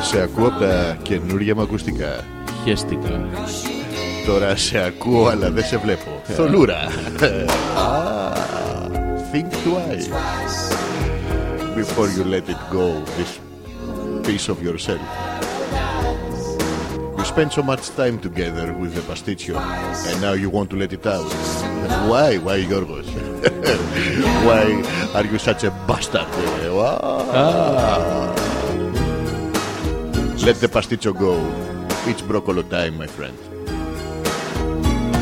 σε ακούω από τα καινούργια μου ακουστικά. Χαίστηκα. Τώρα σε ακούω, αλλά δεν σε βλέπω. Θολούρα. Α, Think twice before you let it go. This piece of yourself. You spend so much time together with the pasticcio, and now you want to let it out. Why, why, Yorgos? why are you such a bastard? Ah. Let the pasticcio go. It's broccolo time, my friend.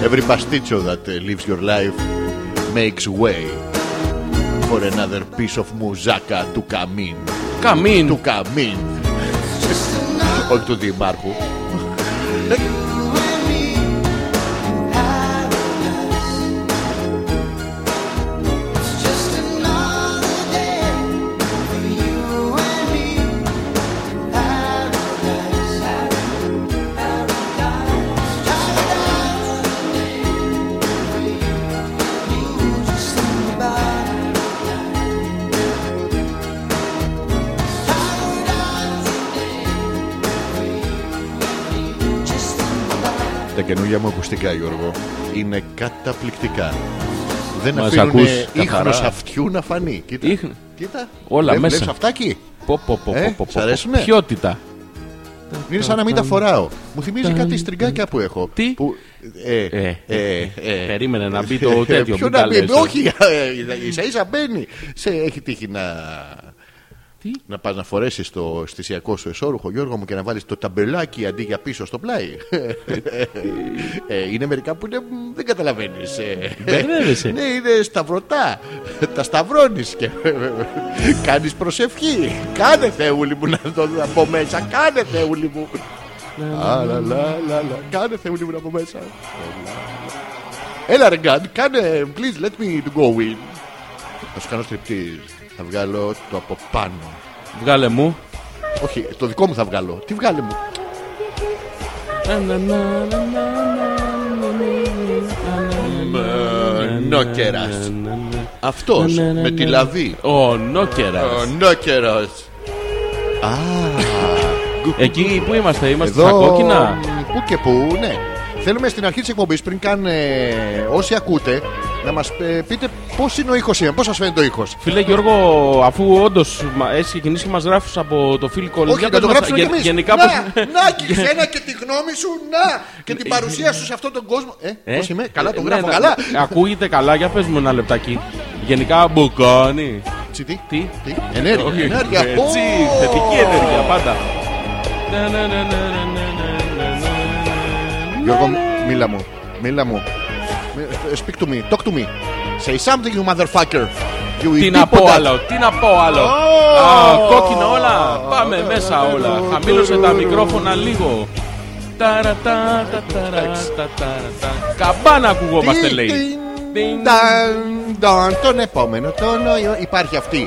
Every pasticcio that uh, lives your life makes way for another piece of moussaka του καμίν. Καμίν. Του καμίν. Όχι του Δημάρχου. Τα καινούργια μου ακουστικά, Γιώργο, είναι καταπληκτικά. Δεν Μας αφήνουν ακούς ίχνος καθαρά. αυτιού να φανεί. Κοίτα. Ίχνο. Κοίτα. Όλα Δεν μέσα. Βλέπεις αυτάκι. Πω, πω, πω, Ε, πω, πω, σ' πω. αρέσουνε? Ποιότητα. Είναι σαν να μην τα φοράω. Μου θυμίζει Ταν- κάτι στριγκάκια που έχω. Τι? Που... Ε, Ε, ε, ε, ε. Περίμενε να μπει το τέτοιο. Ποιο μην τα να μπει, λες. όχι, ε, ίσα ίσα μπαίνει. Σε έχει τύχει να. Τι? Να πας να φορέσεις το αισθησιακό σου εσώρουχο, Γιώργο μου, και να βάλεις το ταμπελάκι αντί για πίσω στο πλάι. Ε, είναι μερικά που είναι, μ, δεν καταλαβαίνεις. Μπερδεύεσαι. Ναι, είναι σταυρωτά. Τα σταυρώνεις και κάνεις προσευχή. Κάνε θεούλη μου να το δω από μέσα. Κάνε θεούλη μου. Α, λα, λα, λα, λα. Κάνε θεούλη μου από μέσα. Έλα ρε Γκάντ, κάνε please let me to go in. Θα σου κάνω στριπτής. Θα βγάλω το από πάνω. Βγάλε μου. Όχι, το δικό μου θα βγάλω. Τι βγάλε μου. Νόκερας. Ε, Αυτός Ναι, με τη λαβή. Ε, Ο Νόκερας. Ο Νόκερος. Α, Εκεί που είμαστε, είμαστε Ε, στα εδώ κόκκινα. που και που, ναι. Θέλουμε στην αρχή της εκπομπής πριν καν ε, όσοι ακούτε να μας ε, πείτε πώς είναι ο ήχος είναι, πώς σας φαίνεται ο ήχος. Φίλε Γιώργο, αφού όντως έχεις ξεκινήσει και μας γράφεις από το Phil Collins, Όχι, για να το μας- γράψουμε κι γε- εμείς. Γενικά, να, πώς- να και εσένα και τη γνώμη σου, να! Και την παρουσία σου σε αυτόν τον κόσμο. Ε, Ε, πώς είμαι, καλά το ε, γράφω, ναι, καλά. ναι. Ακούγεται καλά, για πες μου ένα λεπτάκι. Γενικά, μπουκόνι. Τσι, τι, Τι. τι, ενέργεια, Όχι, ενέργεια. Ω! Έτσι, θετική ενέργεια, πάντα. Να, να, να, να, να, να, να, να. Γιώργο, μίλα μου, μίλα μου. Ε, Speak to me, talk to me. Say something, you motherfucker. You Τι να πω τίποτα. άλλο, τι να πω άλλο. Ω! Α, κόκκινα όλα, πάμε Ω, μέσα ω, όλα. ω, Χαμήλωσε ω, τα ω, μικρόφωνα λίγο. Ταρα, τα, τα, ταρα, Εντάξει. τα, ταρα, τα. Καμπάνα ακουγόμαστε Τι, λέει. τι, Ding. ταν, ταν, Τον επόμενο, τον ο- υπάρχει αυτή.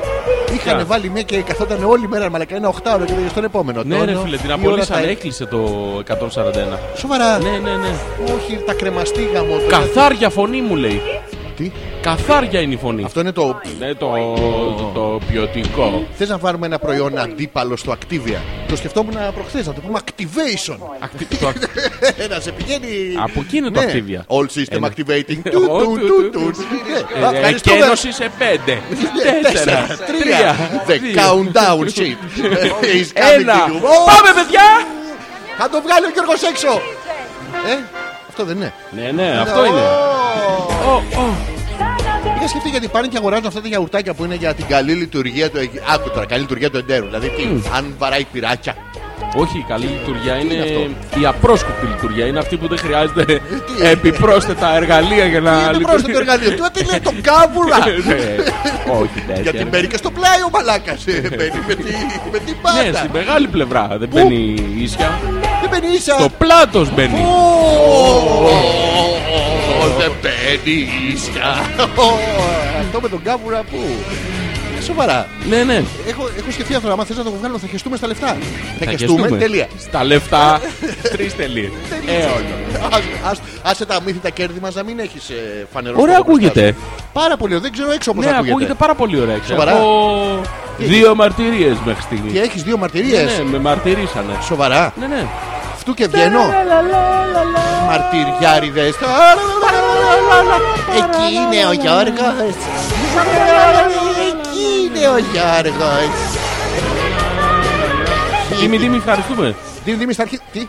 Είχαν Ποια? βάλει μια και καθόταν όλη μέρα μαλακά ένα 8 και πήγε στον επόμενο. Ναι Τον, ρε ο- φίλε, την η ώρα απολύσαν, τα- έκλεισε το 141. Σοβαρά. Ναι, ναι, ναι. Όχι, τα κρεμαστήγα μου. τώρα. Καθάρια φωνή μου λέει. Τι? Καθάρια είναι η φωνή. Αυτό είναι το. Ναι, το, το ποιοτικό. Θες να βάλουμε ένα προϊόν αντίπαλο στο Activia. Το σκεφτόμουν προχθές να το πούμε Activation. Ακτι- το ακ- να σε πηγαίνει. Από εκεί είναι το Ναι. Activia. All system Ένα. activating. Του, Ω, του, του, του, του, του. του. Ναι. Ε, Α, ευχαριστούμε. Εκένωση σε πέντε. Ναι, Τέσσερα. Τρία. The δύο, countdown sheet. is coming Ένα. to you. Ω, Πάμε, παιδιά! Θα το βγάλει ο Γιώργος έξω. Ε, αυτό δεν είναι. Ναι, ναι, αυτό Ω, είναι. Ω, ω. Είχα σκεφτεί γιατί πάνε και αγοράζουν αυτά τα γιαουρτάκια που είναι για την καλή λειτουργία του εγ- Άκου τώρα, καλή λειτουργία του εντέρου. Δηλαδή, τι, αν βαράει πυράκια. Όχι, η καλή λειτουργία είναι, είναι η απρόσκοπτη λειτουργία. Είναι αυτή που δεν χρειάζεται Τι? επιπρόσθετα εργαλεία για να Είναι πρόσθετο εργαλείο. Τότε είναι το κάβουρα. Ναι, Όχι, τέτοια. Γιατί μπαίνει και στο πλάι ο μαλάκας. Μπαίνει με τη, με την Ναι, πάτα. στην μεγάλη πλευρά δεν μπαίνει ίσια. Δεν μπαίνει ίσα. Το πλάτος μπαίνει. Ω, Δεν μπαίνει ίσα. Ω, Αυτό με τον κάβουρα που. Σοβαρά. Ναι, ναι. Έχω, έχω σκεφτεί αυτό. Άμα θες να το βγάλω, θα χεστούμε στα λεφτά. Θα, Θα χεστούμε. χεστούμε. Τελεία. Στα λεφτά, τρεις τελείες. Ε, όχι. Ας- ας- Άσε τα αμύθιτα κέρδη μας να μην έχεις φανερό. Ωραία στο μπροστά ακούγεται. σου. Πάρα πολύ. ωραίο. Δεν ξέρω έξω πώς Ναι, ακούγεται πάρα Ναι, πολύ ωραία. Σοβαρά. Ξέρω. Δύο μαρτυρίες μέχρι στιγμής. Και έχεις δύο Ναι, μαρτυρίες. ναι, με μαρτυρήσανε. Σοβαρά. Ναι, ναι. Φτού και βγαίνω. Μαρτυριάριδες. Εκεί είναι ο Γιώργος. Εκεί είναι ο Γιώργος. Τίμη, Τίμη, ευχαριστούμε. Τι δίμη στα αρχή. Τι,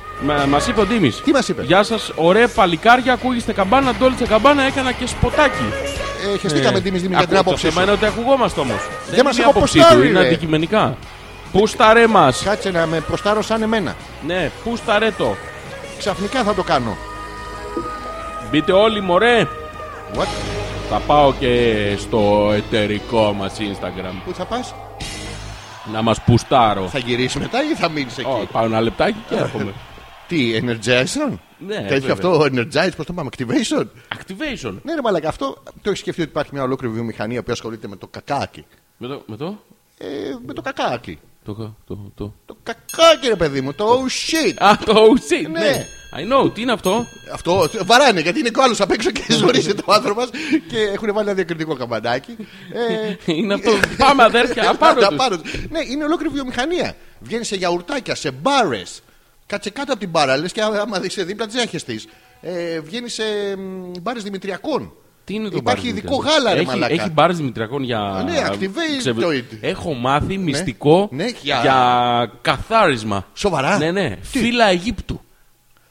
Μα είπε ο Τίμης. τι μας είπε. Γεια σας, ωραία παλικάρια, ακούγεστε καμπάνα, ντόλτσε καμπάνα, έκανα και σποτάκι. Ε, Χεστήκαμε Δίμης Δίμη για την Ακούω, το άποψή θέμα σου. είναι ότι ακουγόμαστε όμως. Δεν μας αποστάρει, είναι ρε. αντικειμενικά. Πού σταρέ μας. Κάτσε να με προστάρω σαν εμένα. Ναι, πού σταρέ το. Ξαφνικά θα το κάνω. Μπείτε όλοι, μωρέ. What? Θα πάω και στο εταιρικό μας Instagram Πού θα πας. να μας πουστάρω. Θα γυρίσεις μετά ή θα μείνεις Ω, εκεί. πάω ένα λεπτάκι και έρχομαι. Τι, energization. Ναι, Τέτοιο βέβαια. αυτό, energize, πώς το πάμε, activation. Activation. Ναι, ρε μαλακά, αυτό το έχεις σκεφτεί ότι υπάρχει μια ολόκληρη βιομηχανία που ασχολείται με το κακάκι. Με το. Με το. Ε, με το κακάκι. Το. το, το. Το κακάκι, ρε παιδί μου, το oh shit. Α, το oh shit, Ναι. ναι. I know, τι είναι αυτό. Αυτό βαράνε γιατί είναι και ο άλλος απ' έξω και ζορίζει το άνθρωπος και έχουν βάλει ένα διακριτικό καμπανάκι. Ε, Είναι αυτό. Πάμε αδέρφια, απάνω τα τους. πάνω τους. Ναι, είναι ολόκληρη βιομηχανία. Βγαίνει σε γιαουρτάκια, σε μπάρες. Κάτσε κάτω από την μπάρα, λες και άμα δεις δίπλα τη έχεστη. Ε, βγαίνει σε μπάρες Δημητριακών. Τι είναι το Υπάρχει μπαρ ειδικό Δημητριακών? γάλα, ρε έχει, μαλάκα. Έχει μπαρ Δημητριακών για. Ναι, activate το it. Έχω μάθει μυστικό Ναι, για- για... καθάρισμα. Σοβαρά. Ναι, ναι. Φύλλα Αιγύπτου.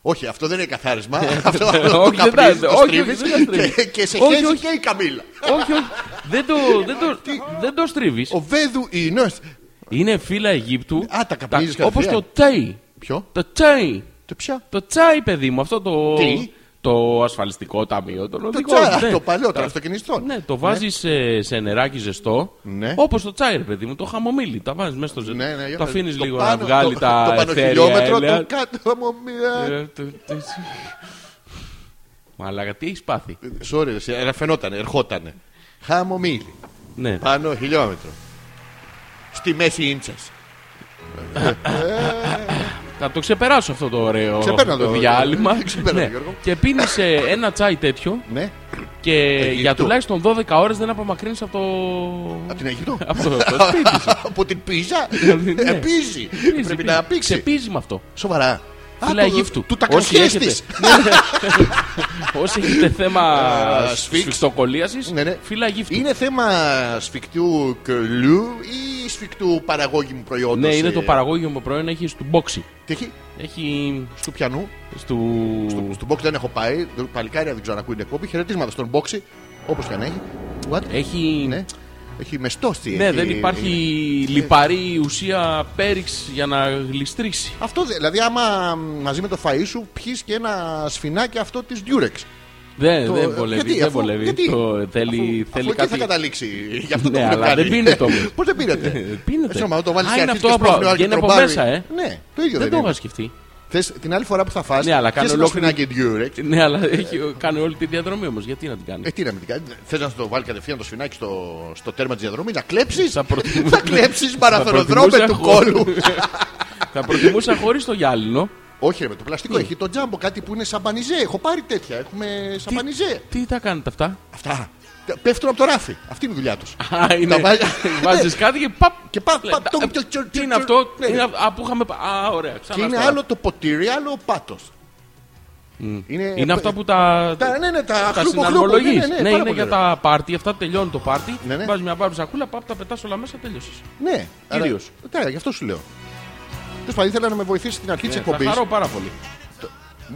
Όχι, αυτό δεν είναι καθάρισμα. αυτό αυτό το Όχι, δεν καπνίζεις, τα- το όχι, στρίβεις δεν τα στρίβεις. και- Και σε Όχι, χέζεις όχι. και η Καμίλα. όχι, όχι. Δεν το, δεν το, δεν το στρίβεις. Ο Βέδου είναι. Είναι φύλλα Αιγύπτου. Α, τα καπνίζεις Όπως το κατευθείαν. τσάι. Ποιο? Το τσάι. Το πια. Το τσάι, παιδί μου. Αυτό το. Τι? Το ασφαλιστικό ταμείο. Το, Το οδικό, τσάρα, ναι. το παλιό, των αυτοκινηστών. Ναι, το βάζεις σε, σε νεράκι ζεστό. Λοιπόν, Ναι. Όπως το τσάι, ρε παιδί μου, το χαμομήλι. Τα βάζεις μέσα στο ζεστό. Ναι, ναι, για το πες. αφήνεις Το λίγο πάνω- να βγάλει το- τα. Το πάνω εθέρια χιλιόμετρο, έλαια. το κάτω από μία. Ε, το- το- Μαλάκα, τι έχεις πάθει. Sorry, ρε, σε- ε, φαινότανε, ερχότανε. Χαμομήλι. Ναι. Πάνω χιλιόμετρο. Στη μέση ίντσα. Θα το ξεπεράσω αυτό το ωραίο Ξεπέρνα το, διάλειμμα. ναι. Ξεπέρνα το, Ναι. Γιώργο. Και πίνεις ένα τσάι τέτοιο Ναι, και για Αιγύπτου. τουλάχιστον 12 ώρες δεν απομακρύνεις από το. από την Αιγυπτό. από το, το σπίτι σου. Από την πίζα. Ναι. Ε, πίζει. Πίζει, Πρέπει πίζει. να πήξει. Ξεπίζει με αυτό. Σοβαρά. Α, Φύλλα το- Αιγύπτου. Του τα Όσοι κασχέστης. έχετε- Όσοι έχετε θέμα Α, σφίξ. σφιχτοκολίαση, Ναι, ναι. φύλλα γύφτου. Είναι θέμα σφιχτού κελιού ή σφιχτού παραγώγιμου προϊόντος. Ναι, είναι ε, το παραγώγιο που προϊόν έχει στο μπόξι. Τι έχει, Έχει στο πιανού. στο. Στον box δεν έχω πάει. Το Παλικάρια δεν ξέρω αν ακούει την εκπομπή. Χαιρετίσματα στον boxy. Όπως και αν έχει. What? Έχει. Ναι. Έχει μεστώσει. Ε, Ναι, έχει- δεν υπάρχει λιπαρή ουσία πέριξ για να γλιστρήσει. Αυτό δε- δηλαδή, άμα μ, μαζί με το φαΐ σου πιεις και ένα σφινάκι αυτό της Durex. Δεν, Το- δεν βολεύει. γιατί, δεν αφού- βολεύει. γιατί? Το, θέλει Αφού θέλει εκεί θα κάτι. καταλήξει. Γι' αυτό Ναι, το έχουμε αλλά κάνει. δεν πίνεται όμως. Ε, Πώς δεν πίνεται. Πίνεται. Έτσι, άμα το βάλεις Α, και είναι αρχίσει αυτό και από- σπρώχνει ο άλλος και βγαίνει από τρομπάρει. μέσα, ε. Ναι, το ίδιο Δεν δεν το είχα είναι. σκεφτεί. Θες την άλλη φορά που θα φας Ναι, αλλά πιες κάνω ένα ολόκληρη- σφινάκι Durex. Ναι, αλλά έχει κάνει όλη τη διαδρομή όμως. Γιατί να την κάνει. Ε, τι να μην την κάνει. Θες να το βάλει κατευθείαν το σφινάκι στο, στο τέρμα της διαδρομή, να κλέψεις. Θα προτιμούσα- θα κλέψεις προτιμούσα παραθυροδρόμε του χωρίς- κόλου. θα προτιμούσα χωρίς το γυάλινο. Όχι, ρε, με το πλαστικό έχει το τζάμπο, κάτι που είναι σαμπανιζέ. Έχω πάρει τέτοια. Έχουμε σαμπανιζέ. Τι τα κάνετε αυτά. Αυτά. Τα- Πέφτουν από το ράφι. Αυτή είναι η δουλειά τους. Α, είναι. Τα βάζει- Βάζει κάτι και παπ. Και πα, πα, Λε, το- τα- ε, το- το- Τι είναι το- αυτό. ναι. είναι αυ- Α, που είχαμε. πα- Α, ωραία. Και ξανά είναι στο- άλλο το ποτήρι, άλλο ο πάτος. Είναι, ε, Είναι αυτά που τα. Τα, ναι, ναι, τα, Τα χλούπο-χλούπο. συναρμολογείς. Ναι, ναι, ναι, πάρα είναι πολύ για ωραία. τα πάρτι. Αυτά τελειώνει το πάρτι. Ναι, ναι. Βάζεις μια μπάρμπη σακούλα, παπ, τα πετάς όλα μέσα, τέλειωσε. Ναι, αλλά- Κυρίως. Ναι, γι' αυτό σου λέω. Τέλος πάντων, ήθελα να με βοηθήσει στην αρχή της Ναι, Θα εκπομπής. χαρώ πάρα πολύ.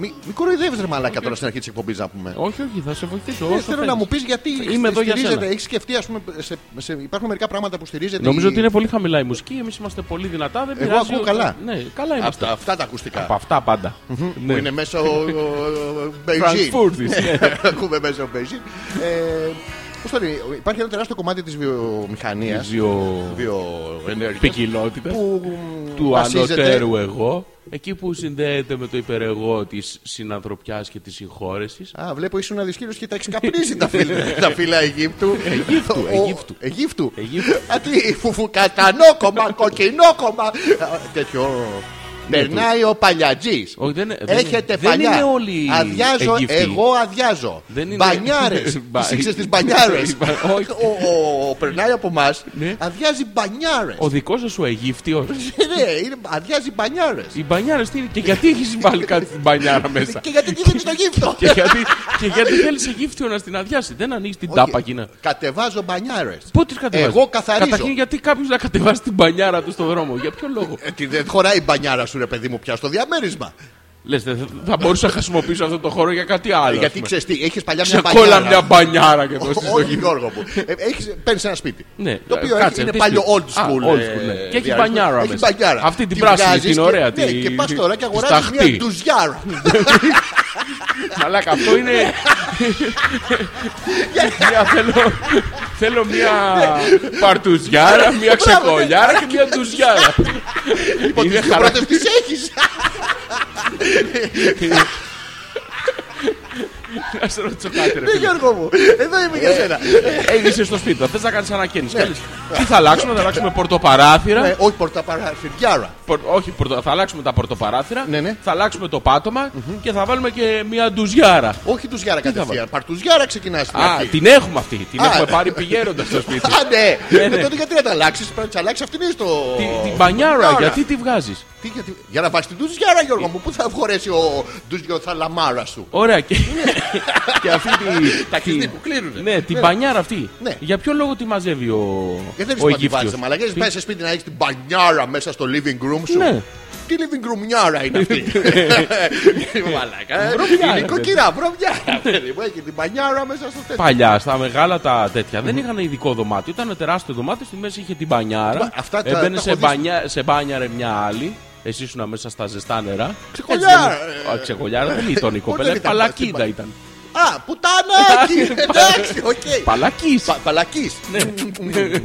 Μην μη κοροϊδεύεις ρε μαλάκα τώρα στην αρχή της εκπομπής να πούμε. Όχι, όχι, θα σε βοηθήσω. Ε, όσο θέλω θέλεις. να μου πεις γιατί Είμαι εδώ για στηρίζεται. σένα. Έχεις σκεφτεί, ας πούμε, σε, σε, υπάρχουν μερικά πράγματα που στηρίζεται. Νομίζω η- ότι είναι πολύ χαμηλά η μουσική. Εμείς είμαστε πολύ δυνατά. Δεν Εγώ πειράζει ακούω ο- καλά. Ναι, καλά είμαστε. Αυτά, αυτά τα ακουστικά. Από αυτά πάντα. Που Ναι. είναι μέσω Μπεϊζίν. Φραγκφούρτης, ναι. Ακούμε μέσω Μπεϊζίν. Ε, πώς το λένε, υπάρχει ένα τεράστιο κομμάτι της βιομηχανίας. Ζιο- Βιοενέργειας. ποικιλότητας Που του βασίζεται- ανωτέρου εγώ. Εκεί που συνδέεται με το υπερεγώ της συνανθρωπιάς και της συγχώρεσης. Α, βλέπω ήσουν ένας και τα έχεις καπνίσει τα φύλλα, τα φύλλα Αιγύπτου. Αιγύπτου, Ο- Αιγύπτου. Αιγύπτου. Αιγύπτου. Α, τι φουφουκατανόκομα, κοκκινόκομα. Α, Τέτοιο. Ναι, Περνάει ο παλιατζής. Ναι, Όχι, δεν είναι- δεν Έχετε είναι- δεν παλιά. είναι όλοι Αδειάζω, εγγυφτοί. εγώ αδειάζω. Δεν είναι- Μπανιάρες. Μπα- Ήξερε τις μπανιάρες. Όχι. Περνάει από εμάς. Ναι. Αδειάζει μπανιάρες. Ο δικός σα ο Αιγύπτιος. Ναι, είναι- αδειάζει μπανιάρες. Οι μπανιάρες τι είναι και γιατί έχεις βάλει κάτι στην μπανιάρα μέσα. Και γιατί τι στο γύφτο. και γιατί, και γιατί θέλεις Αιγύπτιο να την αδειάσει. Δεν ανοίγεις την τάπα εκείνα. Κατεβάζω μπανιάρες. Πού τη κατεβάζεις. Εγώ καθαρίζω. Καταρχήν, γιατί κάποιος να κατεβάζει την μπανιάρα του στον δρόμο. Για ποιο λόγο. Ε, τι, Δεν χωράει η μπανιάρα σου, ρε παιδί μου, πια στο διαμέρισμα. Λες, θα μπορούσα να χρησιμοποιήσω αυτό το χώρο για κάτι άλλο. ας Ε, Γιατί πούμε. ξέρεις τι, έχεις παλιά μια Ξεκόλα μπανιάρα. μια μπανιάρα και το Ό- στο Όχι, γη. Γιώργο μου. Παίρνεις ένα σπίτι. Ναι, Το οποίο κάτσε, έχει- είναι τι παλιό σπίτι. old Α, school. old ε, school, ναι. Και έχει διάστημα. μπανιάρα Έχει μέσα. μπανιάρα. Αυτή την πράσινη, βγάζεις την και- ωραία, ναι, τη- Και πας τώρα και τη αγοράζεις σταχτή. μια ντουζιάρα. Μαλάκα, αυτό είναι. Μια θέλω. Θέλω μια παρτουζιάρα, μια ναι. ξεκολιάρα και μια ντουζιάρα. Είναι Τι χαρά. πρώτες τις έχεις. Να σε ρωτήσω κάτι, ρε Ναι, φίλε. Γιώργο μου. Εδώ είμαι για σένα. Ε, είσαι στο σπίτι, θες να κάνεις ανακαίνιση. Ναι. Καλείς. Τι θα αλλάξουμε, θα αλλάξουμε πορτοπαράθυρα. Ε, Όχι πορταπαραθυριάρα. Πορ- Όχι, πορτο- θα αλλάξουμε τα πορτοπαράθυρα. Ναι, ναι. Θα αλλάξουμε το πάτωμα και θα βάλουμε και μια ντουζιάρα. Όχι ντουζιάρα θα κατευθείαν. Παρτουζιάρα ξεκινάς στην Α, αρχή. την έχουμε αυτή. Την Ναι. Α. έχουμε πάρει πηγαίνοντας στο σπίτι. Α, ναι. Ναι, Ε, ναι. Τότε γιατί να τα αλλάξεις. Πρέπει να τις αλλάξεις αυτήν είναι στο. Την- Την στο πανιάρα, ντουζιάρα. γιατί τη βγάζεις. Τι, γιατί- Για να βάλεις την ντουζιάρα, Γιώργο μου. Πού θα χωρέσει ο ντουζιοθαλαμάρα σου. Ωραία, και, και αυτή τη. Τα τη- χειστή που κλείνουνε. Ναι, την πανιάρα αυτή. Ναι. Για ποιο λόγο τη μαζεύει ο. Γιατί δεν ο σου τη βάζει, Αιγύπτιος? μαλακές. Τι- Πα σε σπίτι να έχεις την πανιάρα μέσα στο living room σου. Ναι. Τι living room νιάρα είναι αυτή. Μαλακά. ε. Βρωμιά Η είναι, νοικοκυρά, βρωμιά. παιδί μου, Έχει την πανιάρα μέσα στο τέτοιο. Παλιά, στα μεγάλα τα τέτοια, δεν είχαν ειδικό δωμάτιο. Ήταν ετεράστιο δωμάτιο, στη μέση είχε την μπανιάρα. Μα, αυτά τα- Έμπαινε τα σε, έχω δει μπανιά, σε μπάνιαρε μια άλλη. Εσύ ήσουν μέσα στα ζεστά νερά. Ξεκολιάρα, Έτσι ε. δεν- Α, Ξεκολιάρα δεν ήταν η Πώς κοπέλα. λέγεται στην Παλακίδα μπανιά. ήταν. Α, πουτανάκι! Εντάξει, οκ. Παλακής. Παλακής. Ναι.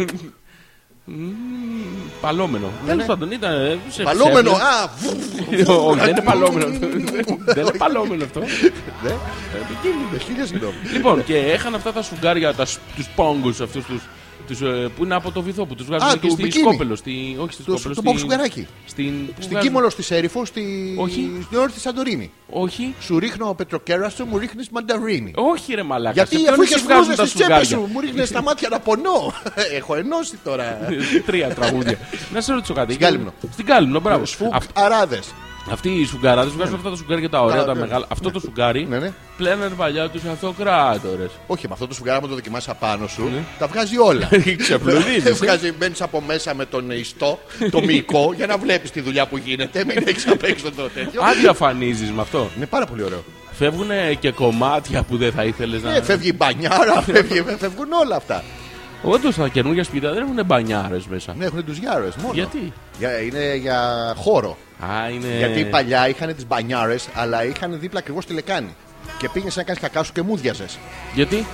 Παλόμενο. Τέλο πάντων ήταν. ε, σε- Ναι, Παλόμενο, σε- α, βου, βου, Όχι, δεν είναι παλόμενο αυτό. Δεν είναι παλόμενο αυτό. επικίνδυνο, χίλια συγγνώμη. Λοιπόν, και έχαν αυτά τα σφουγγάρια, τους πόγκους αυτούς τους. Τους, ε, που είναι από το βυθό που τους βγάζουν Α, εκεί του στη Μπικίνι. Σκόπελο. Στη, όχι στη Το- Σκόπελο. το στη- Bob Σουγγαράκι. Στην, που Στην βγάζουν- Κίμολο, στη Σέριφο, στη... Όχι. στην ώρα τη Σαντορίνη. Όχι. Σου ρίχνω πετροκέραστο, μου ρίχνεις μανταρίνη. Όχι, ρε μαλάκα. σε Γιατί ποιον αφού εσύ είχε βγάζουν φρούζε τα στις τσέπες σφουγγάρια? σου, μου ρίχνε τα μάτια να πονώ. Έχω ενώσει τώρα. Τρία τραγούδια. Να σε ρωτήσω κάτι. Στην Κάλυμνο. Ε, Στην Κάλυμνο, μπράβο. Σφουγγ Αυτ- αράδες. Αυτοί οι σουγκάραδε βγάζουν αυτά τα σουγκάρια τα ωραία, Τα- τα ναι. μεγάλα. Αυτό το σουγκάρι Ναι, ναι. πλέναν παλιά τους αυτοκράτορε. Όχι, με αυτό το σφουγγάρα, άμα το δοκιμάσεις απάνω σου, Ναι. τα βγάζει όλα. Ξεπλουδίζεις. Βγάζει, μπαίνεις από μέσα με τον ιστό, το μυϊκό, για να βλέπεις τη δουλειά που γίνεται. Μην έχεις απ' έξω το τέτοιο. Αν διαφανίζει με αυτό, Είναι πάρα πολύ ωραίο. φεύγουν και κομμάτια που δεν θα ήθελες Ναι, να. φεύγει η μπανιάρα, φεύγει- φεύγουν όλα αυτά. Όντως τα καινούργια σπίτια δεν έχουν μπανιάρες μέσα. Ναι, έχουν του γιάρε μόνο. Γιατί? Για- είναι για χώρο. Α, είναι. Γιατί παλιά είχαν τις μπανιάρες, αλλά είχαν δίπλα ακριβώς τη λεκάνη. Και πήγαινε να κάνεις κακά σου και μούδιαζε. Γιατί?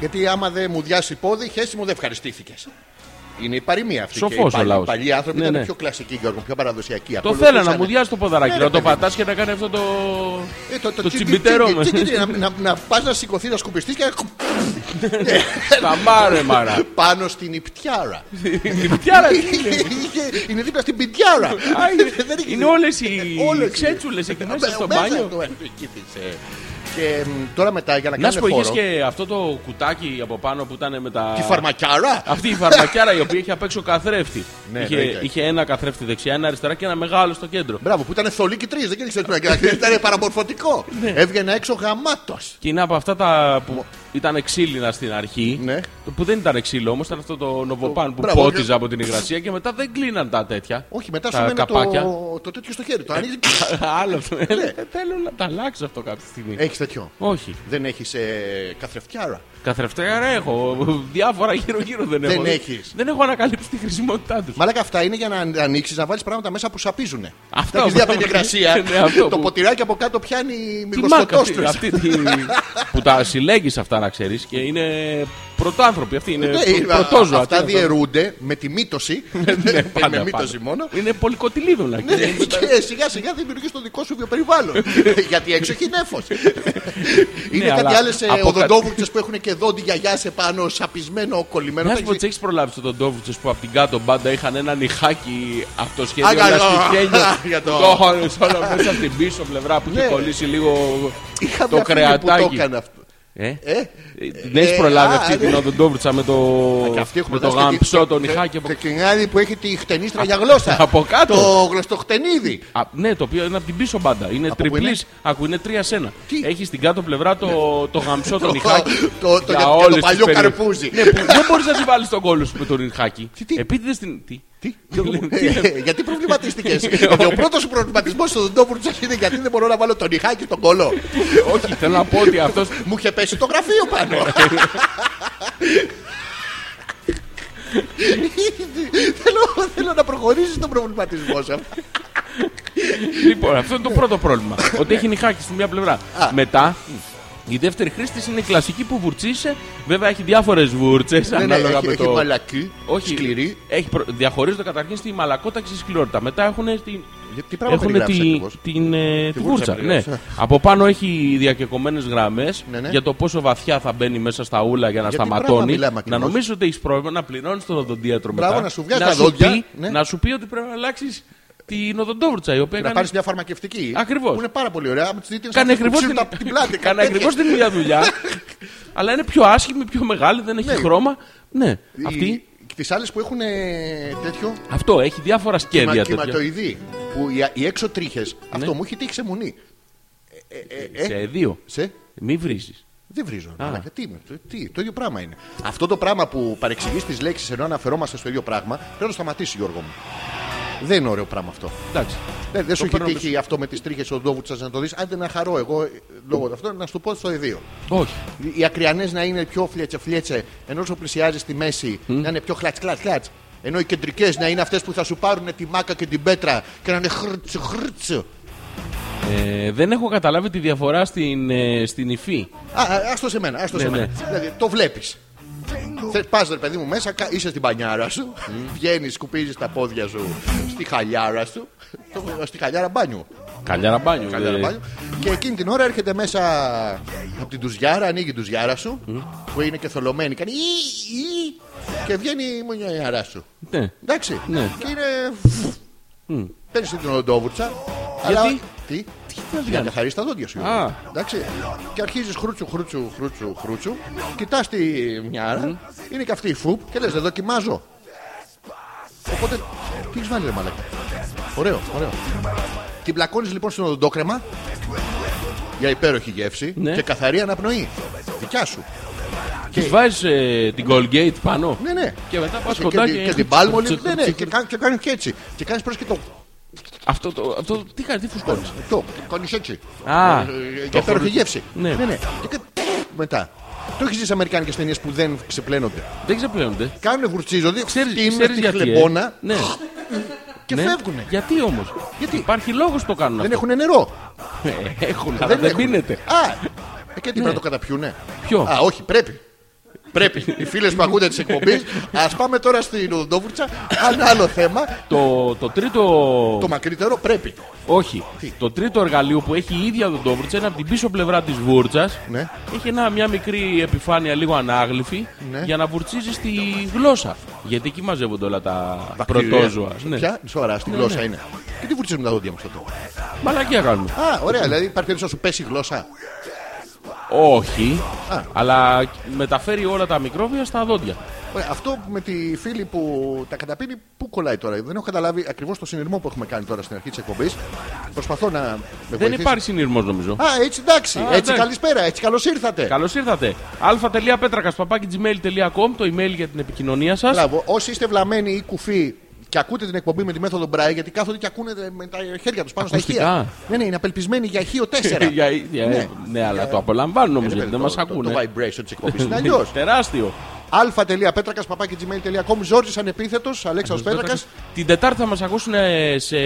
Γιατί άμα δεν μου διάσει πόδι, χέση μου δεν ευχαριστήθηκες. Είναι η παροιμία αυτή. Σοφός Και οι παλι- ο λαός. παλιοί άνθρωποι Ναι, ήταν ναι. πιο κλασικοί, Γιώργο, πιο παραδοσιακοί. Το Ακολουθούσαν- θέλα να μου διάσει το ποδαράκι, Ναι, ρε, να το παιδί μου. πατάς και να κάνει αυτό το. Ε, το, το, το τσιγκι- τσιμπιτέρο τσιγκι- με. τσιγκι- να- να- Να πας να σηκωθείς, να σκουπιστείς και Στα μάρε μαρά. πάνω στην υπτιάρα. Τι άλλα τι είναι. Είχε- είναι δίπλα στην πιντιάρα. Α, Δεν είναι- έχει- Είναι όλες οι Όλες. ξέτσουλες εκεί μέσα Μέσα στο μέσα μπάνιο. του, ε, εκεί της, ε. Και μ, τώρα μετά για να Να σου πω, κάνουμε είχες χώρο. και αυτό το κουτάκι από πάνω που ήταν με τα. Τη φαρμακιάρα. Αυτή η φαρμακιάρα η οποία είχε απ' έξω καθρέφτη. Ναι, είχε, ναι, ναι. είχε ένα καθρέφτη δεξιά, ένα αριστερά και ένα μεγάλο στο κέντρο. Μπράβο, που ήταν θολή και τρεις, δεν ήξερε τι να κάνεις. Ήταν παραμορφωτικό. Ναι. Έβγαινε έξω γαμάτος. Και είναι από αυτά τα που ήταν ξύλινα στην αρχή. Ναι. το Που δεν ήταν ξύλο όμως, ήταν αυτό το νοβοπάν που Μπράβο, πότιζε και- από την υγρασία και μετά δεν κλείναν τα τέτοια. Όχι, μετά Τα σου μένει καπάκια. Ε, το, το τέτοιο στο χέρι. Το ανοίγεις. Άλλο αυτό. Ναι. Ε, Θέλω να τα αλλάξω αυτό κάποια στιγμή. Έχεις τέτοιο. Όχι. Δεν έχεις ε, καθρεφτιάρα. Καθρεφτέρα έχω. Διάφορα γύρω-γύρω δεν Δεν έχω. έχεις. Δεν έχω ανακαλύψει τη χρησιμότητά τους. Μαλάκα αυτά είναι για να ανοίξεις, να βάλεις πράγματα μέσα που σαπίζουν. Αυτό Έχεις δει από την πράγμα. υγρασία. Ναι, αυτό Το που- ποτηράκι από κάτω πιάνει Τη μάκα αυτή, μικροσκοτόστρε. αυτή τη... που τα συλλέγεις αυτά να ξέρεις και είναι πρωτάνθρωποι αυτοί. Είναι Ναι, πρω- πρωτόζωα. Τι Αυτά είναι αυτό. διαιρούνται με τη μύτωση. Ναι, Με πάντα, Ναι, πάντα. Ναι, μύτωση μόνο. Είναι πολυκοτηλίδωνα. Ναι, και σιγά σιγά δημιουργείς το δικό σου βιοπεριβάλλον. Γιατί έξω έχει νεφο. Είναι Ναι, κάτι αλλά άλλες από κα- οδοντόβουρτσες που έχουν και δόντι γιαγιά σε πάνω, σαπισμένο, κολλημένο. Να Τα σου πω έχεις ότι έχει προλάβει τον Ντόβουτσο που από την κάτω μπάντα είχαν ένα νυχάκι αυτοσχέδιο. Α, Ένα καλό. σκουφιένιο. Για το- Το χώρισε όλο μέσα στην πίσω πλευρά που είχε Ναι. κολλήσει λίγο δει. Είχα το μια φίλη Που το κρεατάκι. έκανε αυτό. Ε, Ε, ε, Την έχει προλάβει α, αυτή ναι. την οδοντόβουρτσα με το, και αυτοί έχουν με το δώσει και τη- γαμψό και- το και- νυχάκι από Και την άλλη που έχει τη χτενίστρα για γλώσσα. Από κάτω. Το γλωστοχτενίδι. Α, ναι, το οποίο είναι από την πίσω μπάντα. Είναι πού είναι? τριπλή. Ακού είναι τρία σένα. Τι? Ναι. Έχεις στην κάτω πλευρά το, το γαμψό το Το- νυχάκι. το- το- για- για το όλες τις παλιό περιοχές. καρπούζι. Ναι, που δεν μπορείς να τη βάλει τον κόλλο σου με το νυχάκι. Τι, τι? Επίτηδες την. Τι. Τι? λέμε, Ε, τι Ναι, λέμε. Γιατί προβληματίστηκε. Ο πρώτος σου προβληματισμό στο Δοντόβουρτσα είναι γιατί δεν μπορώ να βάλω το νυχάκι στον κολό. Όχι, θέλω να πω ότι αυτός. Μου είχε πέσει το γραφείο πάνω. Ναι. θέλω, θέλω να προχωρήσει τον προβληματισμό σου. λοιπόν, αυτό είναι το πρώτο πρόβλημα. ότι έχει νυχάκι στη μια πλευρά. Ναι. Α. Μετά, η δεύτερη χρήση της είναι η κλασική που βουρτσίσαι. Βέβαια έχει διάφορες βούρτσε ανάλογα Ναι, έχει, με έχει το. μαλακή, σκληρή. Έχει προ... Διαχωρίζονται καταρχήν στη μαλακότα και στη σκληρότητα. Μετά έχουν στην Τι πράγμα Έχουν περιγράφεις τη, ακριβώς. την, ε, τη βούρτσα βούρτσα. Ναι. περιγράφεις. Από πάνω έχει διακεκομένες γραμμές Ναι, ναι. για το πόσο βαθιά θα μπαίνει μέσα στα ούλα για να Για τι πράγμα σταματώνει. μιλάμε να ακριβώς. νομίζεις ότι έχεις πρόβλημα, να πληρώνεις τον οδοντίατρο Μπράβο, μετά. να σου βγάζει τα δόντια, πει, ναι. να σου πει ότι πρέπει να αλλάξεις την οδοντόβουρτσα η οποία Να κάνει, πάρεις μια φαρμακευτική. Ακριβώς. Που είναι πάρα πολύ ωραία. Με τις δίτινες κάνει αυτές που ακριβώ την, ψήνουν τα- την πλάτη. κάνει κάτι ακριβώς τέτοια. την ίδια δουλειά. αλλά είναι πιο άσχημη, πιο μεγάλη, δεν έχει χρώμα. Ναι, αυτή. Τις άλλες που έχουν ε, τέτοιο. Αυτό έχει διάφορα Μα σκέδια τέτοια. Ναι. κυματοειδή. Που οι, οι έξω τρίχες. Αυτό μου έχει τύχει σε μουνή. Ε, ε, ε, ε, Σε δύο. σε. Μην βρίζεις. Δεν βρίζω. Α. Τι, είμαι, το- τι, το ίδιο πράγμα είναι. Αυτό το πράγμα που παρεξηγείς τις λέξεις ενώ αναφερόμαστε στο ίδιο πράγμα πρέπει να το σταματήσει, Γιώργο μου. Δεν είναι ωραίο πράγμα αυτό. Ε, Εντάξει. Δεν, δεν σου έχει παίρνω τύχει αυτό με τις τρίχες οδόβουτσα να το δεις. Άντε να χαρώ εγώ ε, λόγω του αυτού να σου το πω στο εδίο. Όχι. Οι ακριανές να είναι πιο φλέτσε-φλέτσε, ενώ όσο πλησιάζει στη μέση να είναι πιο χλατ-χλατ-χλατ. Ενώ οι κεντρικές να είναι αυτές που θα σου πάρουν τη μάκα και την πέτρα και να είναι χρτς, χρτς. Α, Ε, δεν έχω καταλάβει τη διαφορά στην, ε, στην υφή. α, άστο σε μένα, άστο σε Ναι, μένα. Δηλαδή, το βλέπεις. Πας ρε παιδί μου μέσα, κα- είσαι στην πανιάρα σου. Βγαίνεις, σκουπίζεις τα πόδια σου στη χαλιάρα σου. το- Στη χαλιάρα μπάνιου. Καλιάρα μπάνιο. Χαλιάρα ε, μπάνιου. Και εκείνη την ώρα έρχεται μέσα από την τουζιάρα, ανοίγει η τουζιάρα σου, που είναι και θολωμένη. Κάνει «Ι, Ι» και βγαίνει η μονιάρα σου. Ναι. Εντάξει. Ναι. Και είναι. Παίρνεις την οδόβουρτσα. Αλλά... Τι. Τι θα Για να βγάλει. καθαρίσει τα δόντια σου. Α. Γιώργο. Εντάξει. Και αρχίζεις χρούτσου, χρούτσου, χρούτσου, χρούτσου. Κοιτάς τη μιάρα. Είναι και αυτή η φουπ και λες, δεν δοκιμάζω. Οπότε. Τι έχεις βάλει, ρε μαλάκα. Ωραίο, ωραίο. Την πλακώνεις λοιπόν στον οδοντόκρεμα για υπέροχη γεύση Ναι. και καθαρή αναπνοή. Δικιά σου. Τη βάζεις ε, την Colgate πάνω. Ναι, ναι. Και μετά πας Και- κοντά και, και- και την πάλμολη. τσικ, Ναι, ναι. τσικ, Και κάνει και κάνεις και έτσι. Και κάνεις προς και το. Αυτό, το, αυτό τι κάνει, τι φουσκώνεις. Το κάνει έτσι. Α, Ε, το Για υπέροχη χωρί- γεύση. Ναι. Και κα- μετά. Το έχεις δει σε αμερικάνικες ταινίες που δεν ξεπλένονται. Δεν ξεπλένονται. Κάνουν βουρτσίζονται, Ξέρεις, φτύνουν ξέρεις Ναι. τη γιατί, ε. χλεμπόνα Ναι. και ναι. φεύγουν. Γιατί όμως. Γιατί? Υπάρχει λόγος που το κάνουν Δεν αυτό. έχουν νερό. Ε, έχουν, αλλά δεν έχουνε. πίνεται. Ναι. Α, ε, και τι πρέπει να το καταπιούνε. Ποιο? Α, όχι, πρέπει. Πρέπει. Οι φίλες που ακούτε τις εκπομπές, ας πάμε τώρα στην Οδοντόβουρτσα. Αν άλλο θέμα, Το, το τρίτο. το μακρύτερο πρέπει. Όχι. Το τρίτο εργαλείο που έχει η ίδια δοντόβουρτσα είναι από την πίσω πλευρά της βούρτσας. Ναι. Έχει ένα, μια μικρή επιφάνεια λίγο ανάγλυφη Ναι. για να βουρτσίζει στη γλώσσα. Γιατί εκεί μαζεύονται όλα τα Βακτήρια. πρωτόζωα. Ναι. Ποια, σοβαρά, στη γλώσσα είναι. Και τι βουρτσίζουν τα δόντια μου στο τόπο. Μαλακία κάνουμε. Α, ωραία, δηλαδή υπάρχει περίπτωση να σου πέσει η γλώσσα. Όχι. Α. Αλλά μεταφέρει όλα τα μικρόβια στα δόντια. Ωραία, Αυτό με τη φίλη που τα καταπίνει, πού κολλάει τώρα. Δεν έχω καταλάβει ακριβώς το συνειρμό που έχουμε κάνει τώρα στην αρχή της εκπομπής. Προσπαθώ να με Δεν βοηθήσεις. υπάρχει συνειρμός νομίζω. Α, έτσι εντάξει. Α, έτσι εντάξει. καλησπέρα. Έτσι καλώς ήρθατε. Καλώς ήρθατε. α.πέτρακα.gmail.com Το email για την επικοινωνία σας. Μπράβο. Όσοι είστε βλαμμένοι ή κουφοί και ακούτε την εκπομπή με τη μέθοδο Μπράι, γιατί κάθονται και ακούνε με τα χέρια τους πάνω στα Ακουστικά. ηχεία. Ναι, ναι, είναι απελπισμένοι για ηχείο 4. ναι, αλλά το απολαμβάνουν όμως γιατί δεν μα ακούνε. Ε, Το vibration της εκπομπής είναι αλλιώς. Τεράστιο. αλφα.πέτρακα παπάκι.gmail.com Ζόρζη ανεπίθετος, Αλέξανδρος Πέτρακα. Την Τετάρτη θα μας ακούσουν ε, σε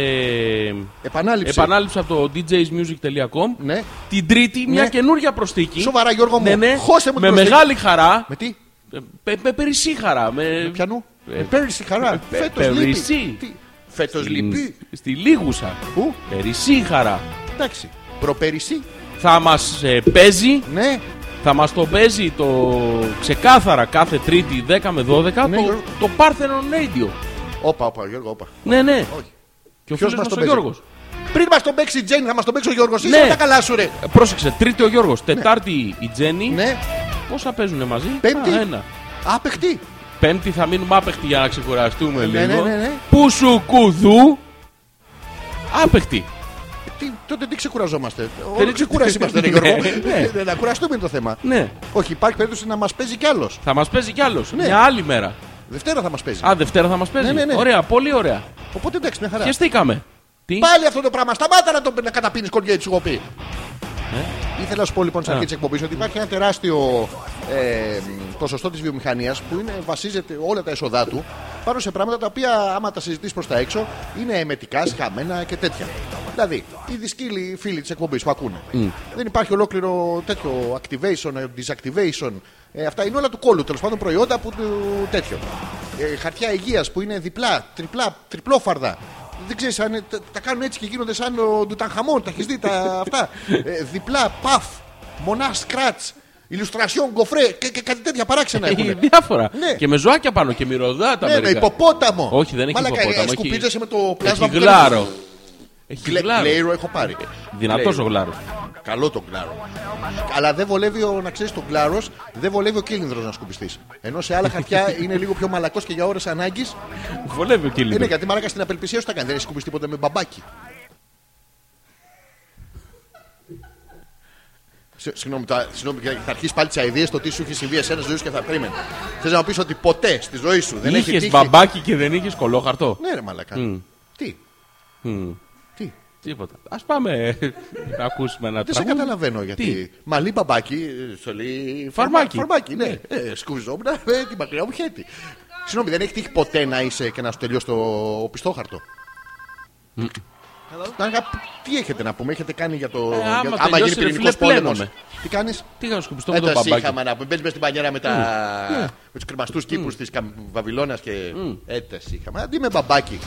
Επανάληψη. επανάληψη από το djsmusic.com. Ναι. Την Τρίτη μια Ναι. καινούργια προστίκη. Σοβαρά, Γιώργο μου. Ναι, ναι. Χώσε μου την με προσθήκη. μεγάλη χαρά. Με τι, Ε, Με, με περισσή χαρά. Με... με πιανού. Ε, Πέρυσι χαρά. πε- Φέτο πέρυσι. λείπει. Φέτο Στην- λείπει. Στη Λίγουσα. Πού? Περισσή χαρά. Εντάξει. Προπέρυσι. θα μας παίζει Ναι, θα μας το παίζει το ξεκάθαρα κάθε Τρίτη 10 με 12 Ναι, το, Γιώργο. το Parthenon Radio. όπα, όπα, Γιώργο, όπα. Ναι, ναι. Όχι. Και ο Ποιος φίλος μας μας το ο παίζει? Γιώργος. Πριν μας τον παίξει η Τζέννη, θα μας τον παίξει ο Γιώργος. Είσαι Ναι. με τα καλά σου, ρε. Ε, Πρόσεξε, Τρίτη ο Γιώργος, Τετάρτη η Τζέννη. Ναι, Πόσα παίζουν μαζί, Πέμπτη. Α, ένα. άπεχτη. Πέμπτη θα μείνουμε άπεχτοι για να ξεκουραστούμε Ναι, λίγο. ναι, ναι, ναι. Πού σου κουδού. Άπεχτη. Τι, τότε τι ξεκουραζόμαστε. Δεν- Όλοι ξεκούραση είμαστε, ρε Γιώργο. Ναι, Ε, ναι. Ε, Να κουραστούμε είναι το θέμα. Ναι. Όχι, υπάρχει περίπτωση να μας παίζει κι άλλος. Θα μας παίζει κι άλλος. Μια άλλη μέρα. Δευτέρα θα μας παίζει. Α, Δευτέρα θα μας παίζει. Ναι, ναι, ναι. Ωραία, πολύ ωραία. Οπότε εντάξει, μια χαρά. Χαιρεστήκαμε. Τι. Πάλι αυτό το πράγμα. Σταμάτα να, το, να καταπίνεις κοριέ τη, εγώ πει. Ήθελα να σου πω λοιπόν στην Ε? Α. αρχή της εκπομπής ότι υπάρχει ένα τεράστιο ε, ποσοστό της βιομηχανίας που είναι, βασίζεται όλα τα έσοδά του πάνω σε πράγματα τα οποία, άμα τα συζητήσεις προς τα έξω, είναι εμετικά, σχαμμένα και τέτοια. Δηλαδή, οι δυσκύλοι φίλοι της εκπομπής που ακούνε. Δεν υπάρχει ολόκληρο τέτοιο activation, ε, disactivation. Ε, αυτά είναι όλα του κόλλου, τέλος πάντων προϊόντα που του- τέτοιο. Ε, χαρτιά υγείας που είναι διπλά, τριπλά, τριπλόφαρδα. Δεν ξέρεις αν είναι- τα, τα κάνουν έτσι και γίνονται σαν ο Ντουταγχαμόν. Τα έχεις δει τα αυτά. Ε, διπλά, παφ, μονάς, σκράτ, ηλουστρασιόν, γκοφρέ και, και κάτι τέτοια παράξενα Ε, έχουν. Διάφορα. Ναι. Και με ζωάκια πάνω και μυρωδά τα ναι, με μερικά. υποπόταμο. Όχι, δεν έχει Μαλάκα, υποπόταμο, έχει- σκουπίζεσαι με το πλάσμα Έχει που γλάρο. Έχει Γλε- γλάρος. Γλέιρο έχω πάρει. Δυνατός ο γλάρος. Καλό το γκλάρο. Αλλά δεν βολεύει, ο, να ξέρεις, τον γκλάρο, δεν βολεύει ο κίλινδρο να σκουπιστείς. Ενώ σε άλλα χαρτιά είναι λίγο πιο μαλακός και για ώρες ανάγκης. Βολεύει ο Είναι κύλινο. Ε, ναι, γιατί μαλάκα στην απελπισία σου τα κάνει. Δεν έχει σκουπιστεί ποτέ με μπαμπάκι. Σε- Συγγνώμη, τα- συγγνώμη, και θα αρχίσεις πάλι τις αειδίε το τι σου έχει συμβεί εσένα στη ζωή σου και θα περίμενε. Θες να μου πεις ότι ποτέ στη ζωή σου δεν έχει Είχες τύχει. μπαμπάκι και δεν είχες κολόχαρτο. Ναι, ρε μαλακά. Τι. Τι. Τίποτα. Ας πάμε να ακούσουμε ένα Δεν σε τραγούδι. καταλαβαίνω γιατί. Μαλή μπαμπάκι, ε, στολή. φαρμα- Φαρμάκι. Φαρμάκι, ναι. Ε, Σκουζόμουν ε, την μακριά μου χέτη. Συγγνώμη, δεν έχει τύχει ποτέ να είσαι και να σου τελειώσει το πιστόχαρτο. Να, τι έχετε να πούμε, έχετε κάνει για το. Ε, άμα για- τελειώσει, ρε πυρηνικός φίλε, πλένομαι. πόλεμος. Τι κάνεις Τι είχα σκουπιστό με Δεν τον Ε, τα μπαμπάκι. Ναι. είχαμε να πούμε. Μπαίνεις στην πανιέρα με, τα... με τους κρεμαστούς κήπους τη Βαβυλώνας και. Ε, τα είχαμε. Αντί με μπαμπάκι.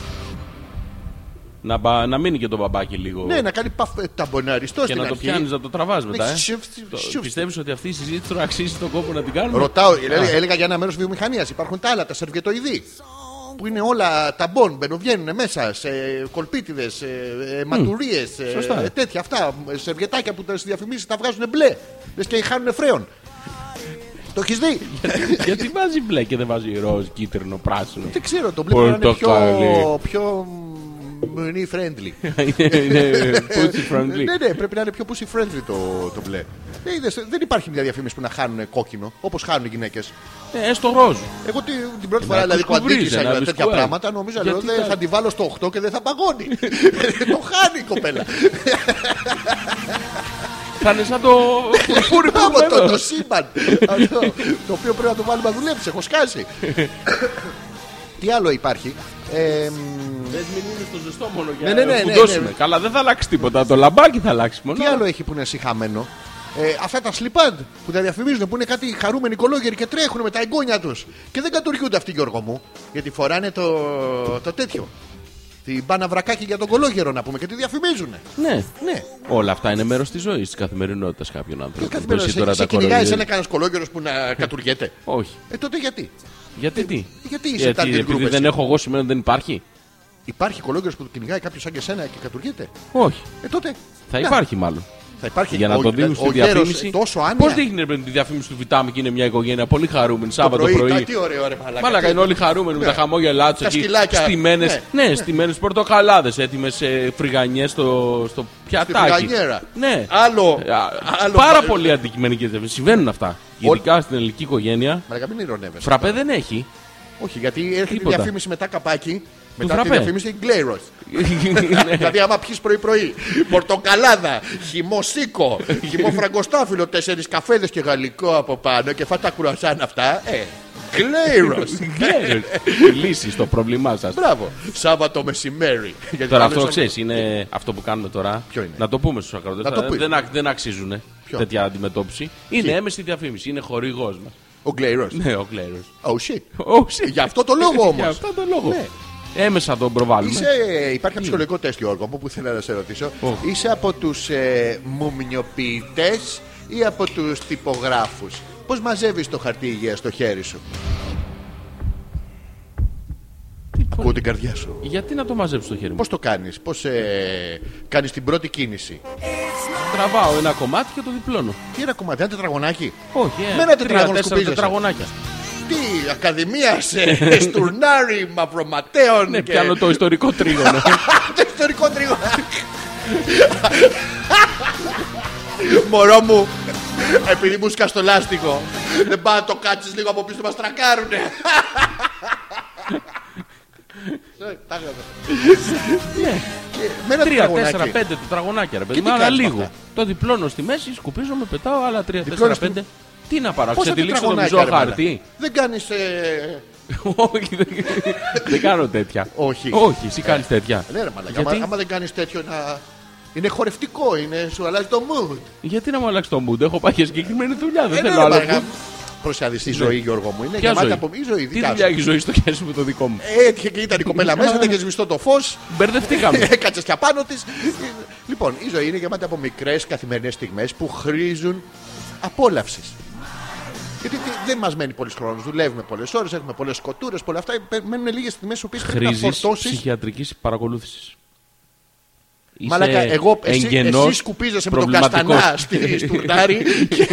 Να, μπα- να μείνει και τον μπαμπάκι λίγο. Ναι, να κάνει παφ- ε, ταμπουναριστό και στην να το αρχή. πιάνεις, να το τραβάς μετά. Ναι, Ε. σιουφ, σιουφ, Το- σιουφ. Πιστεύεις ότι αυτή η συζήτηση τώρα αξίζει τον κόπο να την κάνουμε. Ρωτάω, Ναι. δηλαδή, έλεγα για ένα μέρος βιομηχανίας. Υπάρχουν τα άλλα, τα σερβιετοειδή. Που είναι όλα ταμπών, μπαινοβγαίνουν μέσα σε κολπίτιδες, σε ματουρίε, Σωστά. τέτοια αυτά. ε, Σερβιετάκια που τα στις διαφημίσεις τα βγάζουν μπλε. Λες και χάνουν φρέον. Το έχεις δει. Γιατί βάζει μπλε και δεν βάζει ροζ, κίτρινο, πράσινο. Δεν ξέρω, το μπλε μπορεί να είναι πιο, Πορτοκαλί. πιο money friendly. Είναι- είναι Pussy friendly. ναι, ναι, πρέπει να είναι πιο pussy friendly το, το μπλε. Ε, είδες, δεν υπάρχει μια διαφήμιση που να χάνουν κόκκινο, όπως χάνουν οι γυναίκες. Ε, Έστω ροζ. Εγώ τη- την πρώτη φορά δηλαδή, τους που κουβρίζε, αντίκρισα να για τους τέτοια κουβάρει. πράγματα, νομίζω λέω, Γιατί δεν τα- θα τη βάλω στο 8 και δεν θα παγώνει. το χάνει η κοπέλα. Θα είναι σαν το. κουρκούρι που Μπράβο, το, βλέπω. το σύμπαν. Αυτό, το οποίο πρέπει να το βάλουμε να δουλέψει. Έχω σκάσει. Τι άλλο υπάρχει. Ε, μ, Δες μην είναι στο ζεστό μόνο για Ναι, ναι, ναι, να ναι, κουντώσουμε. ναι. Καλά, δεν θα αλλάξει τίποτα. Το λαμπάκι θα αλλάξει μόνο. τι άλλο έχει που είναι συχαμένο. Ε, αυτά τα slipad που τα διαφημίζουν που είναι κάτι χαρούμενοι κολόγεροι και τρέχουν με τα εγγόνια τους. Και δεν κατουργούνται αυτοί, Γιώργο μου. Γιατί φοράνε το, το τέτοιο. Την μπάνα βρακάκι για τον κολόγερο να πούμε και τη διαφημίζουν. Ναι. Ναι. Όλα αυτά είναι μέρος της ζωής της καθημερινότητας κάποιων Ποιο άνθρωπων. κάθε Πώς μέρα είναι σε, σε τα κυνηγάει κοροϊδεύει. ένα κανένας κολόγερος που να κατουργέται. Όχι. Ε, τότε γιατί. Γιατί τι. γιατί είσαι Γιατί target group επειδή εσύ. δεν έχω εγώ σημαίνει ότι δεν υπάρχει. Υπάρχει κολόγερο που το κυνηγάει κάποιος σαν και σένα και κατουργέται. Όχι. Ε, τότε. Θα να, υπάρχει μάλλον. Θα υπάρχει Για να Ο- το δίνουν στη ο γέρος, διαφήμιση. ε, Τόσο Πώ άνοια. δείχνει ρε παιδί, τη διαφήμιση του Βιτάμι και είναι μια οικογένεια πολύ χαρούμενη Σάββατο πρωί. τα- πρωί. Τι ωραίο ρε μαλάκα. Μαλάκα τι- είναι όλοι χαρούμενοι με τα χαμόγελά του Τα εκεί. σκυλάκια. Στημένες, Ναι. ναι, στημένες πορτοκαλάδες έτοιμες ε, φρυγανιές στο, στο Στη πιατάκι. φρυγανιέρα. Ναι. Άλλο. Ε, α- άλλο- Πάρα πολλοί αντικειμενικές διαφημίσεις. Συμβαίνουν αυτά. Ειδικά στην ελληνική οικογένεια. Μαλάκα μην ηρωνεύεσαι. Φραπέ δεν έχει. Όχι, γιατί έρχεται η Τίποτα. διαφήμιση μετά καπάκι. Μετά τη φραπέ. Ναι. διαφήμιση είναι γκλέιρος. δηλαδή, άμα πιεις πρωί-πρωί, πορτοκαλάδα, χυμοσίκο, χυμό φραγκοστάφυλλο, τέσσερις καφέδες και γαλλικό από πάνω και φάτα κουρασάν αυτά. Ε, κλέιρο. Λύση στο πρόβλημά σας. Μπράβο. Σάββατο μεσημέρι. Γιατί Τώρα κάνουν αυτό σαν- ξέρεις είναι αυτό που κάνουμε τώρα. Ποιο είναι? Να το πούμε στους ακροτές. Να το πούμε. δεν, α- δεν αξίζουν Ποιο? τέτοια αντιμετώπιση. Είναι έμεση διαφήμιση. Είναι χορηγός μας. Ο Γκλέιρο. Ναι, ο κλέρος. Oh shit. Oh, shit. Γι' αυτό το λόγο Για όμως. αυτόν τον λόγο. Έμεσα τον προβάλλουμε. Είσαι, υπάρχει ένα ψυχολογικό τεστ, Γιώργο μου, που θέλω να σε ρωτήσω. Οχ. Είσαι από τους ε, μουμνιοποιητές ή από τους τυπογράφους. Πώς μαζεύεις το χαρτί υγείας στο χέρι σου. Τι- Ακούω την καρδιά σου. Γιατί να το μαζέψω το χέρι μου. Πώς το κάνεις, Πώς ε, κάνεις την πρώτη κίνηση. Τραβάω ένα κομμάτι και το διπλώνω. Τι ένα κομμάτι, ένα τετραγωνάκι. Όχι, ε, Με ένα τρία, τετράγωνο τέσσερα σκουπίζεσαι. τετραγωνάκια. Τι ακαδημία σε στουρνάρι μαυροματέων. Ναι, και- πιάνω το ιστορικό τρίγωνο. Το ιστορικό τρίγωνο. Μωρό μου, επειδή μου σκάς το λάστιχο, δεν πάει να το κάτσεις λίγο από πίσω, μας τρακάρουνε. Τα έγραφα. Ναι. Και Με ένα Τρία, τέσσερα, τετραγωνάκι. πέντε τετραγωνάκια ρε παιδί Και τι μου. Αλλά κάνεις με λίγο. αυτά? Το διπλώνω στη μέση, σκουπίζομαι, πετάω άλλα τρία, τέσσερα, Διπλώνεις πέντε. Τι να παράξω, Πόσα ξετυλίξω το τετραγωνάκια, μισό ρε μάνα? χαρτί. Δεν κάνεις... ε, Όχι, δεν- δεν κάνω τέτοια. Όχι. Όχι, εσύ κάνεις τέτοια. Ναι ρε μαλακά, Γιατί? άμα- άμα δεν κάνεις τέτοιο να... Είναι χορευτικό, είναι, σου αλλάζει το mood. Γιατί να μου αλλάξει το mood, έχω πάει για συγκεκριμένη δουλειά, δεν Ε, ναι, θέλω ρε άλλο. μαλακά. mood. Προσιαδείς η ζωή, Γιώργο μου. Είναι Ποια γεμάτη ζωή? από... Η ζωή, Τι δικά σου. δουλειά έχει η ζωή στο χέρι σου με το δικό μου. Έτυχε και ήταν η κοπέλα Ε. μέσα, δεν είχε σβηστό το φως. Μπερδευτήκαμε. Έκατσες και απάνω της. Λοιπόν, η ζωή είναι γεμάτη από μικρές καθημερινές στιγμές που χρήζουν απόλαυσης. Γιατί τι- δεν μας μένει πολλής χρόνος. Δουλεύουμε πολλές ώρες, έχουμε πολλές κοτούρες, πολλά αυτά. Πε- Μένουν λίγες στιγμές που πρέπει να Χρήση φορτώσεις. ψυχιατρικής παρακολούθησης. Μαλάκα, εγώ, εσύ, εσύ σκουπίζεσαι με τον καστανά στη στουρνάρη και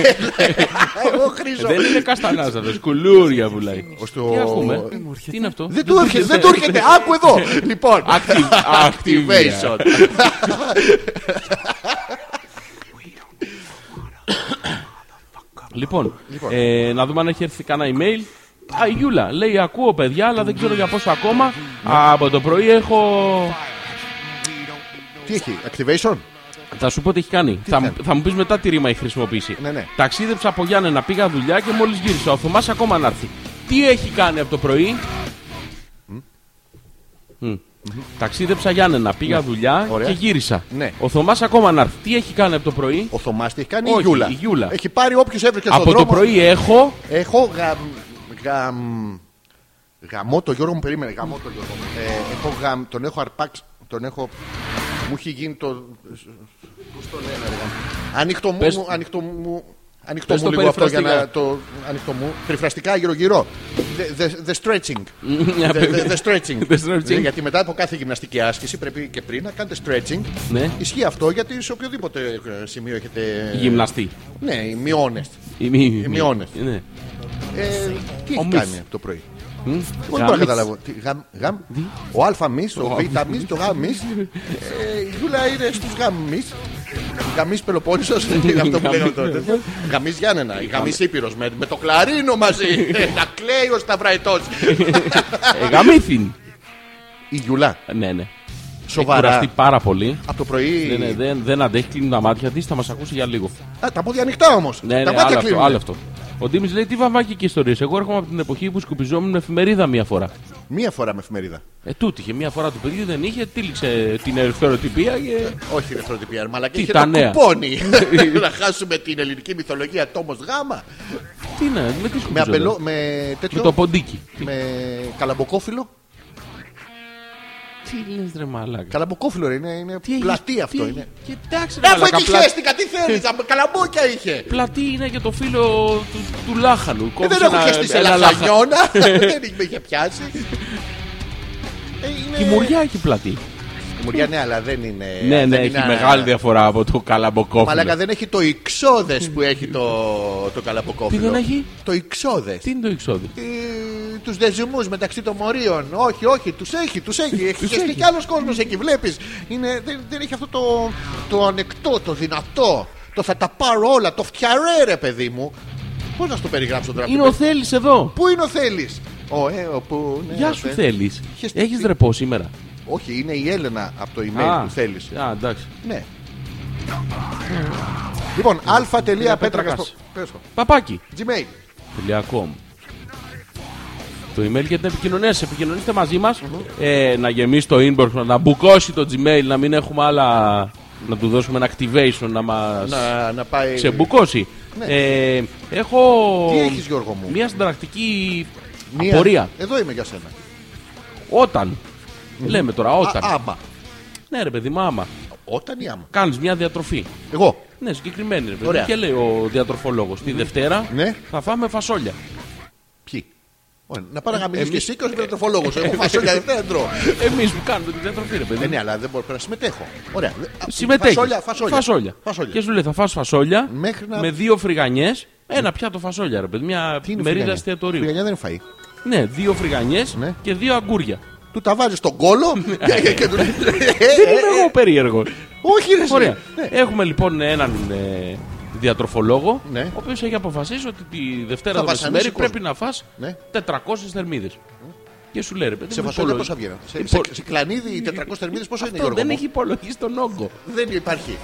εγώ χρήζω. Δεν είναι καστανάς αυτός, σκουλούρια βουλάει. Ως Τι το- ακούμε, τι είναι αυτό. Δεν του έρχεται, δεν του έρχεται. Άκου εδώ. Λοιπόν, Active- activation. Λοιπόν, ε, να δούμε αν έχει έρθει κανένα email. Α, η Γιούλα λέει: Ακούω παιδιά, αλλά δεν ξέρω για πόσο ακόμα. Από το πρωί έχω. Τι έχει, activation. Θα σου πω τι έχει κάνει. Θα, μου- θα μου πεις μετά τι ρήμα έχει χρησιμοποιήσει. Ναι, ναι. Ταξίδεψα από Γιάννενα, πήγα δουλειά και μόλις γύρισα. Ο Θωμάς ακόμα να έρθει. Τι έχει κάνει από το πρωί. Μμ. Ταξίδεψα Γιάννενα, πήγα δουλειά Ναι. Ωραία. και γύρισα. Ναι. Ο Θωμάς ακόμα να έρθει. Τι έχει κάνει από το πρωί. Ο Θωμάς τι έχει κάνει, Όχι, η, Γιούλα. η Γιούλα. Έχει πάρει όποιο έβρεκε στον από δρόμο. το πρωί έχω. Έχω γαμ. γαμ... Γαμώ το Γιώργο μου, περίμενε. Γαμώ το Γιώργο μου. Ε, έχω γαμ... Τον έχω αρπάξει. Τον έχω. Μου έχει γίνει το. Πώς το λένε, ρε γαμ. Ανοιχτό μου. Πες- μου- Ανοιχτό μου. Ανοιχτό Πες μου το λίγο αυτό για να περιφραστικά. το. Ανοιχτό μου. Περιφραστικά γύρω-γυρω. The, the, the stretching. the, the, the stretching. The stretching. Ναι, γιατί μετά από κάθε γυμναστική άσκηση πρέπει και πριν να κάνετε stretching. Ναι. Ισχύει αυτό γιατί σε οποιοδήποτε ε, σημείο έχετε. Γυμναστή. Ναι, μειώνεστε. Η μη- μη- μειώνες. Ναι. Ε, τι έχει μυς. κάνει το πρωί. Μμ. Εγώ δεν μπορώ να Γαμίς. καταλάβω. Τι, γαμ, γαμ, ο αλφα μυς, ο β μυς, το γαμ μυς. Ε, Η Γιούλα είναι στους γαμ μυς. Γαμής Πελοπόννησος, είναι αυτό που Γαμής. λέγαμε τότε. Γαμής Γιάννενα, η γαμής Ήπειρος με, με το κλαρίνο μαζί. ε, Να κλαίει ο Σταυραϊτός. Ε, γαμήθην. Η Γιούλα, Ναι, ναι. Έχει σοβαρά. κουραστεί πάρα πολύ. Από το Ναι, πρωί. ναι, δεν, δεν αντέχει, κλείνει τα μάτια της, θα μας ακούσει για λίγο. Α, τα πόδια ανοιχτά όμως. Ναι, τα ναι, άλλο μάτια αυτό, άλλο κλείνουν. αυτό. Ο Ντίμης λέει τι βαμβάκι ιστορίες. Εγώ έρχομαι από την εποχή που σκουπιζόμουν με εφημερίδα μία φορά. Μία φορά με εφημερίδα. Ε, τούτη είχε μία φορά του παιδιού, δεν είχε, τύλιξε την ελευθεροτυπία και. Όχι ρε πρώτη πιέρα, μαλακά Τι, είχε τα το νέα. κουπόνι. Να χάσουμε την ελληνική μυθολογία τόμος γάμα. Τι είναι, με τι Με σκουπιζόμουν. απελό, με Με το τέτοιο, ποντίκι. με καλαμποκόφιλο. Τι λες, ρε μαλάκα. Καλαμποκόφιλο ρε, είναι, είναι Τι έχεις- πλατή τι αυτό. έχεις- Είναι. Κοιτάξτε, Αφού μαλάκα, εκεί πλα- χέστηκα, τι θέλεις, καλαμπόκια είχε. πλατή είναι για το φίλο του, του λάχανου. Ε, Κόβεις δεν έχω ένα- χεστεί σε ένα λάχα- λαζανιώνα, δεν με είχε πιάσει. Ε, είναι- Η μουριά έχει πλατή. Η μουριά, ναι, αλλά δεν είναι. ναι, δεν ναι, είναι- έχει μεγάλη διαφορά από το καλαμποκόφιλο. Μαλάκα δεν έχει το ιξόδε που έχει το, το καλαμποκόφιλο. Τι δεν έχει? Το ιξόδε. Τι είναι το εξόδι. Του δεσμού μεταξύ των μορίων. Όχι, όχι, τους έχει, τους έχει. Έχει Ε, Τους χεστεί έχει. κι άλλος κόσμος εκεί, βλέπεις. Δεν, δεν έχει αυτό το, το ανεκτό, το δυνατό. Το θα τα πάρω όλα, το φτιαρέ ρε παιδί μου. Πώς να σου το περιγράψω τώρα, Είναι παιδί ο Θέλει εδώ. Πού είναι ο Θέλει. Ο, ε, ο, που, ναι, Γεια ο σου, Θε- Θέλει. Χες- Έχει ρεπό σήμερα. Όχι, είναι η Έλενα από το email που θέλεις. Α, Ε. εντάξει. Ναι. Λοιπόν, αλφα.πέτρακα. Ε, Πέτρακας. Παπάκι. Gmail. Τελειακόμ. Το email για την επικοινωνία. σας. επικοινωνήστε μαζί μας. Ε, να γεμίσει το inbox, να- να μπουκώσει το Gmail, να μην έχουμε άλλα. Να του δώσουμε ένα activation να μας Να, να πάει. ξεμπουκώσει. Ναι. Ε, έχω. Τι έχεις, Γιώργο μου? Μια συνταρακτική Μία- απορία. Εδώ είμαι για σένα. Όταν Λέμε τώρα όταν. Α, άμα. Ναι, ρε παιδί μου, άμα. Όταν ή άμα. Κάνεις μια διατροφή. Εγώ. Ναι, συγκεκριμένη. Ρε, παιδί. Ωραία. μου. Και λέει ο διατροφολόγος. Τη Δευτέρα Ναι. θα φάμε φασόλια. Ποιοι. Ωραία, Να πάρω να μιλήσω Ε, εμείς- Ε, και εσύ και ο μετροφολόγο. Εγώ φασόλια δεν τρώω. Εμείς που κάνουμε τη διατροφή, ρε παιδί. Ε, μου. Ναι, αλλά δεν μπορώ πρέπει να συμμετέχω. Ωραία. Α, Συμμετέχεις. Φασόλια, φασόλια. φασόλια. Φασόλια. Και σου λέει θα φας φασόλια Μέχρι να- με δύο φρυγανιές. Ένα πιάτο φασόλια, ρε παιδί. Μια Τι είναι μερίδα φρυγανιά? εστιατορίου. Φρυγανιά δεν είναι φαΐ. Ναι, δύο φρυγανιές Ναι. και δύο αγκούρια. Του τα βάζεις στον κόλο και- και του λέει. Ναι. ε, Δεν είμαι εγώ περίεργος. Όχι, ρε. εσύ. Ωραία. Ναι. Έχουμε λοιπόν έναν ε, διατροφολόγο, Ναι. ο οποίος έχει αποφασίσει ότι τη Δευτέρα Θα το βασανίσει μεσημέρι κόσμο. πρέπει να φας Ναι. 400 θερμίδε. Και σου λέει ρε παιδί. Σε μου, φασόλια υπολογι- πόσα βγαίνουν. Σε, υπο- σε, σε κλανίδι 400 θερμίδε πόσα είναι, Λοιπόν, ε, Αυτό Γιώργο. δεν μου? έχει υπολογίσει τον όγκο. δεν υπάρχει.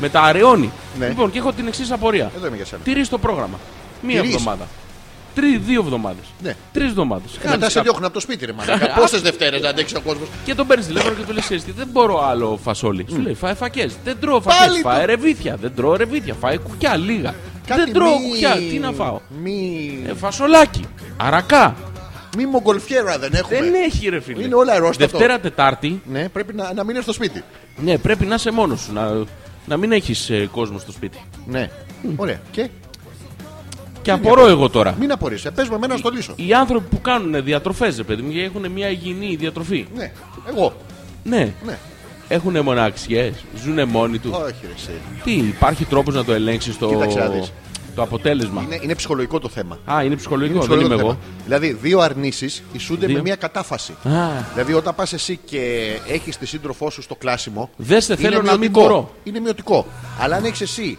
Με τα αραιώνει. Ναι. Λοιπόν, και έχω την εξής απορία. Εδώ είμαι για σένα. Τηρείς το πρόγραμμα. Μία Τηρείς. εβδομάδα. Τρεις, δύο εβδομάδες. Ναι. Τρεις εβδομάδες. Μετά σε διώχνουν από το σπίτι, ρε μαλάκα. Πόσε Δευτέρες να αντέξεις ο κόσμος. Και τον παίρνεις τηλέφωνο και του λες: Εσύ δεν μπορώ άλλο φασόλι. Σου λέει: Φάε φακές. Δεν τρώω Πάλι φακέ. το- Φάε ρεβίθια. Δεν τρώω ρεβίθια. Φάε κουκιά λίγα. Δεν τρώω κουκιά. Τι να φάω. Μη. Ε, φασολάκι. Αρακά. Μη μογκολφιέρα δεν έχουμε. Δεν έχει ρε φίλε. Είναι όλα αερόστατο. Δευτέρα Τετάρτη, Ναι, πρέπει να, να μείνεις στο σπίτι. ναι, πρέπει να είσαι μόνος σου. Να, να μην έχεις κόσμο στο σπίτι. Ναι. Ωραία. Και Και απορώ εγώ τώρα. μην απορρίσαι. Πε με εμένα να στο λύσω. Οι άνθρωποι που κάνουν διατροφές, ρε παιδί μου, και έχουν μια υγιεινή διατροφή. Ναι. Εγώ. Ναι, Ναι. έχουν μοναξιέ, ζουν μόνοι τους. Όχι, ρε. εσύ. Τι, υπάρχει τρόπος να το ελέγξεις το... Κοίταξε να δεις. το αποτέλεσμα. Είναι, είναι ψυχολογικό το θέμα. Α, είναι ψυχολογικό, Είναι δεν είμαι ψυχολογικό το εγώ. θέμα. Δηλαδή, δύο αρνήσεις ισούνται Δύο. με μια κατάφαση. Α. Δηλαδή, όταν πας εσύ και έχεις τη σύντροφό σου στο κλάσιμο. Δεν σε είναι θέλω να μην μειωτικό. μπορώ. Είναι μειωτικό. Αλλά αν έχεις εσύ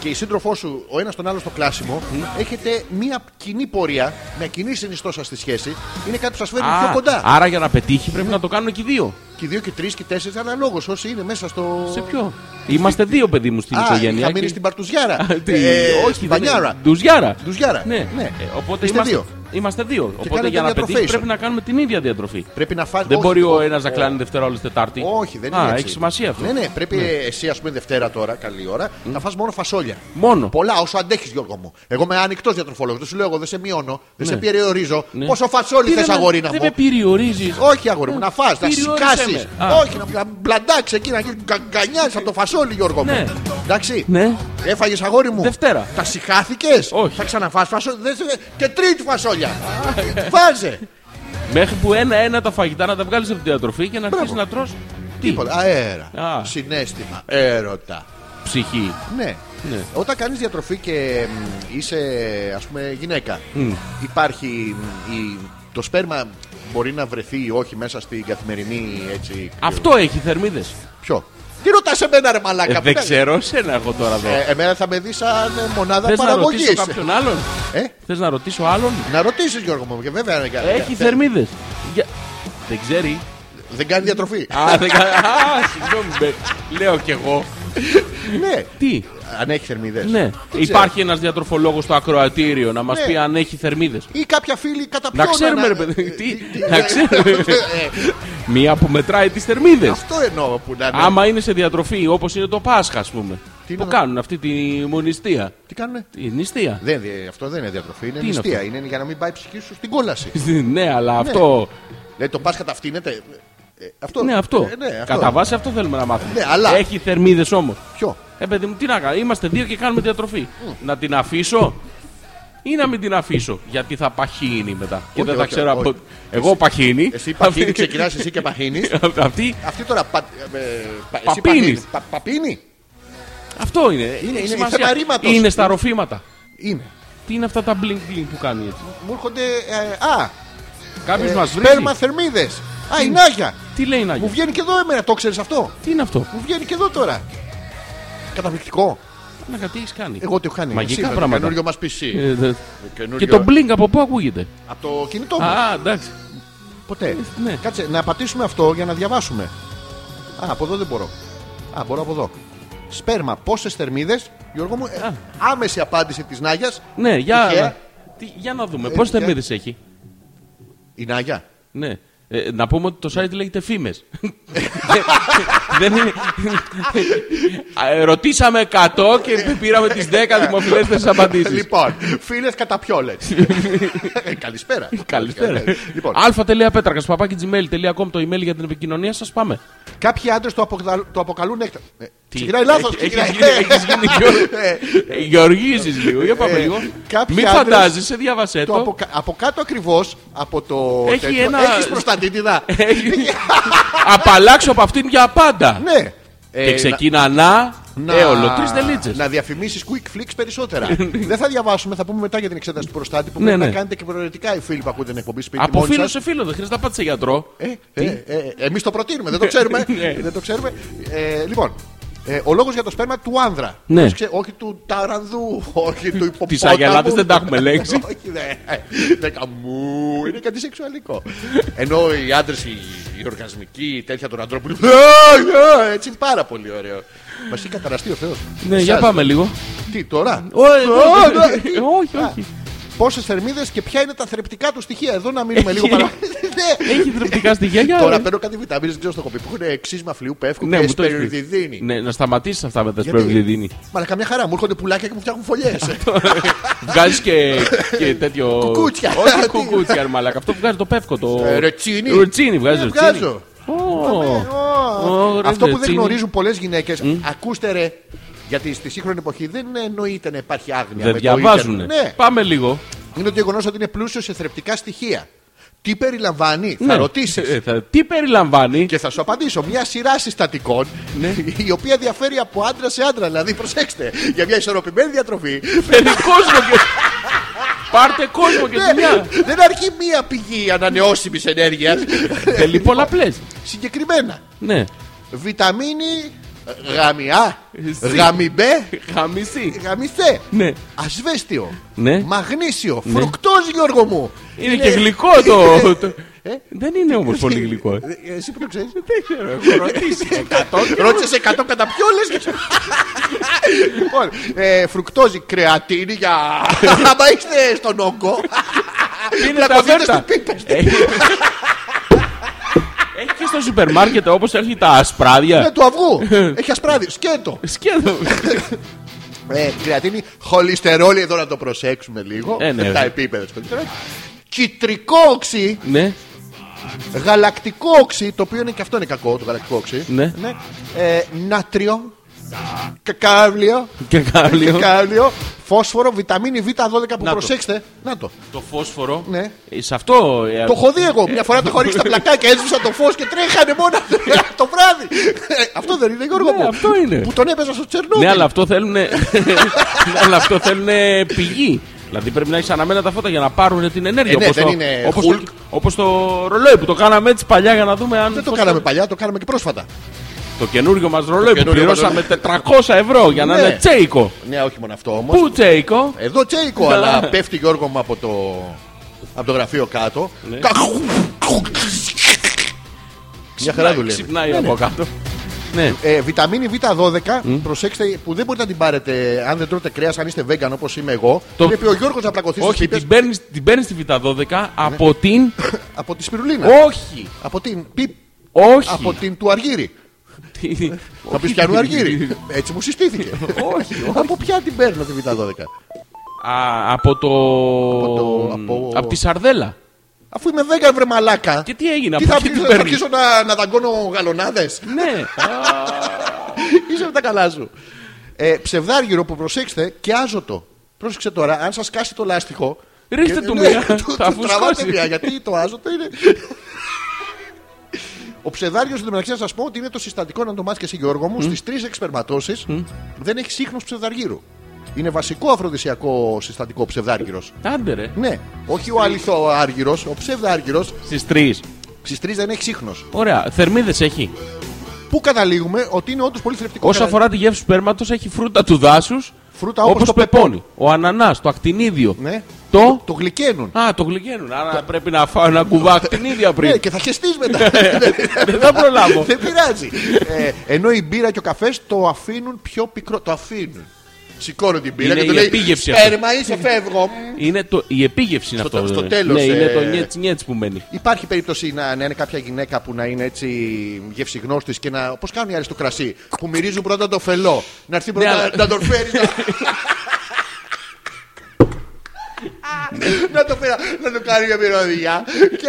και η σύντροφό σου ο ένας τον άλλο στο κλάσιμο, έχετε μια κοινή πορεία, μια κοινή συνιστόσα στη σχέση. Είναι κάτι που σας φέρνει Α, πιο κοντά. άρα για να πετύχει πρέπει να το κάνουν και οι δύο. Και οι δύο και τρεις και τέσσερι αναλόγω όσοι είναι μέσα στο. Σε ποιο. Είμαστε δύο παιδί μου στην Α, οικογένεια. είχα μείνει και- στην Παρτουζιάρα. Α, τι, Ε, όχι, στην δεν είναι. Πανιάρα. Ντουζιάρα. Ντουζιάρα. Ναι. Ναι. Ε, οπότε Είστε είμαστε δύο. Είμαστε δύο. οπότε κάνετε για να διατροφές πετύχει ίσως. πρέπει να κάνουμε την ίδια διατροφή. Πρέπει να φας... Δεν όχι, μπορεί ο όχι, ένας να όχι. κλάνει Δευτέρα, όλη Τετάρτη. Όχι, δεν Α, είναι έτσι. έχει σημασία αυτό. Ναι, ναι, πρέπει εσύ, ας πούμε, Δευτέρα τώρα, καλή ώρα, να φας μόνο φασόλια. Μόνο. Πολλά, όσο αντέχεις, Γιώργο μου. Εγώ είμαι ανοιχτός διατροφολόγος. Δεν σου λέω, εγώ δεν σε μειώνω, δεν Ναι. σε περιορίζω. Ναι. Πόσο Τι φασόλι θες, δεν με- αγορίνα Δεν μου. με περιορίζεις. Όχι, αγόρι μου, να φας, να Περιόρισε σηκάσει. με. Α. Όχι, να- να μπλαντάξει εκεί, να γκανιάσει από το φασόλι, Γιώργο μου. Ναι. Εντάξει. Ναι. Έφαγες αγόρι μου. Δευτέρα. Τα συχάθηκες. Όχι. Θα ξαναφάς φασόλια. Δεν σε- Και τρίτη φασόλια. Φάζε. Μέχρι που ένα-ένα τα φαγητά να τα βγάλεις από τη διατροφή και να αρχίσεις να τρως Τι, Τίποτα. Αέρα. Α. Συνέστημα. Έρωτα. ψυχή. Ναι. Ναι. Όταν κάνεις διατροφή και μ, είσαι ας πούμε γυναίκα υπάρχει μ, η, το σπέρμα μπορεί να βρεθεί ή όχι μέσα στην καθημερινή έτσι Αυτό έχει θερμίδες. ποιο Τι ρωτάς εμένα ρε μαλάκα Ε, Δεν πέρα. ξέρω, σένα εγώ τώρα εδώ. Ε, εμένα θα με δεις σαν ε, μονάδα Θες να ρωτήσω παραγωγής κάποιον άλλον. ε, Θες να ρωτήσω άλλον. Να ρωτήσεις Γιώργο μου και βέβαια να κάνει- Έχει θερμίδε. ε. Δεν ξέρει. Δεν κάνει διατροφή Α, δεν κα- Α, συγγνώμη, μπε. λέω κι εγώ. Ναι Τι, αν έχει θερμίδες ναι. Δεν ξέρω. Υπάρχει ένας διατροφολόγος στο ακροατήριο να μας Ναι. πει αν έχει θερμίδες. ή κάποια φίλη κατά Να ποιον ξέρουμε, ανα- ρε παιδί. Ε, Τι, τι- να ξέρουμε. Ε, Μία που μετράει τις θερμίδες. Αυτό εννοώ που να είναι. Άμα είναι σε διατροφή, όπως είναι το Πάσχα, ας πούμε. Ναι. Τι που είναι? κάνουν αυτή τη μονιστία. Τι κάνουνε Τη νηστεία. Δεν, δι- αυτό δεν είναι διατροφή, είναι είναι νηστεία. Είναι, για να μην πάει η ψυχή σου στην κόλαση. ναι, αλλά αυτό. δηλαδή το Πάσχα ταυτίνεται. Ε, ε, αυτό. Ναι, αυτό. Ε, ναι, αυτό. Κατά βάση αυτό θέλουμε να μάθουμε. Ναι, αλλά- Έχει θερμίδες όμως. Ποιο. Ε, παιδί μου, τι να κάνω. Είμαστε δύο και κάνουμε διατροφή. Να την αφήσω ή να μην την αφήσω. Γιατί θα παχύνει μετά. και δεν θα όχι, ξέρω όχι. από. Εγώ παχύνει. Εσύ παχύνει, ξεκινάς εσύ και παχύνεις. Αυτή, Αυτή τώρα. Πα, ε, ε, πα, εσύ Παπίνεις. παχύνεις. Πα- παπίνει. αυτό είναι. Έχει είναι σημασία. θέμα ρήματος. Είναι στα ροφήματα. Είναι. Τι είναι αυτά τα blink blink που κάνει έτσι. Μου έρχονται. ε, α, Κάποιος ε, μας βρήκε. σπέρμα θερμίδες. Α, η Νάγια. Τι λέει να Μου βγαίνει και εδώ εμένα, το ξέρεις αυτό. Τι είναι αυτό. Μου βγαίνει και εδώ τώρα. Καταπληκτικό. Να κάτι έχεις κάνει. Εγώ τι έχω κάνει. Μαγικά Σήμερα, πράγματα. Καινούριο μας PC. Ε, δε- Καινούριο- Και το blink από πού ακούγεται. Από το κινητό μου. Α, εντάξει. Ποτέ. ναι. Κάτσε, να πατήσουμε αυτό για να διαβάσουμε. Α, από εδώ δεν μπορώ. Α, μπορώ από εδώ. Σπέρμα, πόσες θερμίδες. Γιώργο μου, ε, Α. άμεση απάντηση της Νάγιας. Ναι, για, Τυχαία. τι, για να δούμε. Ε, Πόσες τυχαία. θερμίδες έχει. Η Νάγια. Ναι. Ε, να πούμε ότι το site λέγεται φήμες. δεν είναι. Α, ε, Ρωτήσαμε 100 και πήραμε τις 10 δημοφιλέστερε απαντήσεις. Λοιπόν, φίλε καταπιόλε. Ε, Καλησπέρα. Καλησπέρα. Λοιπόν, αλφα.πέτρακα gmail.com το email για την επικοινωνία σας. Πάμε. κάποιοι άντρες το, αποκαλ- το αποκαλούν έκτα. Ε, Τι? Ξεκινάει Ε, λάθος. Έχ- έχεις γίνει- έχεις γίνει γιο- Γεωργίζει λίγο, για πάμε Ε, λίγο. κάποιοι Μην άντρες φαντάζεσαι, διάβασέ Ε, Το Ε, το. από, κα- από κάτω ακριβώς από το. Έχει τέτοιο, ένα- Ε, Έχεις προσταντίτιδα. Έχει- Απαλλάξω από αυτήν για πάντα. ναι. ε, Και Ε, ξεκίνα να. Έολο, τρει δελίτσες. να διαφημίσεις quick flicks περισσότερα. Δεν θα διαβάσουμε, θα πούμε μετά για την εξέταση του προστάτη που Ε, Ναι, πρέπει να ναι. κάνετε και προαιρετικά οι φίλοι που ακούτε την εκπομπή σπίτι. Από μόνοι φίλο σας. σε φίλο, δεν χρειάζεται να πάτε σε γιατρό. Ε, ε, ε, Εμείς το προτείνουμε, δεν το ξέρουμε. Ναι. δεν το ξέρουμε. Ε, λοιπόν, ε, ο λόγος για το σπέρμα του άνδρα. Ναι. Τους ξέ- όχι του ταρανδού, όχι του υποπόταμου. Τις αγελάδες δεν τα έχουμε λέξει. όχι, ναι. Δεν καμού, είναι κάτι σεξουαλικό. Ενώ οι άντρες, οι, οι οργασμικοί, οι τέτοια των ανθρώπων. Έτσι είναι πάρα πολύ ωραίο. Μας έχει καταραστεί ο Θεός. Ναι, για πάμε ε, λίγο. Τι τώρα. ναι. Όχι, όχι. Πόσες θερμίδες και ποια είναι τα θρεπτικά του στοιχεία. Εδώ να μείνουμε λίγο παραπάνω. Ναι. Έχει θρεπτικά στοιχεία Τώρα για. παίρνω κάτι βιταμίνες, δεν ξέρω στο κοπή που έχουν ξύσμα φλοιού, πέφτουν Ναι, και μου το έχεις πει. σπεριδιδίνη. Ναι, να σταματήσεις αυτά με τα Γιατί? σπερβιδίνη. Μα καμιά χαρά μου έρχονται πουλάκια και μου φτιάχνουν φωλιές. Βγάζεις και, και τέτοιο. Κουκούτσια. Όχι Τι- Ε, κουκούτσια, ρε μαλάκα. Αυτό βγάζει το πεύκο. Το. Ρετσίνι. Ρουτσίνι, βγάζει Ε, ρουτσίνι. βγάζω. Ε, Ω, Ω, Ωραία, Αυτό που δεν Ρετσίνι. γνωρίζουν πολλές γυναίκες, ακούστε ρε. Γιατί στη σύγχρονη εποχή δεν εννοείται να υπάρχει άγνοια. Δεν με το διαβάζουνε. ίντερνετ. Ναι, Πάμε λίγο. είναι το γεγονός ότι είναι πλούσιος σε θρεπτικά στοιχεία. Τι περιλαμβάνει, θα Ναι. ρωτήσεις. Ε, θα- Τι περιλαμβάνει. Και θα σου απαντήσω μια σειρά συστατικών Ναι. η οποία διαφέρει από άντρα σε άντρα. Δηλαδή, προσέξτε, για μια ισορροπημένη διατροφή Φέρει κόσμο και. Πάρτε κόσμο και τη μια. Ναι, δεν αρκεί μία πηγή ανανεώσιμης ενέργειας. Θέλει πολλαπλές. Συγκεκριμένα. Ναι. Βιταμίνη γαμιά, Συ. γαμιμπέ, Χαμισή. γαμιθέ. Ναι. Ασβέστιο. Ναι. Μαγνήσιο. Φρουκτόζι, Γιώργο μου. Είναι και γλυκό το. το- Ε? Δεν είναι όμως πολύ γλυκό. ε. Ε, Εσύ που το ξέρεις. Δεν ξέρω, έχω ρωτήσει. Ρώτησε 100 κατά ποιο λες και- Λοιπόν, ε, φρουκτόζι, κρεατίνη για. Άμα είστε στον όγκο. Είναι τα Πλακωθείτε βέρτα. στις πίπες. Έχει Έχει και στο σούπερ μάρκετ όπως έχει τα ε, ασπράδια. Του αυγού. Έχει ασπράδι. Σκέτο. Σκέτο. Ε, κρεατίνη, χολυστερόλι εδώ να το προσέξουμε λίγο. Ε, ναι. Τα επίπεδα της χολυστερόλης. Κιτρικό οξύ, Ναι, γαλακτικό οξύ, το οποίο είναι και αυτό είναι κακό, το γαλακτικό οξύ. Ναι. Ε, νάτριο, κακάβλιο, και κάποιο. κακάβλιο, φόσφορο, βιταμίνη Β12 που Να το. προσέξτε. Να το. Το φόσφορο. Ναι. Ε, Σε αυτό. ε, Το έχω δει εγώ. Μια φορά το έχω ρίξει στα πλακάκια, έσβησα το φως και τρέχανε μόνα του, το βράδυ. Ε, αυτό δεν είναι, Γιώργο Ναι, μου. αυτό είναι. Που τον έπαιζα στο Τσερνόμπιλ. Ναι, αλλά αυτό θέλουν. ναι, αλλά αυτό θέλουν πηγή. Δηλαδή πρέπει να έχεις αναμένα τα φώτα για να πάρουν την ενέργεια. Ε, ναι, όπως δεν το- είναι όπως Hulk. το, όπως το ρολόι που το κάναμε έτσι παλιά για να δούμε αν. Δεν το πώς κάναμε παλιά, το κάναμε και πρόσφατα. Το καινούριο μας ρολόι που καινούριο μας πληρώσαμε 400 ευρώ για να Ναι. είναι τσέικο. Ναι, όχι μόνο αυτό όμως. Πού τσέικο. Εδώ τσέικο, Ναι. αλλά πέφτει Γιώργο μου από το, από το γραφείο κάτω. Ναι. Κα- Μια χαρά δουλεύει. Ναι, Ξυπνάει από κάτω. Ναι. Ε, βιταμίνη Β12, προσέξτε που δεν μπορείτε να την πάρετε αν δεν τρώτε κρέας, αν είστε vegan όπως είμαι εγώ. Το- Πρέπει ο Γιώργος να πλακωθεί στις Όχι, πίπες την παίρνεις την παίρνεις τη Ναι. Β12 από την. από τη σπιρουλίνα. Όχι! Από την πιπ. Όχι! Από την του Αργύρι. τη- Θα πεις πιανού Αργύρι. Έτσι μου συστήθηκε. Όχι, από ποια την παίρνω τη Β12. Α, από το. το- από- από τη Σαρδέλα. Αφού είμαι vegan βρε μαλάκα. Και τι έγινε, Τι από θα, εκεί την θα παίρνεις. αρχίσω να, να δαγκώνω γαλονάδες. Ναι, Είσαι με τα καλά σου. Ε, ψευδάργυρο που προσέξτε και άζωτο. Πρόσεξε τώρα, αν σας κάσει το λάστιχο. Ρίχτε και- του ναι, μία, θα του- του Τραβάτε φουσκώσει. μία, γιατί το άζωτο είναι. Ο ψευδάργυρο εντωμεταξύ να σας πω ότι είναι το συστατικό, να το μάθεις και εσύ Γιώργο μου, στις τρεις εξπερματώσεις δεν έχει σύχνο ψευδαργύρου. Είναι βασικό αφροδισιακό συστατικό ο ψευδάργυρος. Άντε ρε. Ναι, όχι ο αληθό άργυρο, ο ψευδάργυρος Στις τρεις. στις τρεις δεν έχει σύχνο. Ωραία. Θερμίδες έχει. Που καταλήγουμε ότι είναι όντως πολύ θρεπτικό. Όσον αφορά τη γεύση του σπέρματος, έχει φρούτα του δάσους. Φρούτα όπως το πεπόνι. Ο ανανάς, το ακτινίδιο. Ναι. Το. Το γλυκαίνουν. Α, το γλυκαίνουν. Άρα πρέπει να φάω ένα κουβά ακτινίδια Ναι, πριν. και θα χεστείς μετά. Ναι. Δεν θα προλάβω. Δεν πειράζει. Ε, ενώ η μπύρα και ο καφές το αφήνουν πιο πικρό. Το αφήνουν. Σηκώνω την πύρα Είναι και του η λέει επίγευση Σπέρμα είσαι φεύγω Είναι το, η επίγευση είναι Στο- αυτό. στο ε. τέλος, Ναι, είναι ε. το νιέτς νιέτς που μένει. Υπάρχει περίπτωση να, να είναι κάποια γυναίκα που να είναι έτσι γευσιγνώστης και να. Πώ κάνουν οι άλλοι στο κρασί. Που μυρίζουν πρώτα το φελό. Να έρθει πρώτα Ναι, αλλά- να τον φέρει. Να... Ναι. να το φέρει, να το κάνει μια μυρωδιά. Και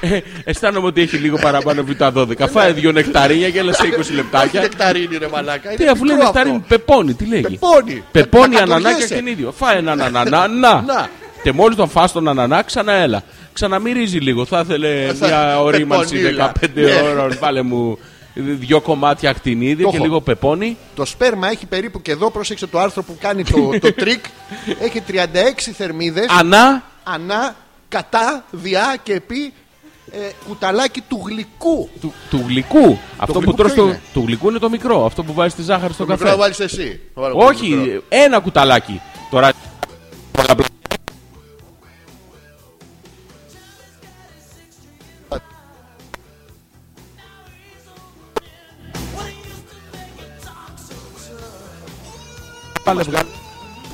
Ε, Αισθάνομαι ότι έχει λίγο παραπάνω βιτά 12. Φάει δύο νεκταρίνια και έλα σε 20 Ναι. έχει λεπτάκια. νεκταρίνη ρε μαλάκα. Τι αφού λέει νεκταρίνι, πεπώνει, τι λέγει. Πεπώνει. Πεπώνει Πεπώνει, ανανά και κατουργέσαι. την ίδιο. Φάει έναν ανανά. Να. Να. Και μόλις τον φας τον ανανά, ξανά έλα. Ξαναμυρίζει λίγο. Θα ήθελε Θα- μια ορίμανση πεπονίλα. 15 Ναι. ώρων. Βάλε μου δύο κομμάτια ακτινίδι Το και έχω. λίγο πεπώνει. Το σπέρμα έχει περίπου και εδώ, πρόσεξε το άρθρο που κάνει το, το τρίκ. Έχει 36 θερμίδες. Ανά. ανά, κατά, διά και επί ε, κουταλάκι του γλυκού. Του, του γλυκού. αυτό που γλυκού τρως ποιο το, είναι? του γλυκού είναι το μικρό. Αυτό που βάζεις τη ζάχαρη στο Το μικρό καφέ. βάλεις εσύ. Το βάλω εγώ το μικρό. Όχι, ένα κουταλάκι. Τώρα. Πάλε βγάλε.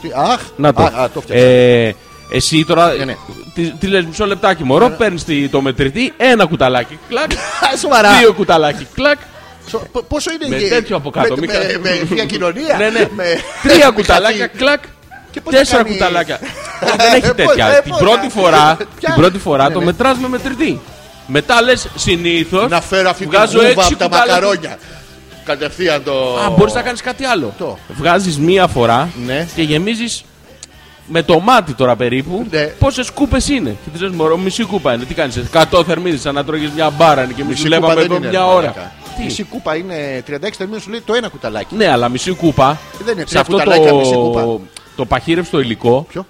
Τι- Αχ, Να το. Α, α, το φτιάξα. ε, εσύ τώρα. Ναι, ναι. Τι, τι λες, μισό λεπτάκι μωρό, παίρνει το μετρητή, ένα κουταλάκι κλακ. Α, σοβαρά. Ε, Δύο κουταλάκι κλακ. Σο- πο- Πόσο είναι Με η- τέτοιο από κάτω, Με, μην με, κα- με θεία κοινωνία. Ναι, ναι. με- Τρία με κουταλάκια χαρτί. κλακ. Και πώς Τέσσερα θα κάνει- κουταλάκια. Τώρα Δεν έχει Ε, πώς, τέτοια. ε, Την πώς, πρώτη ε, φορά, ποια- την πρώτη φορά Ναι, το ναι. μετράς με μετρητή. Μετά λες συνήθως. Να φέρω αυτή την βούβα από τα μακαρόνια. Κατευθείαν το. Α, μπορείς να κάνεις κάτι άλλο. Το. Βγάζεις μία φορά Ναι. και γεμίζεις με το μάτι τώρα περίπου Ναι. πόσες κούπες είναι. Και τη λες, Μωρό, μισή κούπα είναι. Τι κάνεις, 100 θερμίδε, να τρώγεις μια μπάρα είναι και εμεί Μισή κούπα δουλεύαμε δεν εδώ είναι. μια ρε, ώρα. μαλάκα. Τι? Μισή κούπα είναι 36 θερμίδες, σου λέει το ένα κουταλάκι. Ναι, αλλά μισή κούπα. Δεν είναι σε τρία αυτό κουταλάκια, μισή το, κούπα. το παχύρευστο υλικό. Ποιο?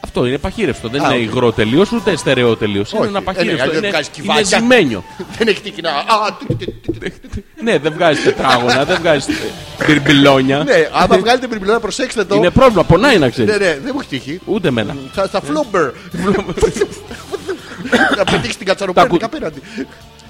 Αυτό είναι παχύρευστο. Δεν Α, είναι οκ. υγρό τελείως ούτε στερεό τελείως. Είναι Όχι. ένα Ε, ναι, παχύρευστο. αλλιώς Είναι, βγάζεις είναι κυβάκια. ζυμένιο. Δεν έχει τύχει να. Α, τι- τι- τι- τι- τι- ναι, δεν βγάζει τετράγωνα, δεν βγάζει ε, μπιρμπιλόνια. Ναι, άμα βγάλετε πριμπιλόνα, προσέξτε το. είναι πρόβλημα, πονάει να ξέρεις. Ναι, ναι, δεν μου έχει τύχει. Ούτε εμένα. Στα, στα φλόμπερ. Να πετύχεις την Τα κου- κατσαροπέρνικα απέναντι.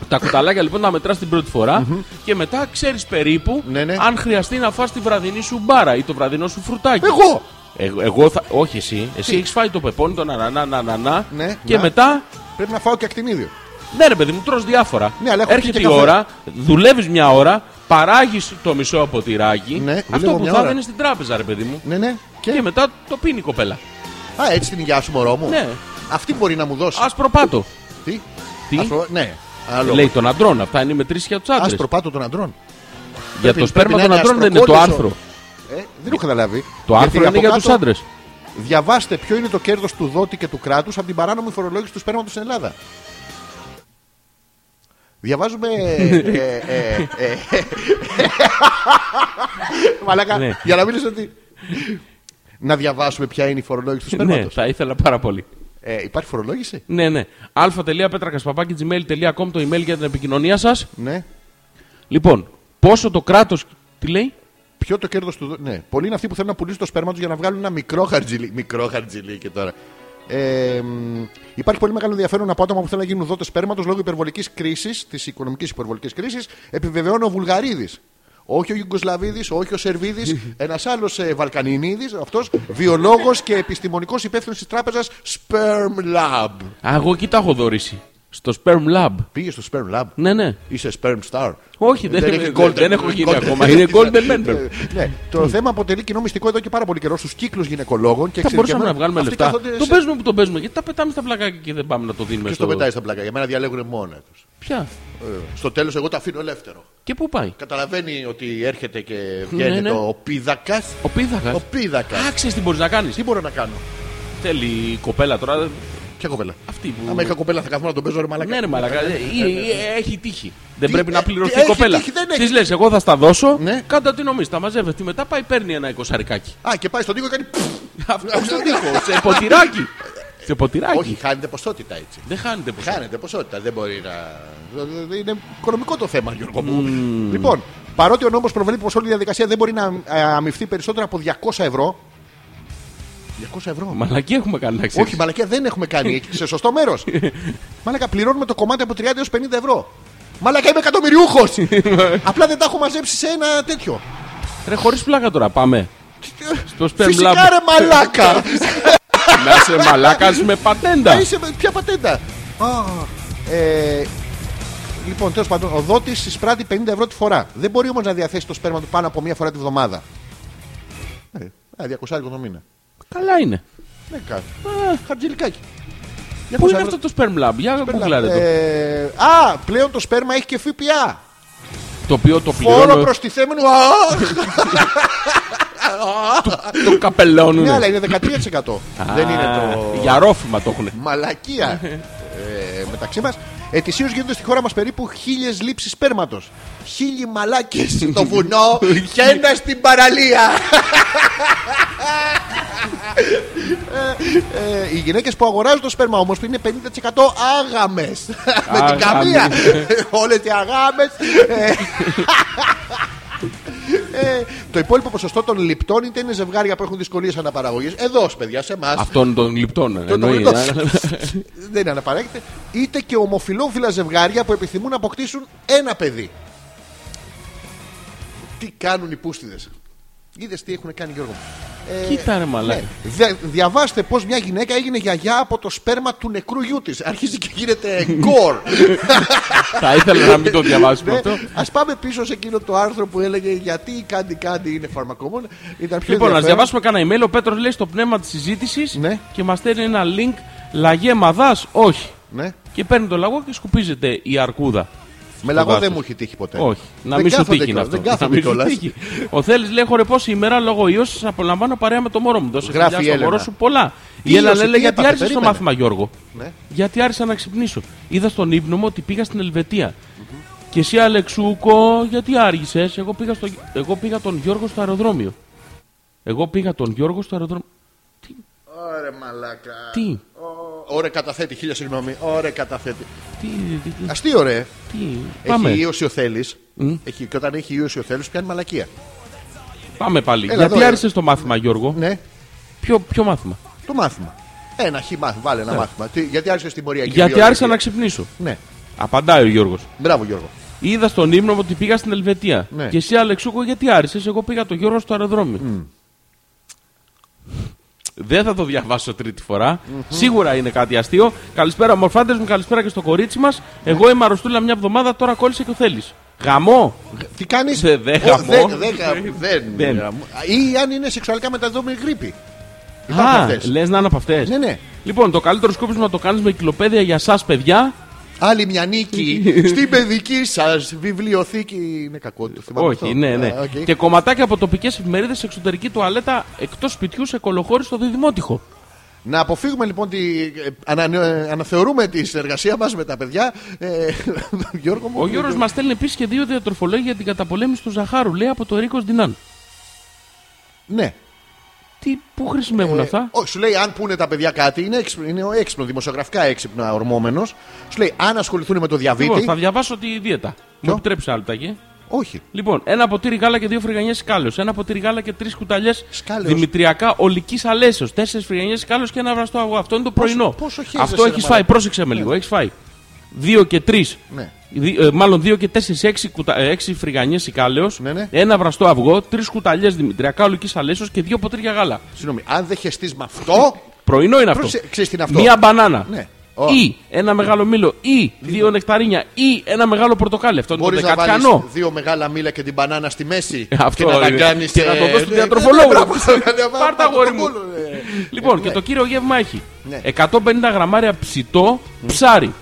Τα κουταλάκια λοιπόν να μετράς την πρώτη φορά και μετά ξέρεις περίπου Ναι, ναι. αν χρειαστεί να φας τη βραδινή σου μπάρα ή το βραδινό σου φρουτάκι. Εγώ! Ε- εγώ θα... Όχι εσύ. Εσύ έχεις φάει το πεπόνι, τον ανανά, να, να, να, Ναι, και να. μετά Πρέπει να φάω και ακτινίδιο. Ναι, ρε παιδί μου, τρως διάφορα. Ναι, αλλά έχω Έρχεται πιει η και καφέ. ώρα, δουλεύεις μια ώρα, παράγεις το μισό ποτηράκι. Ναι, αυτό δουλεύω που μια θα ώρα. δίνει στην τράπεζα, ρε παιδί μου. Ναι, ναι. Και, μετά το πίνει η κοπέλα. Α, έτσι την υγειά σου, μωρό μου. Ναι. Αυτή μπορεί να μου δώσει. Άσπρο πάτο. Τι. Τι? Άσπρο- Ναι. Άλλο. Λέει των αντρών. Αυτά είναι μετρήσει για τους άντρες. Άσπρο πάτο των αντρών. Για Πρέπει- το σπέρμα πρέπει να των είναι αντρών δεν είναι το αστροκόλλησο. άρθρο. Ε, δεν έχω καταλάβει. Το Γιατί άρθρο είναι από για κάτω τους άντρες. Διαβάστε ποιο είναι το κέρδος του δότη και του κράτους από την παράνομη φορολόγηση του σπέρματος στην Ελλάδα. Διαβάζουμε. ε, ε, ε, Μαλάκα, Ναι. για να μην λες ότι. Να διαβάσουμε ποια είναι η φορολόγηση του Ναι, σπέρματο. θα ήθελα πάρα πολύ. Υπάρχει φορολόγηση. Ναι, ναι. αλφα.πέτρακα.gmail.com το email για την επικοινωνία σα. Ναι. Λοιπόν, πόσο το κράτο. Τι λέει. Ποιο το κέρδος του. δο- Ναι, πολλοί είναι αυτοί που θέλουν να πουλήσουν το σπέρμα τους για να βγάλουν ένα μικρό χαρτζιλί. Μικρό χαρτζιλί και τώρα. Ε, μ, υπάρχει πολύ μεγάλο ενδιαφέρον από άτομα που θέλουν να γίνουν δότες σπέρματος λόγω υπερβολικής κρίσης, της οικονομικής υπερβολικής κρίσης, επιβεβαιώνει ο Βουλγαρίδης. Όχι ο Ιουγκοσλαβίδης, όχι ο Σερβίδης, ένας άλλος ε, Βαλκανινίδης, αυτός βιολόγος και επιστημονικός υπεύθυνος της τράπεζας Sperm Lab. Α, εγώ εκεί τα έχω δωρήσει. Στο Sperm Lab. Πήγες στο Sperm Lab. Ναι, ναι. Είσαι sperm star. Όχι, δεν, έχει δεν- golden- δεν έχω γίνει golden- ακόμα. Είναι golden member. ναι, το θέμα αποτελεί κοινό μυστικό εδώ και πάρα πολύ καιρό στους κύκλους γυναικολόγων. Ε, Και Θα μπορούσαμε να εξειδικευμένα- βγάλουμε αυτοί λεφτά. κάθονται Το σε- παίζουμε που το παίζουμε. Γιατί τα πετάμε στα πλακάκια και δεν πάμε να το δίνουμε Ποιος στο. το πετάει στα πλάκα. Για μένα διαλέγουν μόνα τους. Ποια. Στο τέλος, εγώ το αφήνω ελεύθερο. Και πού πάει. Καταλαβαίνει ότι έρχεται και Ναι, βγαίνει ναι. το πίδακα. Ο πίδακα. Ο πίδακα. Α, ξέρει τι μπορείς να κάνεις. Τι μπορώ να κάνω. Θέλει η κοπέλα τώρα. Ποια κοπέλα. Αυτή που. Άμα είχα κοπέλα θα καθόμουν να τον παίζω ρε μαλακά. Ναι, ρε μαλακά. ε, ή- ή- Έχει τύχη. Δεν Τι- πρέπει να ε, πληρωθεί τι- η έχει κοπέλα. τύχη, δεν έχει. Της λες, εγώ θα στα δώσω. Ναι. Κάντα τι νομίζει. Τα μαζεύεται. Μετά πάει, παίρνει ένα εικοσαρικάκι. Α, και πάει στον τοίχο και κάνει. πφ. Αυτό στον τοίχο. Σε ποτηράκι. Σε Όχι, ποτηράκι. χάνεται ποσότητα έτσι. Δεν χάνεται ποσό. Χάνεται ποσότητα, δεν μπορεί να. Είναι οικονομικό το θέμα, Γιώργο μου. Λοιπόν, παρότι ο νόμος προβλέπει πως όλη η διαδικασία δεν μπορεί να ε, αμυφθεί περισσότερο από 200 ευρώ. 200 ευρώ. Μαλακή έχουμε κάνει να ξέρεις. Όχι, μαλακία δεν έχουμε κάνει σε σωστό μέρος. Μαλακά, πληρώνουμε το κομμάτι από 30 έω 50 ευρώ. Μαλακά, είμαι εκατομμυριούχος! Απλά δεν τα έχω μαζέψει σε ένα τέτοιο. Ρε, χωρίς πλάκα τώρα πάμε. Το sperm Φυσικά lab. ρε μαλάκα. Να είσαι μαλάκας με πατέντα. Ε, Είσαι με- ποια πατέντα. Α, ε, Λοιπόν, τέλος πάντων, ο δότης εισπράττει 50 ευρώ τη φορά. Δεν μπορεί όμως να διαθέσει το σπέρμα του πάνω από μία φορά τη βδομάδα. Ε, ε, 200 ευρώ το μήνα. Καλά είναι. Ναι, κάτι. Χαρτζηλικάκι. Πού 200 είναι ευρώ αυτό το sperm lab, για το κουκλάρε το. Ε, Α, πλέον το σπέρμα έχει και ΦΠΑ. Το οποίο το Φόρο πληρώνω. προστιθέμενου. Α, Το καπελώνουν. Ναι, αλλά είναι 13%. Δεν είναι το. Για ρόφημα το έχουν. Μαλακία ε, μεταξύ μας. Ετησίως γίνονται στη χώρα μας περίπου χίλιες λήψεις σπέρματος. Χίλιοι μαλάκες στο βουνό και ένας στην παραλία. Ε, ε, οι γυναίκες που αγοράζουν το σπέρμα όμως είναι 50% άγαμε. Με την Άγαμες. καμία. Όλες οι Ε, αγάμε. ε, το υπόλοιπο ποσοστό των λιπτών είτε είναι ζευγάρια που έχουν δυσκολίες αναπαραγωγής. Εδώ, παιδιά, σε εμάς. Αυτόν τον γλυπτών. Εννοεί. ε. Το τολμητό. Δεν είναι αναπαράγεται. Είτε και ομοφυλόφιλα ζευγάρια που επιθυμούν να αποκτήσουν ένα παιδί. Τι κάνουν οι πούστιδες. Είδες τι έχουν κάνει, Γιώργο μου. Ε, Κοίτα ρε ναι. μαλάκα. Δια- διαβάστε πώς μια γυναίκα έγινε γιαγιά από το σπέρμα του νεκρού γιού της. Αρχίζει και γίνεται γκορ. Θα ήθελα να μην το Ναι. διαβάσουμε αυτό. Ας πάμε πίσω σε εκείνο το άρθρο που έλεγε Γιατί η Κάντι Κάντι είναι φαρμακόμον. Ήταν πιο Λοιπόν, α ενδιαφέρον. διαβάσουμε κανένα email. Ο Πέτρος λέει στο πνεύμα της συζήτησης Ναι. και μας στέλνει ένα link. Λαγέ μαδάς, όχι. Ναι. Και παίρνει το λαγό και σκουπίζεται η αρκούδα. Με λαγό βάθος. δεν μου έχει τύχει ποτέ. Όχι. Να Δεν μην σου κάθονται τύχει είναι κιόλας, αυτό. δεν κάθονται Να μην σου κιόλας. τύχει. Ο Θέλεις λέει χορεπώ σήμερα λόγω ίωση απολαμβάνω παρέα με το μωρό μου. Δώσε Γράφει φιλιά η στο Έλενα. μωρό σου πολλά. Τι Η Έλενα ίωση, λέει τι γιατί έπαθε, άρχισε το περίμενε. μάθημα Γιώργο. Ναι. Γιατί άρχισα να ξυπνήσω. Είδα στον ύπνο μου ότι πήγα στην Ελβετία. Και εσύ Αλεξούκο, γιατί άργησες. Εγώ, πήγα στο... εγώ πήγα τον Γιώργο στο αεροδρόμιο. Εγώ πήγα τον Γιώργο στο αεροδρόμιο. Ωρε μαλάκα. Τι, Ωρε καταθέτει, χίλια συγγνώμη. Ωρε καταθέτει. τι, τι, τι, Αστείο, ρε. τι. Έχει Πάμε, ίωση ο θέλει. Μμ. Και όταν έχει ίωση ο θέλει, κάνει μαλακία. πάμε πάλι. Έλα εδώ, γιατί έλα. άργησε το μάθημα, Γιώργο. Ναι, Ποιο, ποιο μάθημα. το μάθημα. Ένα χι μάθημα, βάλε ένα μάθημα. Τι, γιατί άρχισε την πορεία εκεί. Ναι. Γιατί βιολογία. άρχισα να ξυπνήσω. Ναι, Απαντάει ο Γιώργος. μπράβο Γιώργο. Είδα στον ύμνο μου ότι πήγα στην Ελβετία. Ναι. Και εσύ, Αλεξούκο, γιατί άρισες, εγώ πήγα το Γιώργο στο αεροδρόμιο. Δεν θα το διαβάσω τρίτη φορά. Σίγουρα είναι κάτι αστείο. Καλησπέρα, μορφάντε μου, καλησπέρα και στο κορίτσι μας. Εγώ είμαι αρρωστούλα μια εβδομάδα, τώρα κόλλησε και ο θέλει. Γαμό! Τι κάνεις. Δε- δε γαμώ. Δεν. Δεν. γαμώ. Ή αν είναι σεξουαλικά μεταδόμενη γρήπη. Υπάρχουν Α, αυτές. λες να είναι από αυτές. Ναι, ναι. Λοιπόν, το καλύτερο σκούπισμα το κάνεις με κυκλοπαίδια για εσά, παιδιά. Άλλη μια νίκη στην παιδική σας βιβλιοθήκη. Είναι κακό το θυμάμαι. Όχι, αυτό. ναι, ναι. Α, οκ. Και κομματάκια από τοπικές εφημερίδες σε εξωτερική τουαλέτα εκτός σπιτιού σε κολοχώρη στο διδημότυχο. Να αποφύγουμε λοιπόν τη. ε, ανα- ε, αναθεωρούμε τη συνεργασία μας με τα παιδιά. Ε, Γιώργο μου. ε, Ο Γιώργος μας στέλνει επίσης και δύο διατροφολόγια για την καταπολέμηση του ζαχάρου. Λέει από το Ρίκο Δινάν. Ναι. Τι, πού Ε, χρησιμεύουν αυτά. όχι, σου λέει αν πούνε τα παιδιά κάτι, είναι, έξυπνο, είναι ο έξυπνο, δημοσιογραφικά έξυπνα ορμόμενος. Σου λέει αν ασχοληθούν με το διαβήτη. Λοιπόν, θα διαβάσω τη δίαιτα. Μου επιτρέψει άλλο τάκι. Όχι. Λοιπόν, ένα ποτήρι γάλα και δύο φρυγανιές σκάλεως. Ένα ποτήρι γάλα και τρεις κουταλιές Σκάλεως. δημητριακά ολικής αλέσεως. Τέσσερις φρυγανιές σκάλεως και ένα βραστό αγώ. Αυτό είναι το πρωινό. πόσο χέζεσαι, Αυτό ρε έχεις μαλάκα. φάει, πρόσεξε με λίγο. Έχεις φάει. Δύο και τρεις. Ναι. Δι- ε, μάλλον δύο και τέσσερις, έξι, κουτα... ε, έξι φρυγανιές ικάλεω. Ναι, ναι. Ένα βραστό αυγό, τρεις κουταλιές δημητριακά ολική αλέσεω και δύο ποτήρια γάλα. Συγγνώμη, αν δεν χεστεί με Λοιπόν, αυτό. Πρωινό είναι αυτό. Πρόσεξε, ξέρεις τι είναι αυτό. Μία μπανάνα. Ναι. Ή ένα μεγάλο μήλο. Ή δύο νεκταρίνια. Ή ένα μεγάλο πορτοκάλι. Αυτό είναι Μπορεί το να βάλει δεκατκανό. δύο μεγάλα μήλα και την μπανάνα στη μέση. Ε, Αυτό και να τα ε, είναι. κάνεις. Και να το δώσεις στον διατροφολόγο. Πάρ' τα, αγόρι μου. Λοιπόν, Ε, και ναι. το κύριο γεύμα έχει Ναι. 150 γραμμάρια ψητό ψάρι.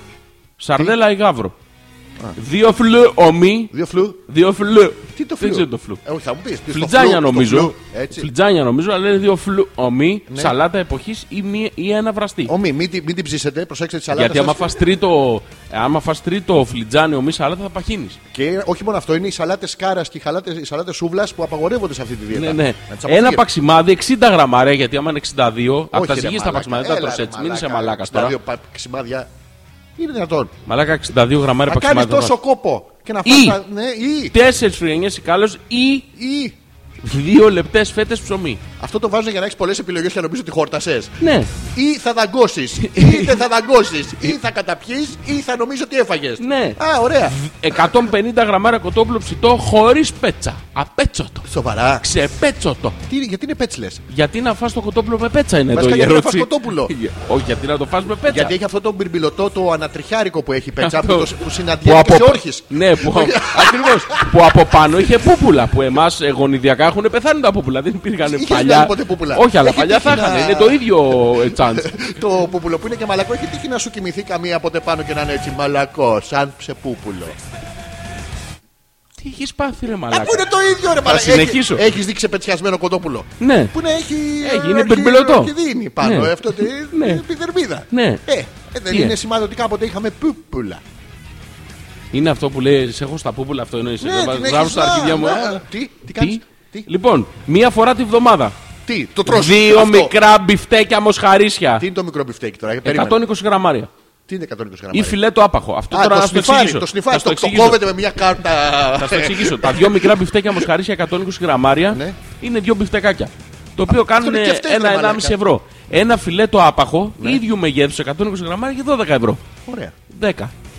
Σαρδέλα ή γάβρο. Δύο φλου ομί. Δύο φλου. Δύο φλου. Τι το Δεν φλου. ξέρω το φλου. Ε, όχι, θα μου πεις, τι στο Φλιτζάνια φλου, στο νομίζω. φλου, Έτσι. Ναι. Φλιτζάνια νομίζω, αλλά είναι δύο φλου ομί, σαλάτα εποχής ή, μία- ή ένα βραστή. Όμι, μην, τη- μην την ψήσετε, προσέξτε τη σαλάτα. Γιατί σας. άμα φας τρίτο, άμα φας τρίτο φλιτζάνι ομί σαλάτα θα παχύνεις. Και όχι μόνο αυτό, είναι οι σαλάτες κάρα και οι, χαλάτες, οι σαλάτες σούβλας που απαγορεύονται σε αυτή τη δίαιτα. Ναι, ναι. Να τις Ένα αποφύγετε. παξιμάδι 60 γραμμάρια, γιατί άμα είναι 62, από Όχι, τα ρε, ζυγεί στα μαλάκα. παξιμάδια δεν τα Έλα, τρως ρε, έτσι. Μην είσαι μαλάκα, μαλάκας Τα τώρα. δύο παξιμάδια. Είναι δυνατόν. Μαλάκα 62 γραμμάρια Να κάνει παξιμάδι. θα τόσο φας. κόπο και να Ή. φας... τα- Ναι, ή. Τέσσερι φρυγανιέ κάλο ή ή. δύο λεπτές φέτες ψωμί. Αυτό το βάζω για να έχεις πολλές επιλογές και να νομίζω ότι χόρτασε. Ναι. Ή θα δαγκώσεις, ή δεν θα δαγκώσεις, ή θα καταπιείς, ή θα νομίζω ότι έφαγες. Ναι. Α, ωραία. 150 γραμμάρια κοτόπουλο ψητό χωρίς πέτσα. Απέτσοτο. Σοβαρά. Ξεπέτσοτο. Τι, γιατί είναι πέτσλες. Γιατί να φας το κοτόπουλο με πέτσα είναι Βασικά, εδώ η γιατί να ερώτηση. φας κοτόπουλο. Όχι, γιατί να το φας με πέτσα. Γιατί έχει αυτό το μπυρμπιλωτό το ανατριχιάρικο που έχει πέτσα που, Αυτό. το, που συναντιέται και απο- όρχης. Ναι, που, ακριβώς, που από πάνω είχε πούπουλα. Που εμάς γονιδιακά έχουν πεθάνει τα πούπουλα. Δεν υπήρχαν Είχες παλιά. βγάλει ποτέ πούπουλα. Όχι, αλλά Έχει παλιά θα τύχει να- είχαν. Είναι το ίδιο ε, τσάντ. Το πούπουλο που είναι και μαλακό έχει τύχει να σου κοιμηθεί καμία από πάνω και να είναι έτσι μαλακό, σαν ψεπούπουλο. Τι έχεις πάθει, ρε Α, μαλάκα. που είναι το ίδιο ρε μαλακό. συνεχίσω. Έχεις δει ξεπετσιασμένο κοτόπουλο. Ναι. Που να έχει. Έχει, είναι μπερμπελωτό. Και δίνει πάνω. Ε, Ναι. Αυτό τη- Ναι. την επιδερμίδα. Ναι. Ε, ε, δεν Τι είναι ε? σημάδι ότι κάποτε είχαμε πούπουλα. Είναι αυτό που λέει, σε έχω στα πούπουλα αυτό εννοείς. Ναι, εδώ, την έχεις, βάζω στα να, αρχιδιά μου. να. Ε, Τι, τι Τι? κάνεις, τι, Λοιπόν, μία φορά τη βδομάδα. τι, το τρως. Δύο αυτό. μικρά μπιφτέκια μοσχαρίσια. Τι είναι το μικρό μπιφτέκι τώρα, περίμενε. 120 γραμμάρια. Τι είναι 120 γραμμάρια. Ή φιλέτο άπαχο. Αυτό Α, τώρα το να το σνιφάρι, εξηγήσω. το Θα σνιφάρι, στο το, το εξηγήσω. κόβεται με μια κάρτα. Θα σου εξηγήσω. Τα δύο μικρά μπιφτέκια μοσχαρίσια 120 γραμμάρια Ναι. είναι δύο μπιφτεκάκια. Το οποίο κάνουν είναι και αυτές, ρε μαλάκα. Ναι. 1-1,5 ευρώ. Ένα φιλέτο άπαχο ίδιου μεγέθους 120 γραμμάρια και 12 ευρώ. Ωραία. 10.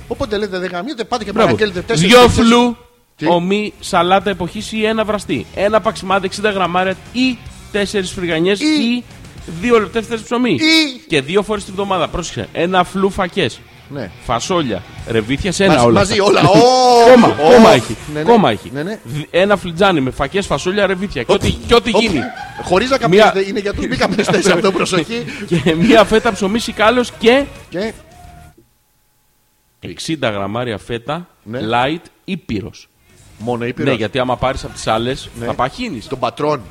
Οπότε λέτε δεν γαμιέται, πάτε και Μπράβο. παραγγέλνετε τέσσερις. Δυο τέσσερις. φλου, Τι? ομί, σαλάτα εποχής ή ένα βραστή. Ένα παξιμάδι 60 γραμμάρια ή τέσσερις φρυγανιές Ή. ή δύο λεπτέ ψωμί. Ή. Και δύο φορές τη βδομάδα. Πρόσεξε. Ένα φλου φακές. Ναι. Φασόλια. Ρεβίθια σε ένα Μαζί- όλα. Μαζί αυτά. όλα. Κόμμα, κόμμα έχει. Ναι, ναι. Κόμμα έχει. Ναι, ναι. Δ- Ένα φλιτζάνι με φακές, φασόλια, ρεβίθια. Και ό,τι- Και ό,τι γίνει. Χωρίς να Μία- καπνίζετε, είναι για τους μη καπνιστέ αυτό, προσοχή. Και μία φέτα ψωμί σικάλος και Και 60 γραμμάρια φέτα Ναι. light ήπειρο. μόνο Ναι, ήπειρο. γιατί άμα πάρεις από τις άλλες Ναι. θα παχύνεις. Τον πατρόν.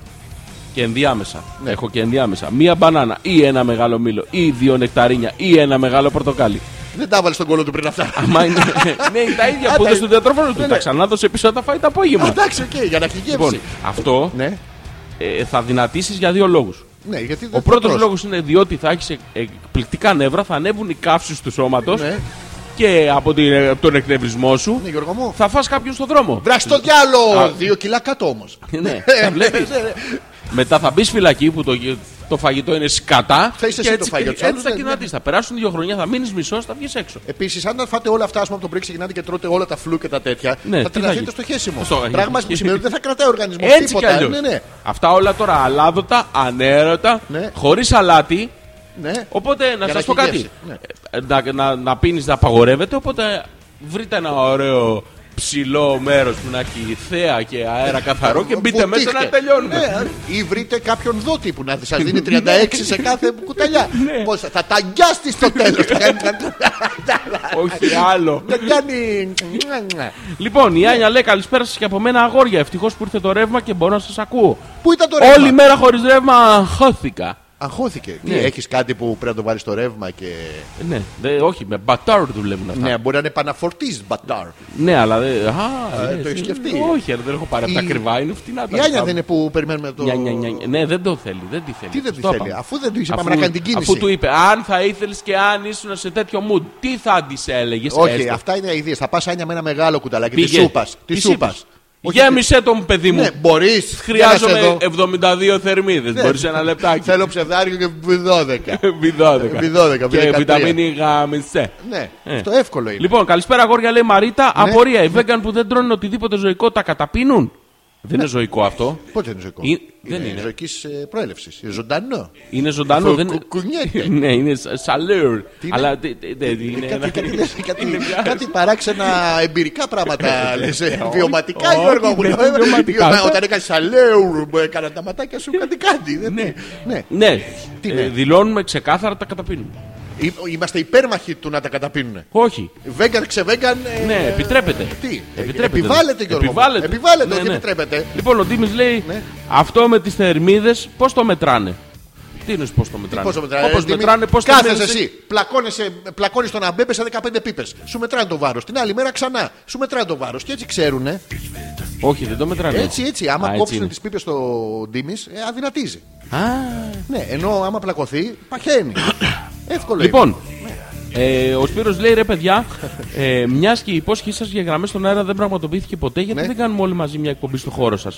Και ενδιάμεσα. Ναι. Έχω και ενδιάμεσα. Μία μπανάνα ή ένα μεγάλο μήλο ή δύο νεκταρίνια ή ένα μεγάλο πορτοκάλι. Δεν τα βάλει στον κόλλο του πριν αυτά. Μα είναι. ναι, τα ίδια Α, που τα- είδες στο διατρόφωνο του. Ναι, Τα ναι. ξανά δώσε πίσω να τα φάει το απόγευμα. Εντάξει, οκ, για να έχει Λοιπόν, γεύση. αυτό Ναι, ε, θα δυνατήσεις για δύο λόγους. ναι, γιατί δεν Ο θα πρώτος τρως. λόγος είναι διότι θα έχεις εκπληκτικά νεύρα, θα ανέβουν οι καύσεις του σώματο Ναι. και από, την, ε, από τον εκνευρισμό σου Ναι, Γιώργο μου. θα φας κάποιον στον δρόμο. Βράξει το Α. διάλογο! Δύο κιλά κάτω όμως. Ναι, τα βλέπεις. Μετά θα μπεις φυλακή που το, το φαγητό είναι σκατά. Θα είσαι και εσύ το φάγιο Έτσι της άλλης, θα ναι, κοινάτεις. Θα περάσουν δύο χρονιά, θα μείνεις μισός, θα βγεις έξω. Επίσης, αν φάτε όλα αυτά ας πούμε, από το πρωί, ξεκινάτε και τρώτε όλα τα φλου και τα τέτοια, Ναι, θα τι θα τρελαθείτε γίνει. στο χέσιμο. Στο- Πράγμα που σημαίνει ότι δεν θα κρατάει ο οργανισμός Έτσι κι τίποτα. αλλιώς. Ναι, ναι, Αυτά όλα τώρα αλάδωτα, ανέρωτα, Ναι. χωρίς αλάτι. ναι. Οπότε να Για σα να πω έχει κάτι. γεύση, ναι. Ε, Να, να, να πίνεις να απαγορεύεται, οπότε βρείτε ένα ωραίο ψηλό μέρος που να έχει θέα και αέρα καθαρό και μπείτε μέσα να Βουτήχτε. τελειώνουμε. Ναι, Ή βρείτε κάποιον δότη που να σας δίνει 36 σε κάθε Ναι. κουταλιά. Πώς θα- θα τα αγκιάσει στο τέλος. Όχι άλλο. Δεν κάνει. Λοιπόν, η Άνια λέει καλησπέρα σας και από μένα αγόρια. Ευτυχώς που ήρθε το ρεύμα και μπορώ να σας ακούω. Πού ήταν το Όλη ρεύμα. μέρα χωρίς ρεύμα αγχώθηκα. Αγχώθηκε. Τι, Ναι. έχεις κάτι που πρέπει να το βάλεις στο ρεύμα και. Ναι, δε, όχι, με μπατάρ δουλεύουν αυτά. Ναι, Ναι, μπορεί να είναι επαναφορτής μπατάρ. αλλά δεν. Α, Ε, ναι, το έχεις σκεφτεί. Όχι, ρε, δεν έχω πάρει από τα Η- κρυβά, είναι φτηνά τα Η Άνια λεφτά δεν μου. είναι που περιμένουμε το. Νια, νια, νια, νια. Ναι, δεν το θέλει, δεν τη θέλει. Τι δεν τη Στο θέλει, είπαμε. αφού δεν του είχε Αφού- πάμε να κάνει την κίνηση. Αφού του είπε, αν θα ήθελες και αν ήσουν σε τέτοιο mood, τι θα της έλεγες. Όχι, αυτά είναι ιδέες. Θα πας Άνια με ένα μεγάλο κουταλάκι τη σούπας. Τη σούπα. Γέμισε τον παιδί μου. Ναι, μπορείς. Χρειάζομαι 72 θερμίδε. Μπορείς ένα λεπτάκι. Ναι. Ε. Θέλω ψευδάριο και 12. Β12. Β12, Και Β13. βιταμίνη γάμισε. Ναι, Ε. το εύκολο είναι. Λοιπόν, καλησπέρα αγόρια, λέει Μαρίτα. Απορία. Ναι. Οι vegan που δεν τρώνε οτιδήποτε ζωικό τα καταπίνουν. Δεν Ναι. είναι ζωικό αυτό. Πότε είναι ζωικό. Ε, δεν είναι. ζωική προέλευση. ε, Ζωντανό. Είναι ζωντανό. Φου- Δεν... κου- κουνιέται. ναι, είναι σα- σαλέρ. είναι? Ε, Αλλά τε- τε- τε- είναι Κάτι, ένα- κάτι, κάτι- είναι μια- κάτι παράξενα εμπειρικά πράγματα λες, ε, Βιωματικά, όχι, Γιώργο μου. δεν Ε, είναι βιωματικά. βιωμα- Όταν έκανες αλέουρ, μου έκανα τα ματάκια σου κάτι κάτι. δεν- Ναι. Ναι, Τι Ε, ναι. δηλώνουμε ξεκάθαρα τα καταπίνουμε. Εί- Είμαστε υπέρμαχοι του να τα καταπίνουν. Όχι. Βέγκαν ξεβέγκαν. ε, Ναι, επιτρέπεται. Τι, ε, Επιτρέπεται. Επιβάλλεται, Γιώργο. μου. Επιβάλλεται. Επιβάλλεται, Ναι, όχι ναι. επιτρέπεται. Λοιπόν, ο Ντίμης λέει Ναι. αυτό με τις θερμίδες πώς το μετράνε. Τι είναι πώς το μετράνε. Πώς το μετράνε, Όπως ε, Δημήτρη? μετράνε, πώς το Κάθεσαι μετράνε. εσύ. Πλακώνεσαι, πλακώνεις τον αμπέπε σε 15 πίπες. Σου μετράνε το βάρος. Την άλλη μέρα ξανά. Σου μετράνε το βάρος. Και έτσι ξέρουνε. Όχι, δεν το μετράνε. Έτσι, έτσι. Άμα Α, έτσι κόψουν είναι. τις πίπες στο ντίμης, ε, αδυνατίζει. Α, Ναι, ενώ άμα πλακωθεί, παχαίνει. Εύκολο. Λοιπόν, Ε, ο Σπύρος λέει ρε παιδιά, ε, μιας και η υπόσχεσή σας για γραμμές στον αέρα δεν πραγματοποιήθηκε ποτέ, γιατί Ναι. δεν κάνουμε όλοι μαζί μια εκπομπή στο χώρο σας.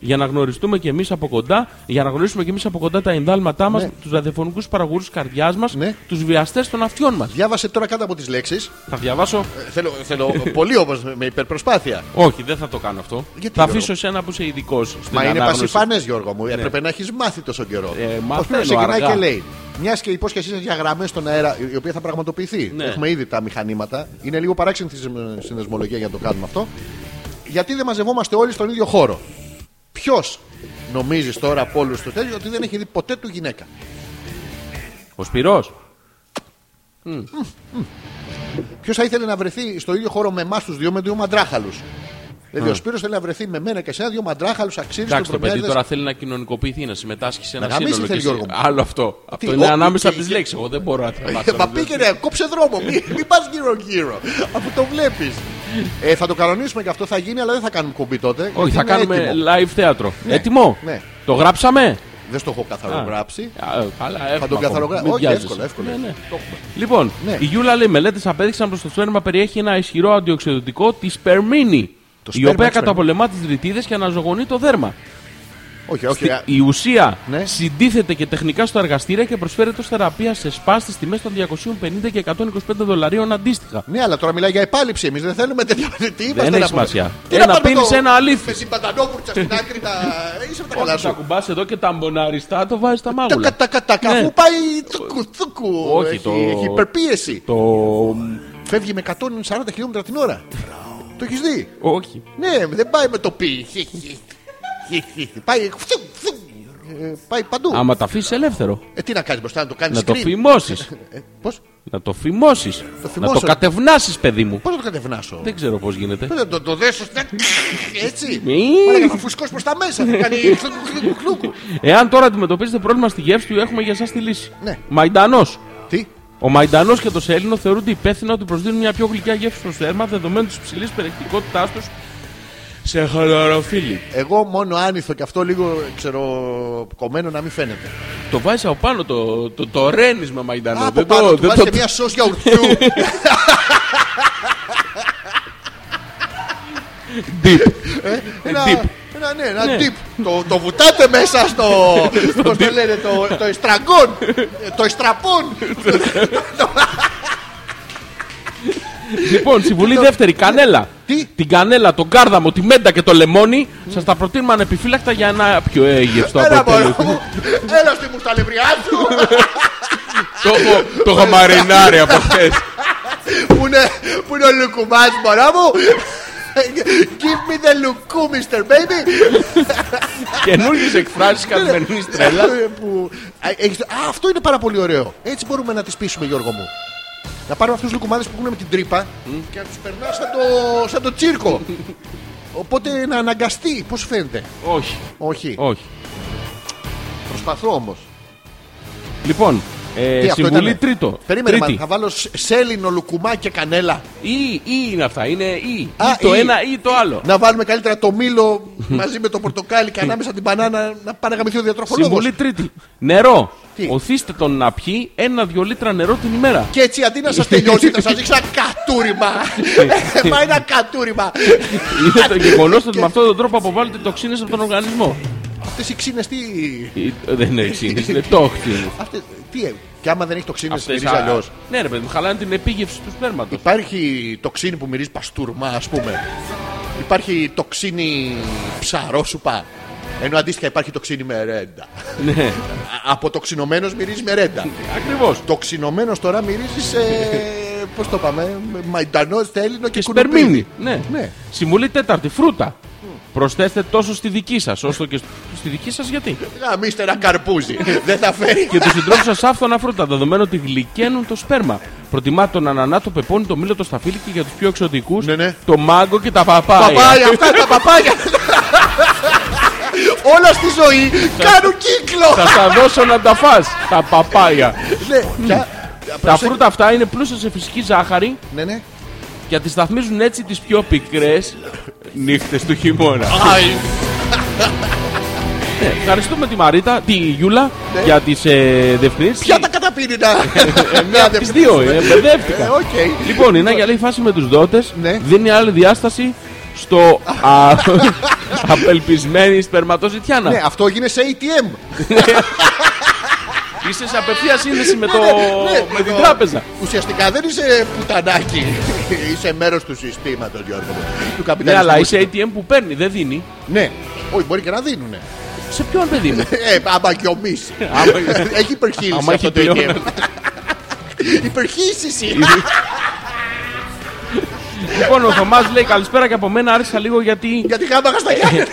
Για να γνωριστούμε και εμείς από κοντά, για να γνωρίσουμε και εμείς από κοντά τα ενδάλματά μας, Ναι. τους ραδιοφωνικούς παραγωγούς καρδιάς μας, Ναι. τους βιαστές των αυτιών μας. Διάβασε τώρα κάτω από τις λέξεις. Θα διαβάσω. Θέλω, θέλω πολύ όμως με υπερπροσπάθεια. Όχι, δεν θα το κάνω αυτό. Γιατί, θα Γιώργο? αφήσω εσένα που είσαι ειδικός στην Μα είναι ανάγνωση. Ναι. πασιφανέ, Γιώργο μου. Έπρεπε να έχεις μάθει τόσο καιρό. Ε, Ο μαθαίνω Σπύρος ξεκινάει αργά. και λέει: Μιας και η υπόσχεσή σα για γραμμές στον αέρα, η οποία θα πραγματοποιηθεί. Ναι. Έχουμε ήδη τα μηχανήματα. Είναι λίγο παράξενη η συνδεσμολογία για να το κάνουμε αυτό. Γιατί δεν μαζευόμαστε όλοι στον ίδιο χώρο. Ποιος νομίζεις τώρα από όλους του τέτοιου ότι δεν έχει δει ποτέ του γυναίκα. Ο Σπυρός. Ποιος θα ήθελε να βρεθεί στο ίδιο χώρο με εμάς τους δύο, με δύο μαντράχαλους. Δηλαδή ο Σπύρος θέλει να βρεθεί με μένα και εσένα δύο μαντράχαλους αξίριστου Εντάξει, το παιδί τώρα θέλει να κοινωνικοποιηθεί, να συμμετάσχει σε ένα Να γαμίσει σύνολο. θέλει, και σε- Γιώργο μου. Άλλο. Άλλο αυτό. αυτό ό, είναι ανάμεσα και- Ε, από τι και- λέξεις. Εγώ δεν μπορώ να Ε. τραβάξω. Μα πήγαινε, κόψε δρόμο. Μην μη πας γύρω-γύρω. Αφού το βλέπεις. Ε, θα το κανονίσουμε και αυτό θα γίνει, αλλά δεν θα κάνουμε κουμπί τότε. γιατί Όχι, θα είναι κάνουμε έτοιμο. live θέατρο. Έτοιμο. Ναι. Το γράψαμε. Δεν στο έχω καθαρογράψει. Α, ε, Καλά, έχουμε. Θα τον ακόμα. καθαρογράψω. Μην Όχι, βιάζεσαι. εύκολα, εύκολα. Ναι, ναι. Το έχουμε. Λοιπόν, Ναι. η Γιούλα λέει: Μελέτες απέδειξαν πως το σπέρμα περιέχει ένα ισχυρό αντιοξειδωτικό τη σπερμίνη. Το Η σπέρμα οποία της καταπολεμά τις ρητίδες και αναζωογονεί το δέρμα. Όχι, όχι. α, Η ουσία Ναι. συντίθεται και τεχνικά στο εργαστήριο και προσφέρεται ω θεραπείας σε σπάς στις τιμές των 250 και 125 δολαρίων αντίστοιχα. Ναι, αλλά τώρα μιλάει για επάλυψη. Εμείς δεν θέλουμε τέτοια. Τι είμαστε έχει να πούμε. σημασία. Τι Ένα να πάρουμε πίνεις, το- ένα αλήθι. Με συμπαντανόκουρτσα στην άκρη τα. Είσαι από τα καλά Όχι, τα σου. κουμπά εδώ και τα μποναριστά το βάζεις στα μάγουλα. Τα κατακατακα. Ναι. Αφού πάει τσουκου, τσουκου. Όχι, Έχει- το- Έχει υπερπίεση. Το. Φεύγει με 140 χιλιόμετρα την ώρα. Το έχεις δει. Όχι. Ναι, δεν πάει με το πι. Χι, χι. Χι, χι. Πάει. φθου, φθου. Ε, Πάει παντού. Άμα τα αφήσεις ελεύθερο. Ε, τι να κάνεις μπροστά, να το κάνεις Να το screen. Ε, φημώσει. Πώς Να το φημώσεις. Να το φημώσω. κατευνάσεις, παιδί μου. πώς να το κατευνάσω. Δεν ξέρω πώς γίνεται. Πώς να το, το δέσω. στην- Έτσι. Μη. Μαλάκα, θα φουσκώσει προς τα μέσα. Θα κάνει. χλουκου, χλουκου, χλουκου. Εάν τώρα αντιμετωπίζετε πρόβλημα στη γεύση του, έχουμε για εσά τη λύση. Ναι. Μαϊντανός. Τι. Ο Μαϊντανός και το Σέλινο θεωρούνται υπεύθυνα ότι προσδίδουν μια πιο γλυκιά γεύση στο σέρμα δεδομένου της υψηλή περιεκτικότητάς τους σε χλωροφύλλη. Εγώ μόνο άνηθο και αυτό λίγο ξέρω κομμένο να μην φαίνεται. Το βάζεις από πάνω, το, το, το ρένει με Μαϊντανό. Από πάνω του βάζει και μια σως γιαουρτιού. Deep. Ένα, Dip. ένα, ναι, ένα dip. Το, το βουτάτε μέσα στο. Πώς το λένε, το, το εστραγκόν. Ε, το εστραπών. Λοιπόν, συμβουλή δεύτερη, κανέλα. Ναι. Τι? Την κανέλα, τον κάρδαμο, τη μέντα και το λεμόνι σας τα προτείνουμε ανεπιφύλακτα για ένα πιο έγευστο Έλα, μωρό αποτέλεσμα. μου. Έλα στη μουσταλευριά του. Το έχω- Το έχω μαρινάρει από χθες. Πού είναι, πού είναι ο λουκουμάς μωρά μου. Give me the λουκού, Mr. Baby. Καινούργιες εκφράσεις καθημερινής τρέλα. Ε, που- Α, έχεις- Α, αυτό είναι πάρα πολύ ωραίο. Έτσι μπορούμε να τις πείσουμε, Γιώργο μου. Να πάρουμε αυτούς του λουκουμάδες που έχουν με την τρύπα και να τους περνάς σαν το, σαν το τσίρκο. Οπότε να αναγκαστεί, πώς φαίνεται. Όχι, Όχι. όχι. Προσπαθώ όμως. Λοιπόν, ε, συμβουλή τρίτο. Περίμενε, μα, Τρίτη. θα βάλω σ- σέλινο λουκουμά και κανέλα. Ή, ή είναι αυτά, είναι ή. Ή Α, Ναι, το ή. ένα ή το άλλο. Να βάλουμε καλύτερα το μήλο μαζί με το πορτοκάλι και ανάμεσα την μπανάνα να πάνε να γαμηθεί ο διατροφολόγος. Συμβουλή τρίτη. Νερό. Τι? Οθήστε τον να πιει ένα-δυο λίτρα νερό την ημέρα. Και έτσι αντί να σας τελειώσει, θα σας δείξει ένα κατούριμα. Ε, Μα ένα κατούριμα. Είναι το γεγονός ότι με αυτόν τον τρόπο αποβάλλετε τοξίνες από τον οργανισμό. Αυτές οι ξύνες τι. Ή- Δεν είναι ξύνες, είναι τόχτινε. Αυτές, τι ε, και άμα δεν έχει τοξίνε, Αυτές, μυρίζει α, αλλιώς. Ναι, ρε παιδί μου, χαλάνε την επίγευση του σπέρματος. Υπάρχει τοξίνη που μυρίζει παστούρμα, ας πούμε. Υπάρχει τοξίνη ψαρόσουπα. Ενώ αντίστοιχα υπάρχει τοξίνη μερέντα. ναι, Από τοξινωμένος μυρίζεις μερέντα. ακριβώς. Τοξινωμένος τώρα μυρίζεις σε. Πώς το πάμε, μαϊντανό, θέλινο και, Και κουνουπίδι. σπερμίνι. Ναι. Ναι. Συμβουλή τέταρτη, φρούτα. Προσθέστε τόσο στη δική σας, όσο και στη δική σας γιατί. Γαμίστε ένα καρπούζι. δεν θα φέρει. και τους συντρόφους σας άφθονα φρούτα, δεδομένου ότι γλυκαίνουν το σπέρμα. Προτιμά τον ανανά, το πεπόνι, το μήλο, το σταφύλι και για τους πιο εξωτικούς Ναι, ναι. το μάγκο και τα παπάια. Παπάγια, αυτά τα παπάγια. Όλα στη ζωή κάνουν κύκλο. Θα στα δώσω να τα φας τα παπάια. Ναι, πια- τα προσέ- φρούτα αυτά είναι πλούσια σε φυσική ζάχαρη Ναι, ναι. και αντισταθμίζουν έτσι τις πιο πικρές νύχτες του χειμώνα. Ναι, Ευχαριστούμε τη Μαρίτα, τη Γιούλα, για τις ε, διευκρινήσεις. Ποια τα καταπίνει πίνει να. Μια από ναι. τις δύο, ε, Ε, μπερδεύτηκα. Οκ. Λοιπόν, η Νάγια λέει φάση με τους δότες Ναι. δίνει άλλη διάσταση στο α- απελπισμένη σπερματοζητιάνα. Ναι, αυτό έγινε σε ATM. Είσαι σε απευθεία σύνδεση με, το... Ναι, με την το- τράπεζα. Ουσιαστικά δεν είσαι πουτανάκι. είσαι μέρος του συστήματος, Γιώργο. μου, Του καπιταλισμού. Ναι, αλλά είσαι ATM που παίρνει, δεν δίνει. Ναι, όχι, μπορεί και να δίνουνε. Σε ποιον παιδί μου. Ε, άμα γιομίσει. Άμα- Έχει υπερχείληση αυτό Άμα έχει το πλέον- ATM. Υπερχείληση. λοιπόν, ο Θωμάς λέει καλησπέρα και από μένα άρχισα λίγο γιατί. Γιατί χάμαγα στα Γιάννενα.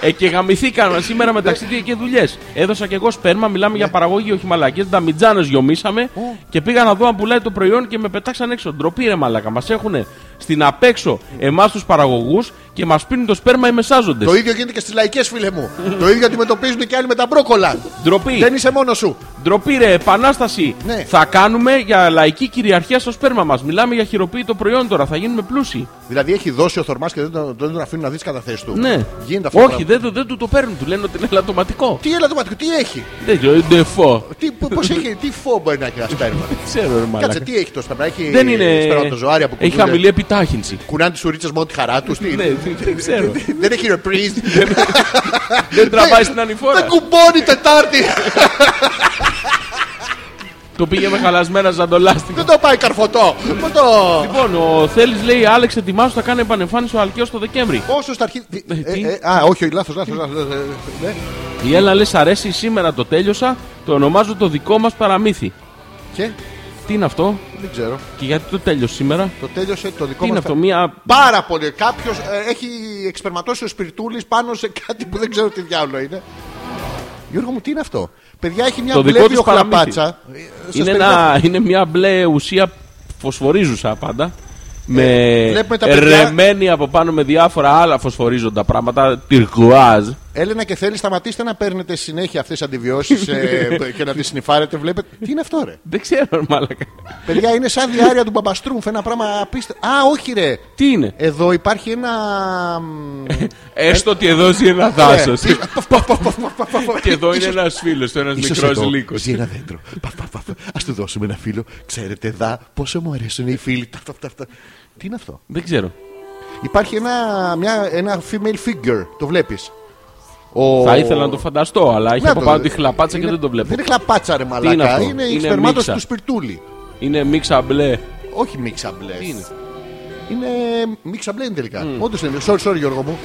Εκεγαμηθήκαμε σήμερα μεταξύ τι και δουλειές. Έδωσα και εγώ σπέρμα, μιλάμε Ναι. για παραγωγή όχι μαλακές. Νταμιτζάνε γιομίσαμε και πήγα να δω αν πουλάει το προϊόν και με πετάξαν έξω. Ντροπή ρε μαλακά. Μας έχουν στην απέξω εμάς τους παραγωγούς και μας πίνουν το σπέρμα οι μεσάζοντες. Το ίδιο γίνεται και στις λαϊκές, φίλε μου. το ίδιο αντιμετωπίζουν και άλλοι με τα μπρόκολα. Ντροπή. Δεν είσαι μόνος σου. Ντροπή ρε, επανάσταση. Ναι. Θα κάνουμε για λαϊκή κυριαρχία στο σπέρμα μας. Μιλάμε για χειροποίητο προϊόν τώρα. Θα γίνουμε πλούσιοι. Δηλαδή έχει δώσει ο Θορμά και δεν τον, δεν τον αφήνουν να δει κατά θέση του. Ναι. Γίνεται αυτό. το Όχι, πράγμα. δεν, το- δεν του το παίρνουν. Του λένε ότι είναι ελαττωματικό. Τι ελαττωματικό, τι έχει. Δεν ξέρω, είναι φω. Τι, πώς έχει, τι φόβο μπορεί να έχει ένα σπέρμα. Ξέρω, ρε μαλάκα. Κάτσε, τι έχει το σπέρμα. Έχει Δεν είναι. σπερματοζωάρια που Έχει κουνούνται. χαμηλή επιτάχυνση. Κουνάνε τις σουρίτσε μόνο τη χαρά τους. Ναι, δεν ξέρω. Δεν έχει reprise. Δεν τραβάει στην ανηφόρα. Δεν κουμπώνει Τετάρτη. Το πήγε με χαλασμένα ζαντολάστικα. Δεν το πάει καρφωτό. Μα το. Λοιπόν, ο Θέλει λέει: Άλεξ, ετοιμάσου, θα κάνει επανεμφάνιση ο Αλκαίος το Δεκέμβρη. Πόσο στα αρχή. ε, τι? ε, ε, Α, όχι, λάθος, λάθος. Η Έλληνα λες: Αρέσει σήμερα το τέλειωσα, το ονομάζω το δικό μας παραμύθι. Και Τι είναι αυτό δεν ξέρω. και γιατί το τέλειωσε σήμερα. Το τέλειωσε το δικό Τι είναι μας. αυτό, μία. Πάρα πολύ. Κάποιος έχει εξπερματώσει ο Σπιρτούλης πάνω σε κάτι που δεν ξέρω τι διάολο είναι. Γιώργο μου, τι είναι αυτό. Παιδιά, έχει μια Το δικό μπλε της παραμύθι. οχλαπάτσα. Ε, σας Είναι, περιγράφω. ένα, είναι μία μπλε ουσία φωσφορίζουσα πάντα. Με βλέπουμε τα παιδιά. ρεμένη από πάνω με διάφορα άλλα φωσφορίζοντα πράγματα. Τυρκουάζ. Έλενα και θέλεις, σταματήστε να παίρνετε συνέχεια αυτές τις αντιβιώσεις ε, και να τις συνυφάρετε. Βλέπετε. Τι είναι αυτό, ρε. Δεν ξέρω, ρε μάλακα. Παιδιά, είναι σαν διάρκεια του μπαμπαστρούμφ. Ένα πράγμα απίστευτο. Α, όχι, ρε. Τι είναι. Εδώ υπάρχει ένα. μ, Ε, Έστω ότι εδώ ζει ένα δάσο. ε, τι- παφ, παφ, παφ, παφ, παφ, παφ. Και εδώ είναι Ίσως- ένας φίλος, ένας ίσως μικρός εδώ λύκος. ζει ένα δέντρο. Ας του δώσουμε ένα φίλο. Ξέρετε, δα, πόσο μου αρέσουν οι φίλοι. Τα, τα, τα, τα. Τι είναι αυτό. Δεν ξέρω. Υπάρχει ένα, μια, ένα female figure. Το βλέπεις. Ο... Θα ήθελα να το φανταστώ, αλλά έχει Να από το- πάνω τη χλαπάτσα και είναι- δεν το βλέπω. Δεν είναι χλαπάτσα, ρε μαλάκα. είναι αυτό? Είναι, η Είναι σπερμάτωση μίξα. του σπιρτούλη. Είναι μίξα μπλε. Όχι μίξα μπλε. Τι είναι. Mm. Είναι μίξα μπλε είναι τελικά. Όντως είναι. Sorry, sorry, Γιώργο μου.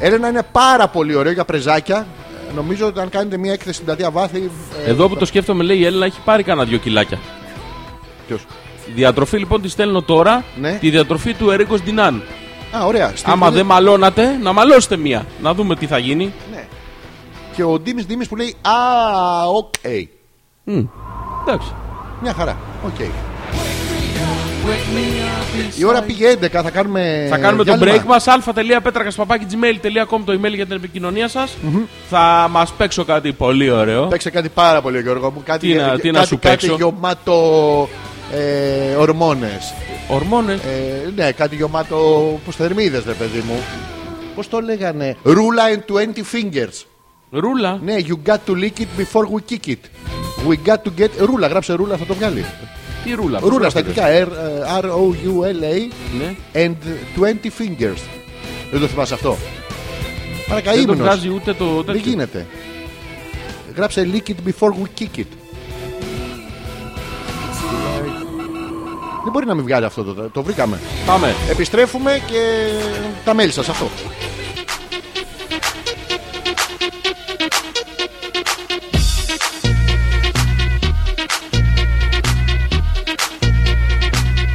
Έλενα είναι πάρα πολύ ωραίο για πρεζάκια. Ε, Νομίζω ότι αν κάνετε μια έκθεση στην πλατεία βάθη. ε, Εδώ που το σκέφτομαι, λέει η Έλληνα έχει πάρει κανένα δυο κιλάκια. ποιος. Διατροφή λοιπόν τη στέλνω τώρα. Ναι. Τη διατροφή του Ερίκος Ντινάν. Α, ωραία. Στην Άμα πλατεία- δεν μαλώνατε, να μαλώσετε μία. Να δούμε τι θα γίνει. Ναι. Και ο Ντίμης Ντίμης που λέει Α, οκ. Μμ. Εντάξει. Μια χαρά. Οκ. Η ώρα πήγε 11, θα κάνουμε. Θα κάνουμε το διάλειμμα. break Ε, μα. αλφα.πέτρακα.gmail.com το email για την επικοινωνία σας. Θα μας παίξω κάτι πολύ ωραίο. Παίξε κάτι πάρα πολύ, Γιώργο μου. Κάτι, Τι να- κάτι- τι να κάτι- σου κάτι παίξω? γεμάτο ε, ορμόνες. Ορμόνες. Ε, ναι, κάτι γεμάτο θερμίδε, ρε παιδί μου. Πώς το λέγανε. Rula and 20 fingers. Ρούλα. Ναι, you got to lick it before we kick it. We got to get. Ρούλα, γράψε ρούλα, θα το βγάλει. Τι ρούλα. πώς Ρούλα στα γράφεται. αγγλικά. ε, R-O-U-L-A Ναι. and 20 fingers. Δεν το θυμάσαι αυτό. Δεν το Παρακαήμνος. βγάζει ούτε το. Δεν τέτοιο. γίνεται. Γράψε lick it before we kick it. Δεν μπορεί να μην βγάλει αυτό το. Το βρήκαμε. Πάμε. Επιστρέφουμε και τα μέλη σας αυτό.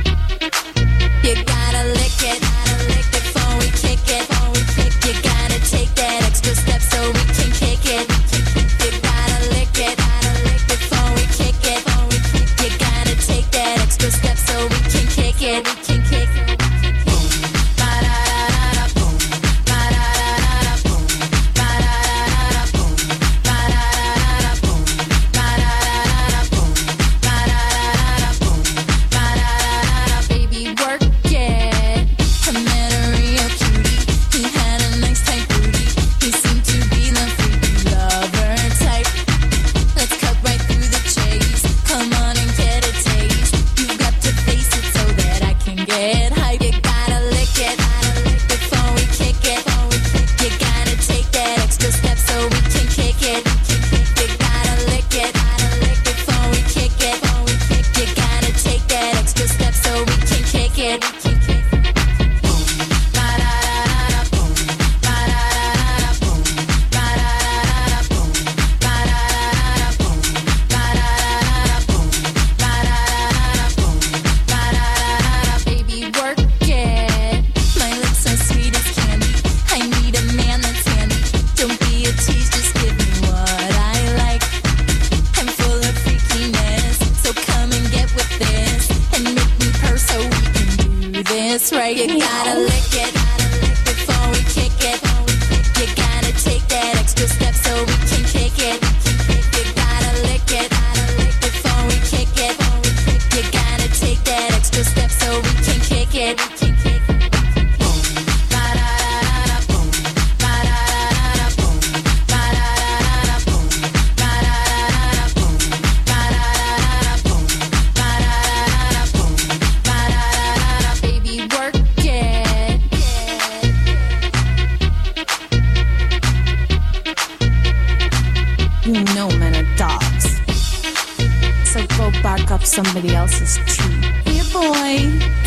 You gotta lick it, gotta lick it before we kick it, before we kick. You gotta take that extra step so we can kick it. You gotta lick it, gotta lick it before we kick it, before we kick. You gotta take that extra step so we can kick it, we can kick it. Boom, ba da da da da, boom, ba this right you gotta lick it before we kick it. You gotta take that extra step so we can kick it. You gotta lick it before we kick it. You gotta take that extra step so we can kick it. Boom, ba da da da da, boom, ba da da da da, boom, ba da da da da, boom, ba da da da da, boom, ba da da da da, boom, ba da da da da, boom, ba da da da da, baby work it. You know men are dogs. So go bark up somebody else's tree. Here, boy.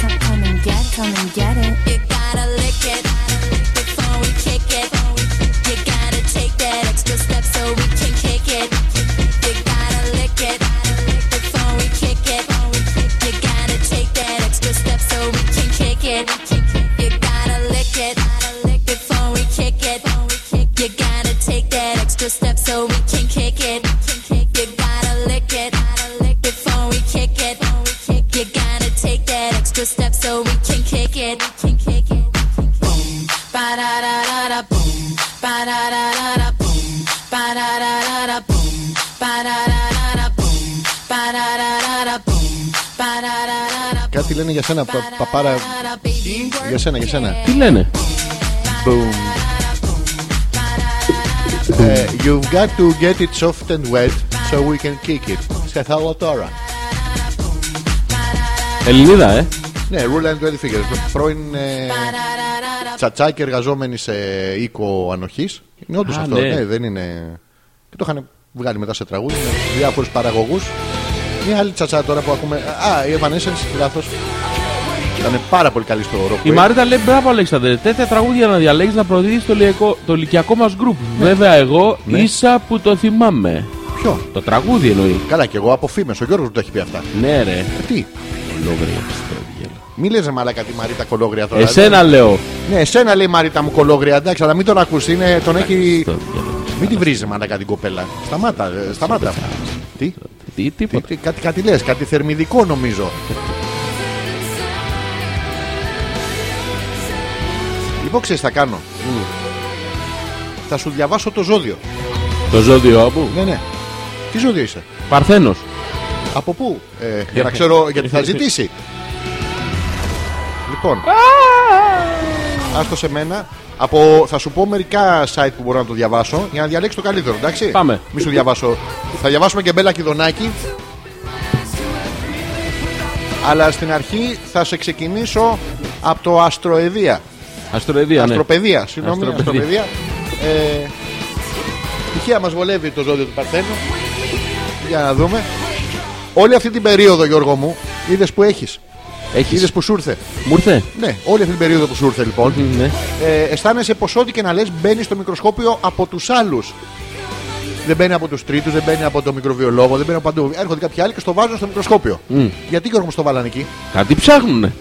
Come, come and get, come and get it. You gotta lick it before we kick it. You gotta take that extra step so we can kick it. You gotta lick it before we kick it. You gotta take that extra step so we can kick it. You gotta lick it before Oh, we kick it. You gotta take that extra step so we can kick it. You gotta lick it before we kick it. You gotta take that extra step so we can kick it. Boom, ba da da da da, boom, ba da da da da, boom, ba da da da da, boom, ba da da da da, boom, ba da da da da, boom, ba da da da da. Κάτι λένε για σένα, πα, παπάρα. Για σένα, για σένα. Τι λένε. Ε, you've got to get it soft and wet so we can kick it. Σε θέλω τώρα. Ελληνίδα, ε. Ναι, rule and ready figures. Πρώην ε, τσατσάκι εργαζόμενοι σε οίκο ανοχής. Είναι όντω Α, αυτό. ναι. Ναι. δεν είναι. Και το είχαν βγάλει μετά σε τραγούδι με διάφορους παραγωγούς. Μια άλλη τσατσά τώρα που ακούμε. Α, η Evanescence, λάθος. Ήταν πάρα πολύ καλή στο ροκ. Η Μαρίτα λέει μπράβο Αλέξανδρε, τέτοια τραγούδια να διαλέγεις να προωθήσεις το, λυκο- το ηλικιακό μας γκρουπ. Ναι. Βέβαια εγώ ίσα που το θυμάμαι. Ποιο. Το τραγούδι εννοεί. Καλά, και εγώ από φήμες. Ο Γιώργος μου τα έχει πει αυτά. Ναι ρε. Ε, Τι. Ολόγρια πιστεύω. Μη λες μαλάκα τη Μαρίτα κολόγρια τώρα. Εσένα λέω. Ναι, εσένα λέει η Μαρίτα μου κολόγρια. Εντάξει, αλλά μην τον ακούσει. Είναι, τον έχει. Το διάλογο. Μην τη βρίζεις μαλάκα την κοπέλα. Σταμάτα, ε, σταμάτα. Τι. Τι, Τι, τίποτα. τι, κάτι, κάτι λες, κάτι θερμιδικό νομίζω. λοιπόν, ξέρεις θα κάνω. Θα σου διαβάσω το ζώδιο. Το ζώδιό μου. Ναι, ναι. Τι ζώδιο είσαι. Παρθένος. Από πού. Ε, για να ξέρω γιατί θα ζητήσει. λοιπόν. Άστο σε μένα. Από, θα σου πω μερικά site που μπορώ να το διαβάσω για να διαλέξει το καλύτερο, εντάξει. Πάμε. Μη σου διαβάσω. θα διαβάσουμε και Μπέλα Κιδονάκη. Αλλά στην αρχή θα σε ξεκινήσω από το Αστροεδία. Αστροεδία, ναι. Αστροπαιδεία, συγγνώμη. Αστροπαιδεία. Αστροπαιδεία. Ε, τυχαία μας βολεύει το ζώδιο του Παρθένου. Για να δούμε. Όλη αυτή την περίοδο, Γιώργο μου, είδες που έχεις. Είδε Έχεις. που σου ήρθε. Μου ήρθε. Ναι, όλη αυτή την περίοδο που σου ήρθε, λοιπόν. Ναι. Ε, αισθάνεσαι πως ό,τι και να λες μπαίνει στο μικροσκόπιο από τους άλλους. Δεν μπαίνει από τους τρίτους, δεν μπαίνει από τον μικροβιολόγο, δεν μπαίνει από παντού. Έρχονται κάποιοι άλλοι και στο βάζουν στο μικροσκόπιο. Γιατί Γιώργο μου στο βάλανε εκεί. Κάτι ψάχνουνε.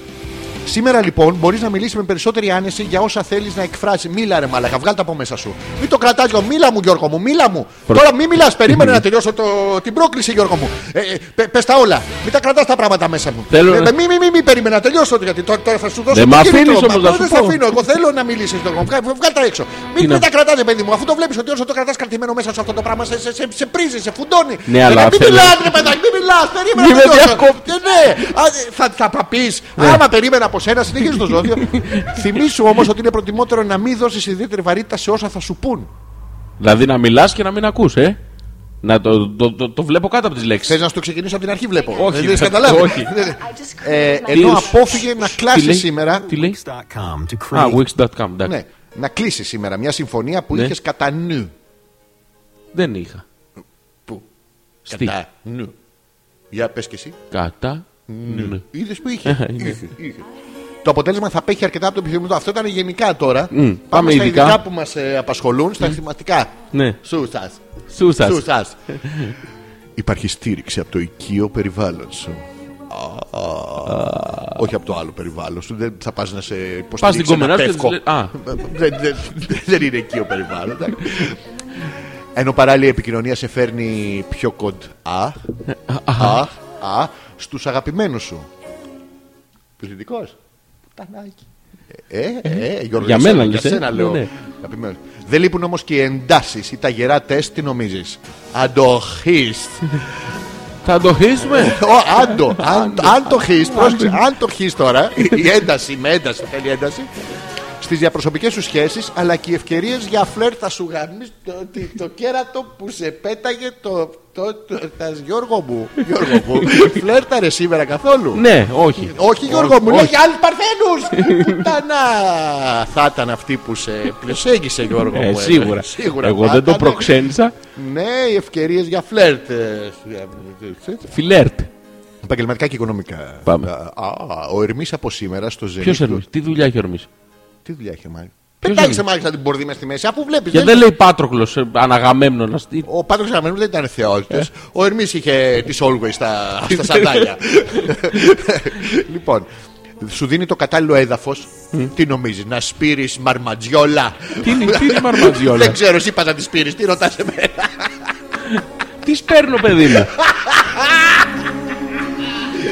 Σήμερα λοιπόν μπορείς να μιλήσεις με περισσότερη άνεση για όσα θέλεις να εκφράσει. Μίλα ρε μαλακα, βγάλ τα από μέσα σου. Μην το κρατάς Γιώργο, μίλα μου Γιώργο μου, μίλα μου. Προ- Τώρα μην μιλάς, περίμενε να τελειώσω το... την πρόκληση Γιώργο μου. Ε, ε, πε πες τα όλα. Μην τα κρατάς τα πράγματα μέσα μου. Θέλω ε, να- Μην μη, μη, μη, περίμενα να τελειώσω γιατί τώρα, τώρα θα σου δώσω. Δεν το μ' κίνητρο. αφήνεις όμως Μα να πώς σου Δεν πω. σε αφήνω, εγώ θέλω να μιλήσεις Γιώργο μου. Βγά- Βγάλ τα έξω. Μην, να- μην τα κρατάς παιδί μου, αφού το βλέπεις ότι όσο το κρατάς κρατημένο μέσα σου αυτό το πράγμα σε, σε, σε, σε πρίζει, σε φουντώνει. Ναι, Ε, αλλά Μην θέλω- μιλάς, ρε παιδάκι, μην μιλάς, περίμενα Μη να με τελειώσω. διακόπτεις. Ναι. Ε, ναι, Α, ε, θα, θα παπεί. Άμα περίμενα από σένα, συνεχίζει το ζώδιο. Θυμήσου όμως ότι είναι προτιμότερο να μην δώσεις ιδιαίτερη βαρύτητα σε όσα θα σου πούν. Δηλαδή να μιλάς και να μην ακούς, ε. Να το, το, το, το βλέπω κάτω από τις Θε λέξεις. να στο ξεκινήσω από την αρχή, βλέπω. Όχι, Δεν έχεις βέβαια, καταλάβεις. όχι. Ε, Τι ενώ λέει? απόφυγε να Τι κλάσει λέει? σήμερα. Τι λέει. Wix.com to Α, create Wix.com, εντάξει. Ναι, να κλείσεις σήμερα μια συμφωνία που Ναι. είχες κατά νου. Δεν είχα. Πού? Στη. Κατά νου. Για πες και εσύ. Κατά. Είδε Ναι. που Ε, είχε. είναι. Είχε, είχε. Το αποτέλεσμα θα πέχει αρκετά από το επιθυμητό. Αυτό ήταν γενικά τώρα. Πάμε, πάμε στα ειδικά. ειδικά, που μας απασχολούν, στα θυματικά. Ναι. Σου σας. Σούσας. Σου σας. Υπάρχει στήριξη από το οικείο περιβάλλον σου. Α, Όχι από το άλλο περιβάλλον σου. Δεν θα πας να σε Πας στην υποστηρίξει. κομμενά ένα και πεύκο. της λες- Α, Δεν- δεν- Δεν είναι οικείο περιβάλλον. εντάξει. Ενώ παράλληλη η επικοινωνία σε φέρνει πιο κοντά. Α, α, στους αγαπημένους σου. Πληθυντικός. Τανάκι. Ε, ε, Γιώργο, Για μένα σένα- λες, για ε. σένα Ναι, λέω. ναι. Αγαπημένος. Δεν λείπουν όμως και οι εντάσεις ή τα γερά τεστ, τι νομίζεις. Αντοχίστ. Θα το χύσουμε. Ω, Άντο, αν- αν το χεις, πρόσεξε, αν το χεις τώρα, η ένταση με ένταση, θέλει ένταση, στις διαπροσωπικές σου σχέσεις, αλλά και οι ευκαιρίες για φλερ θα σου γαμίς το, τι- το κέρατο που σε πέταγε το, το, το- τα Γιώργο μου. Γιώργο μου, φλερτάρε σήμερα καθόλου. ναι, όχι. Όχι Γιώργο μου, λέει άλλοι παρθένους Πουτανά Θα ήταν αυτή που σε πλησέγγισε Γιώργο μου Ε, ε, σίγουρα. σίγουρα Εγώ θα δεν το ήτανε. προξένησα. Ναι, οι ευκαιρίες για φλερτ ε, ε, Φιλέρτ. Επαγγελματικά και οικονομικά. Πάμε. Α, α, ο Ερμής από σήμερα στο Zenit. Ποιος Ερμής, τι δουλειά έχει ο Ερμής. Τι δουλειά έχει ο Μάρκ. Ποιος Πετάξε Ερμής? Μάρκ την πορδί μέσα στη μέση. Αφού βλέπεις. Γιατί δεν λέει Πάτροκλος αναγαμέμνονα. Ο Πάτρο Αραμένου δεν ήταν θεότητα. Ε. Ο Ερμής είχε τις Always στα, στα σαντάλια. λοιπόν, σου δίνει το κατάλληλο έδαφος. Τι νομίζεις, να σπείρεις μαρματζιόλα. Τι είναι, τι είναι η μαρματζιόλα. Δεν ξέρω, εσύ είπα να τη πήρει. Τι ρωτάς εμένα. Τις παίρνω, παιδί μου.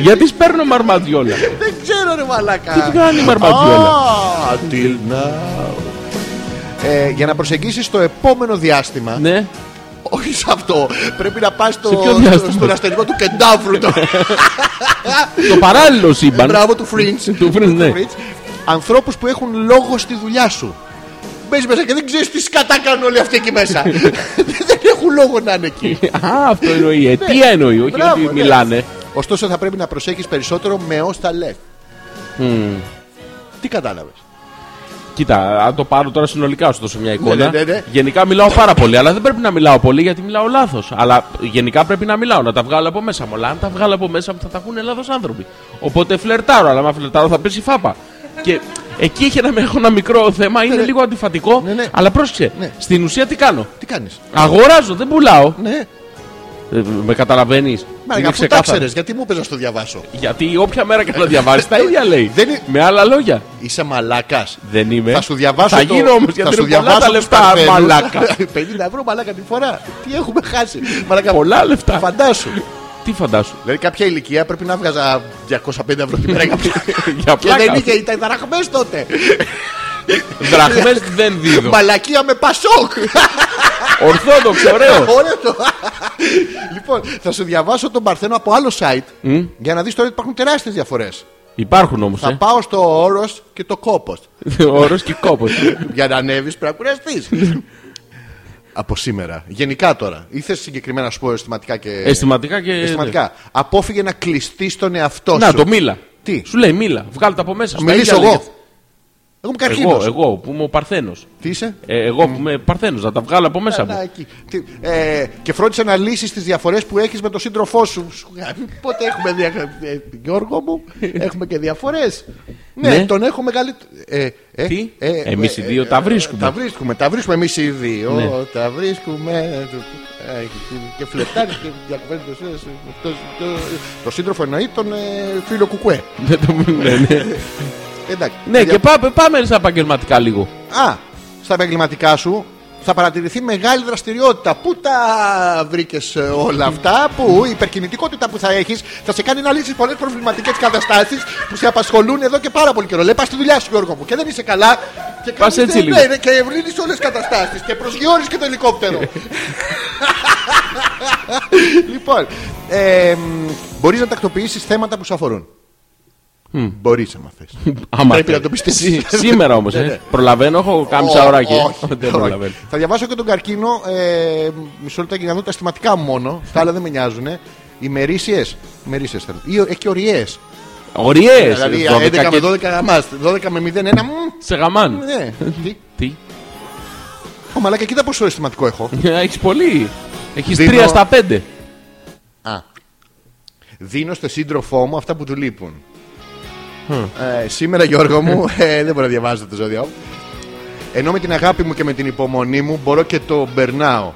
Γιατί σπέρνω μαρματιόλα. Δεν ξέρω, ρε Μαλάκα. Τι κάνει η μαρματζιόλα? Α, till now. Ε, για να προσεγγίσεις το επόμενο διάστημα ναι. Όχι σε αυτό. Πρέπει να πας στο, Σε ποιο στο- διάστημα? στον αστερικό του Κεντάφρου. το- Το παράλληλο σύμπαν. Μπράβο του Φρίντ. Του Fringe, ναι. Ανθρώπους που έχουν λόγο στη δουλειά σου. Μπες μέσα και δεν ξέρεις τι σκατά κάνουν όλοι αυτοί εκεί μέσα. δεν έχουν λόγο να είναι εκεί. Α, αυτό εννοεί. Αιτία εννοεί, όχι Ναι. Μπράβο, ότι ναι. μιλάνε. Ωστόσο θα πρέπει να προσέχεις περισσότερο με ω τα λε. Τι κατάλαβες. Κοίτα, αν το πάρω τώρα συνολικά, σου δώσω μια εικόνα. Ναι, ναι, ναι, ναι. Γενικά μιλάω πάρα πολύ, αλλά δεν πρέπει να μιλάω πολύ γιατί μιλάω λάθος. Αλλά γενικά πρέπει να μιλάω, να τα βγάλω από μέσα μου. Αλλά αν τα βγάλω από μέσα μου, θα τα ακούνε λάθος άνθρωποι. Οπότε φλερτάρω, αλλά άμα φλερτάρω θα πέσει φάπα. Και εκεί έχει ένα, έχω ένα μικρό θέμα, είναι ναι. λίγο αντιφατικό. Ναι, ναι. Αλλά πρόσεξε, Ναι. στην ουσία τι κάνω. Τι κάνεις. Αγοράζω, δεν πουλάω. Ναι, Ε, με καταλαβαίνεις. μα αφού τα ξέρεις, γιατί μου πες να στο διαβάσω. Γιατί όποια μέρα και να διαβάσεις, τα ίδια λέει. Δεν είναι- Με άλλα λόγια. Είσαι μαλάκας. Δεν είμαι. Θα σου διαβάσω. Ε, Θα το- γίνω όμως γιατί είναι πολλά τα τους λεφτά, παρθένους. μαλάκα. 50 ευρώ μαλάκα τη φορά. Τι έχουμε χάσει. Μαλάκα Πολλά λεφτά. Φαντάσου. Τι φαντάσου. Δηλαδή κάποια ηλικία πρέπει να βγάζα 250 ευρώ τη μέρα για πλάκα. Για Και δεν πλάκα. είχε, ήταν δραχμές τότε. Δραχμές δεν δίδω. Μαλακία με πασόκ. Ορθόδοξο, ωραίος. Ωραίος το. Λοιπόν, θα σου διαβάσω τον Παρθένο από άλλο site για να δεις τώρα ότι υπάρχουν τεράστιες διαφορές. Υπάρχουν όμως. Θα πάω στο όρος και το κόπος. Ε. Όρος και κόπος. Για να ανέβεις πρέπει να κουραστείς. Από σήμερα. Γενικά τώρα. Ήθες συγκεκριμένα να σου πω αισθηματικά και. Αισθηματικά και. Αισθηματικά. Απόφυγε να κλειστεί στον εαυτό σου. Να το μίλα. Τι? Σου λέει μίλα. Βγάλ τα από μέσα. Θα στα μιλήσω ίδια εγώ. λέγεται. Εγώ είμαι καρκίνος. Εγώ, εγώ που είμαι ο Παρθένος. Τι είσαι. εγώ που είμαι Παρθένος, να τα βγάλω από μέσα μου. Ανάκη. Τι- ε, και φρόντισε να λύσεις τις διαφορές που έχεις με τον σύντροφό σου. Σου γάμι. Πότε έχουμε δια... ε, Γιώργο μου, έχουμε και διαφορές. ναι, Ναι. τον έχω μεγάλη. Ε, ε, Τι? Εμείς οι δύο τα βρίσκουμε. Τα βρίσκουμε, τα βρίσκουμε εμείς οι δύο. Ναι. Τα βρίσκουμε. Ε, Και φλετάρει και διακοπέζει το σύντροφο. Το, το σύντροφο εννοεί τον ε, φίλο Κουκουέ. Δεν το- ναι, ναι. Εντάξει. Ναι, Δια- και πάμε, πάμε στα επαγγελματικά λίγο. Α, στα επαγγελματικά σου θα παρατηρηθεί μεγάλη δραστηριότητα. Πού τα βρήκες όλα αυτά, που η υπερκινητικότητα που θα έχεις θα σε κάνει να λύσεις πολλές προβληματικές καταστάσεις που σε απασχολούν εδώ και πάρα πολύ καιρό. Λέει, πας στη δουλειά σου, Γιώργο μου, και δεν είσαι καλά. Και Πας κάνεις- έτσι ναι, λίγο. ναι, και ευλύνει όλες τις καταστάσεις και προσγειώνεις και το ελικόπτερο. λοιπόν, ε, μπορείς να τακτοποιήσεις θέματα που σου αφορούν. Μπορείς να μαθες. Άμα Πρέπει να θέλεις. το πιστέψεις. Σή- Σήμερα όμως. Ναι, ναι. Προλαβαίνω, έχω κάμισα Ω, ώρα και. όχι, Δεν όχι. προλαβαίνω. Θα διαβάσω και τον καρκίνο. Ε, μισό λεπτό και να δω τα αισθηματικά μου μόνο. Τα άλλα δεν με νοιάζουν. Ημερήσιε. Ημερήσιε θέλω. Ή, έχει και ωριέ. Ωριέ. Δηλαδή 11 με 12 γαμάς, 12 με 01. μμμ, Σε γαμάν. Ναι. Τι. Τι. Ω, μαλάκα, κοίτα πόσο αισθηματικό έχω. Έχεις πολύ. Έχεις Δίνω- 3 στα 5. Α. Δίνω στο σύντροφό μου αυτά που του λείπουν. Ε, σήμερα, Γιώργο μου, ε, δεν μπορώ να διαβάζω το ζώδιο. Ενώ με την αγάπη μου και με την υπομονή μου μπορώ και το περνάω.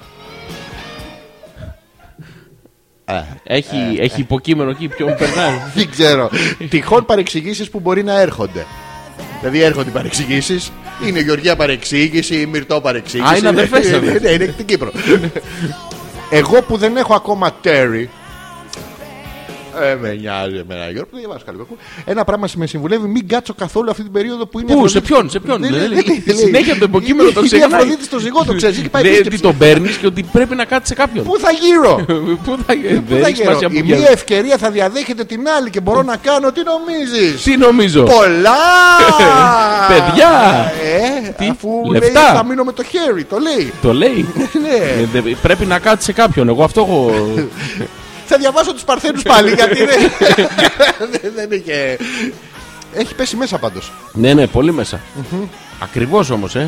Έχει, Ε, έχει υποκείμενο εκεί, ποιον περνάει. Δεν ξέρω. Τυχόν παρεξηγήσεις που μπορεί να έρχονται. Δηλαδή έρχονται οι παρεξηγήσεις. Είναι η Γεωργία παρεξήγηση, η Μυρτό παρεξήγηση. Α, είναι αδερφές, Ναι, αδερφές. ναι, είναι την Κύπρο. Εγώ που δεν έχω ακόμα Τέρι. Ε, με νοιάζει εμένα, Γιώργο, που διαβάζω καλό κακό. Ένα πράγμα με συμβουλεύει, μην κάτσω καθόλου αυτή την περίοδο που είναι. Πού, η σε Αφροδίτη. ποιον, σε ποιον. Δεν δεν λέει, λέει. δεν Ναι, λέει. Συνέχεια το υποκείμενο το Είναι η ξεχνάει. Αφροδίτη στο ζυγό, το ξέρεις, έχει πάει Ναι, επίσκεψη. ότι τον παίρνεις και ότι πρέπει να κάτσει σε κάποιον. Ε, Πού θα γύρω! Πού θα Πού Δεν θα έχεις γύρω. πάσει από Η εκεί. μία ευκαιρία θα διαδέχεται την άλλη και μπορώ να κάνω τι νομίζεις. Τι νομίζω. Πολλά! Παιδιά! Ε, Τι? αφού λέει Λεφτά. θα μείνω με το χέρι, το λέει. Το λέει. Ναι. Ε, δε- Πρέπει να κάτσει σε κάποιον. Εγώ αυτό έχω. Θα διαβάσω τους Παρθένους πάλι γιατί δεν. δεν- δεν είχε. Έχει πέσει μέσα πάντως. Ναι, ναι, πολύ μέσα. Ακριβώς όμως, ε.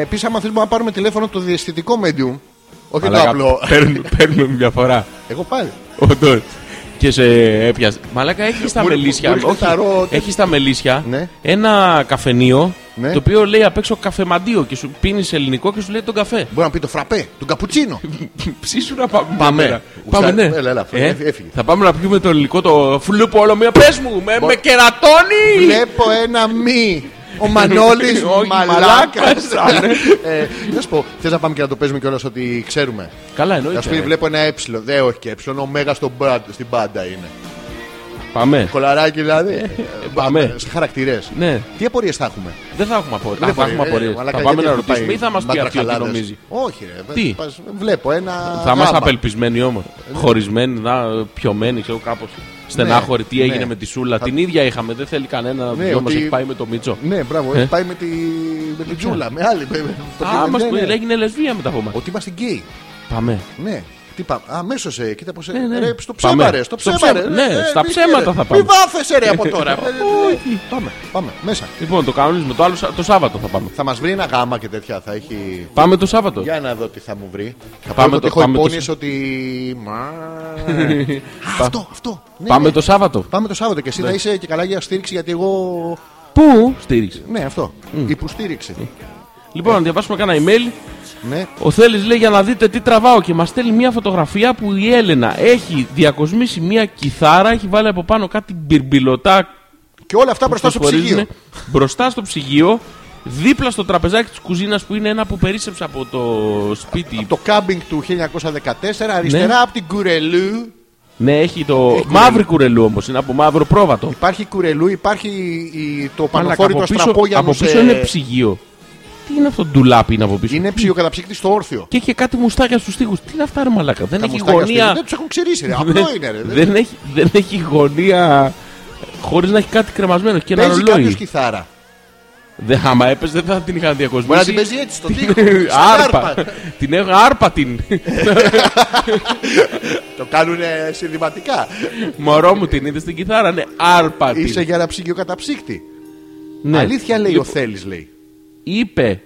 Επίσης, άμα θέλουμε να πάρουμε τηλέφωνο το διαισθητικό medium. Όχι το Μαλάκα, απλό. παίρνουμε- Παίρνουμε μια φορά. Εγώ πάλι. Όντως. Και σε έπιασε. Μαλάκα, έχει στα Μπορεί- μελίσια. μπορεί καθαρό τέτοιο. Έχει στα μελίσια Ναι. ένα καφενείο Ναι. το οποίο λέει απ' έξω καφεμαντίο και σου πίνει ελληνικό και σου λέει τον καφέ. Μπορεί να πει το φραπέ, τον καπουτσίνο. Ναι. Ψήσου να πάμε. Πάμε. τώρα. Γουστάρ- Πάμε, ναι. Έλα, έλα, Ε, έφυγε. Θα πάμε να πιούμε το ελληνικό το φλούπο όλο μία. Πες μου, με, με κερατώνει! Βλέπω ένα μη. Ο Μανώλης Όχι, μαλάκας. μαλάκας, ναι. Να σου πω, θες να πάμε και να το παίζουμε κιόλας ότι ξέρουμε. Καλά, Να σου πει, εννοείται. βλέπω ένα ε. Δεν, όχι και ε. Ωμέγα στον μπραντ- στην πάντα είναι. Πάμε. Κολαράκι δηλαδή. Ε, πάμε. Σε χαρακτηρέ. Ναι, Τι απορίες θα έχουμε. δεν θα έχουμε απορίε. Δεν Θα έχουμε μπορεί, απορίες. ε, μαλάκα, Θα πάμε γιατί να έχουν ρωτήσουμε πάει ή θα μα πει αυτό τι μαντρακαλάδες. νομίζεις. Όχι, ρε. ε, Τι? πας- Βλέπω ένα. Θα είμαστε γάμα. απελπισμένοι όμως. Ναι. Χωρισμένοι, να, πιωμένοι, ξέρω κάπως. Στενάχωροι, τι ναι. έγινε με τη Σούλα. Την ίδια είχαμε, δεν θέλει κανένα. Ναι, δυο μα ότι- έχει πάει με το Μίτσο. Ναι, μπράβο. Ε. έχει Πάει με τη, με την Τζούλα. Με άλλη. με- με- Α, ναι, μας ναι. έγινε λεσβία μετά από εμάς. Ότι είμαστε γκέι. Πάμε. Ναι. Τι πάμε. Αμέσως ε, κοίτα πώς. Ναι, ναι. Ρε, στο Πάμε. ψέμα, ρε. Στο Στο ψέμα, ρε. ψέμα. Ναι, Ε, στα μη ψέματα χαίρε. θα πάμε. Μη βάφεσαι, ρε, από τώρα. Ε, Όχι. Πάμε, πάμε. Μέσα. Λοιπόν, το κανονίζουμε. Το άλλο Σα- το Σάββατο θα πάμε. Θα μας βρει ένα γάμα και τέτοια. Θα έχει. Πάμε το Σάββατο. Για να δω τι θα μου βρει. Θα Πάμε πάμε το- ότι έχω πάμε το- υπόνοιες ότι. Μα. Α, Αυτό, αυτό. Ναι, Πάμε ναι. το Ναι. Σάββατο. Πάμε το Σάββατο και εσύ θα είσαι και καλά για στήριξη γιατί εγώ. Πού στήριξε. Ναι, αυτό. Υποστήριξη. Λοιπόν, να διαβάσουμε κανένα email. Ναι. Ο Θέλης λέει για να δείτε τι τραβάω και μας στέλνει μια φωτογραφία που η Έλενα έχει διακοσμήσει μια κιθάρα, έχει βάλει από πάνω κάτι μπιρμπιλωτά Και όλα αυτά μπροστά στο φωσφορίζουνε, ψυγείο. μπροστά στο ψυγείο, δίπλα στο τραπεζάκι της κουζίνας που είναι ένα που περίσσεψα από το σπίτι. Το κάμπινγκ του 1914 αριστερά από την Κουρελού. Ναι, έχει το μαύρη κουρελού όμως, είναι από μαύρο πρόβατο. Υπάρχει κουρελού, υπάρχει η- το Μαλάκα, πανοφόρητο από πίσω, αστραπόγιανο. από πίσω είναι ψυγείο. Τι είναι αυτό το ντουλάπι είναι από πίσω. Είναι ψυγειοκαταψύκτη στο όρθιο. Και έχει κάτι μουστάκια στους τοίχους. Τι είναι αυτά ρε μαλάκα. Δεν Τα έχει μουστάκια γωνία. στέλνουν. Δεν τους έχουν ξηρίσει, ρε. Αυτό είναι, ρε. δεν, έχει, δεν έχει γωνία χωρίς να έχει κάτι κρεμασμένο. Έχει και ένα Παίζει κάποιο ρολόι. κιθάρα. Δεν, άμα έπαιζε, δεν θα την Μπορεί να είχαν την διακοσμήσει. παίζει έτσι στον τοίχο. στην άρπα. άρπα. την έχω άρπα την. Το κάνουν συνδυματικά. Μωρό μου την είδες στην κιθάρα. Ναι, άρπα την. Είσαι για ένα ψυγειοκαταψύκτη. Ναι. Αλήθεια λέει ο Λοιπόν, Θέλει, λέει. Είπε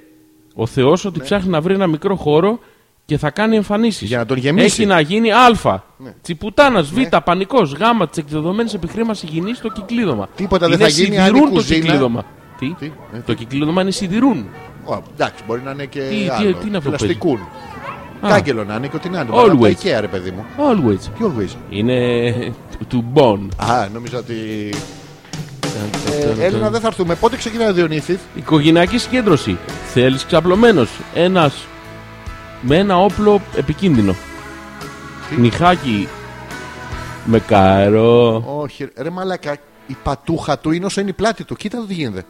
ο Θεός ότι ψάχνει να βρει ένα μικρό χώρο και θα κάνει εμφανίσεις. Ναι. Για να τον γεμίσει. Ναι. Έχει να γίνει Α. Τσιπουτάνας, Β. Πανικός, Γ. Τη εκδεδομένη επιχρήμα υγιεινή στο κυκλίδωμα. Τίποτα δεν Είναι θα γίνει αν η σιδηρούν το κουζίνα- κυκλίδωμα. Τι? Τι, ε, Το κυκλίδωμα είναι σιδηρούν. Ω, εντάξει, μπορεί να είναι και. Τι- τι- άλλο. τι είναι αυτό που Πλαστικούν. Α. Κάγκελο να είναι και ό,τι να είναι. Always. Αλλά τα IKEA, ρε παιδί μου. Always. Τι always. Είναι του- του Bon. Α, νόμιζα ότι. Ε, Έλληνα, δεν θα έρθουμε. Πότε ξεκινάει ο Διονύθη. Οικογενειακή συγκέντρωση. Θέλεις ξαπλωμένος. Ένας με ένα όπλο επικίνδυνο. Νιχάκι με καρό. Όχι, ρε μαλακά. Η πατούχα του είναι όσο είναι η πλάτη του. Κοίτα το τι γίνεται.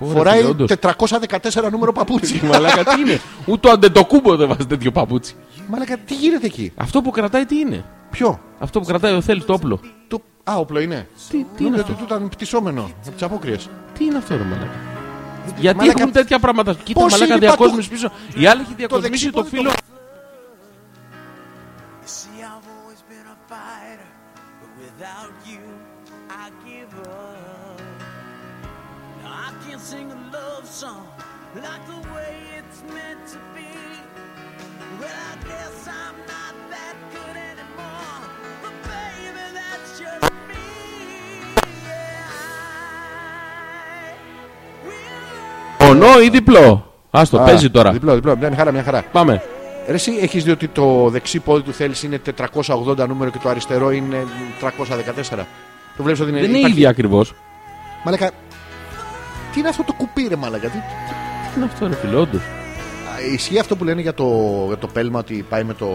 Ωραία, Φοράει φίλε, όντως. 414 νούμερο παπούτσι. Μαλάκα τι είναι. Ούτε ο αντετοκούμπο δεν βάζει τέτοιο παπούτσι. Μαλακά, τι γίνεται εκεί. Αυτό που κρατάει τι είναι. Ποιο. Αυτό που κρατάει ο Θέλει το όπλο. Το... Α, όπλο είναι. Τι, τι είναι Νόμιζα αυτό. ότι του ήταν πτυσσόμενο από τις απόκριες. Τι είναι αυτό, ρε Μαλάκα. Γιατί Μαλάκα, έχουν τέτοια πράγματα. Κοίτα, πώς Μαλάκα είναι η διακόσμηση πίσω. Η άλλη έχει διακοσμήσει δεξί το πόδι, φίλο. See, I've always been a fighter, but without you, I give up. Now, I can't sing a love song like the way it's meant to be. Well, I guess I'm not that good anymore, but baby, that's just me. Yeah, I will Μονό ή διπλό. Άστο, παίζει τώρα. Διπλό, Ε, διπλό. Μια χαρά, μια χαρά. Πάμε. Ρε, εσύ έχεις δει ότι το δεξί πόδι του θέλει είναι 480 νούμερο και το αριστερό είναι 314. Το βλέπεις ότι είναι. Δεν είναι υπάρχει- ίδια ακριβώς. Μαλάκα. Τι είναι αυτό το κουπί, ρε Μαλάκα. Τι... Τι είναι αυτό, ρε φίλε, όντως. Α, Ισχύει αυτό που λένε για το, για το πέλμα ότι πάει με το.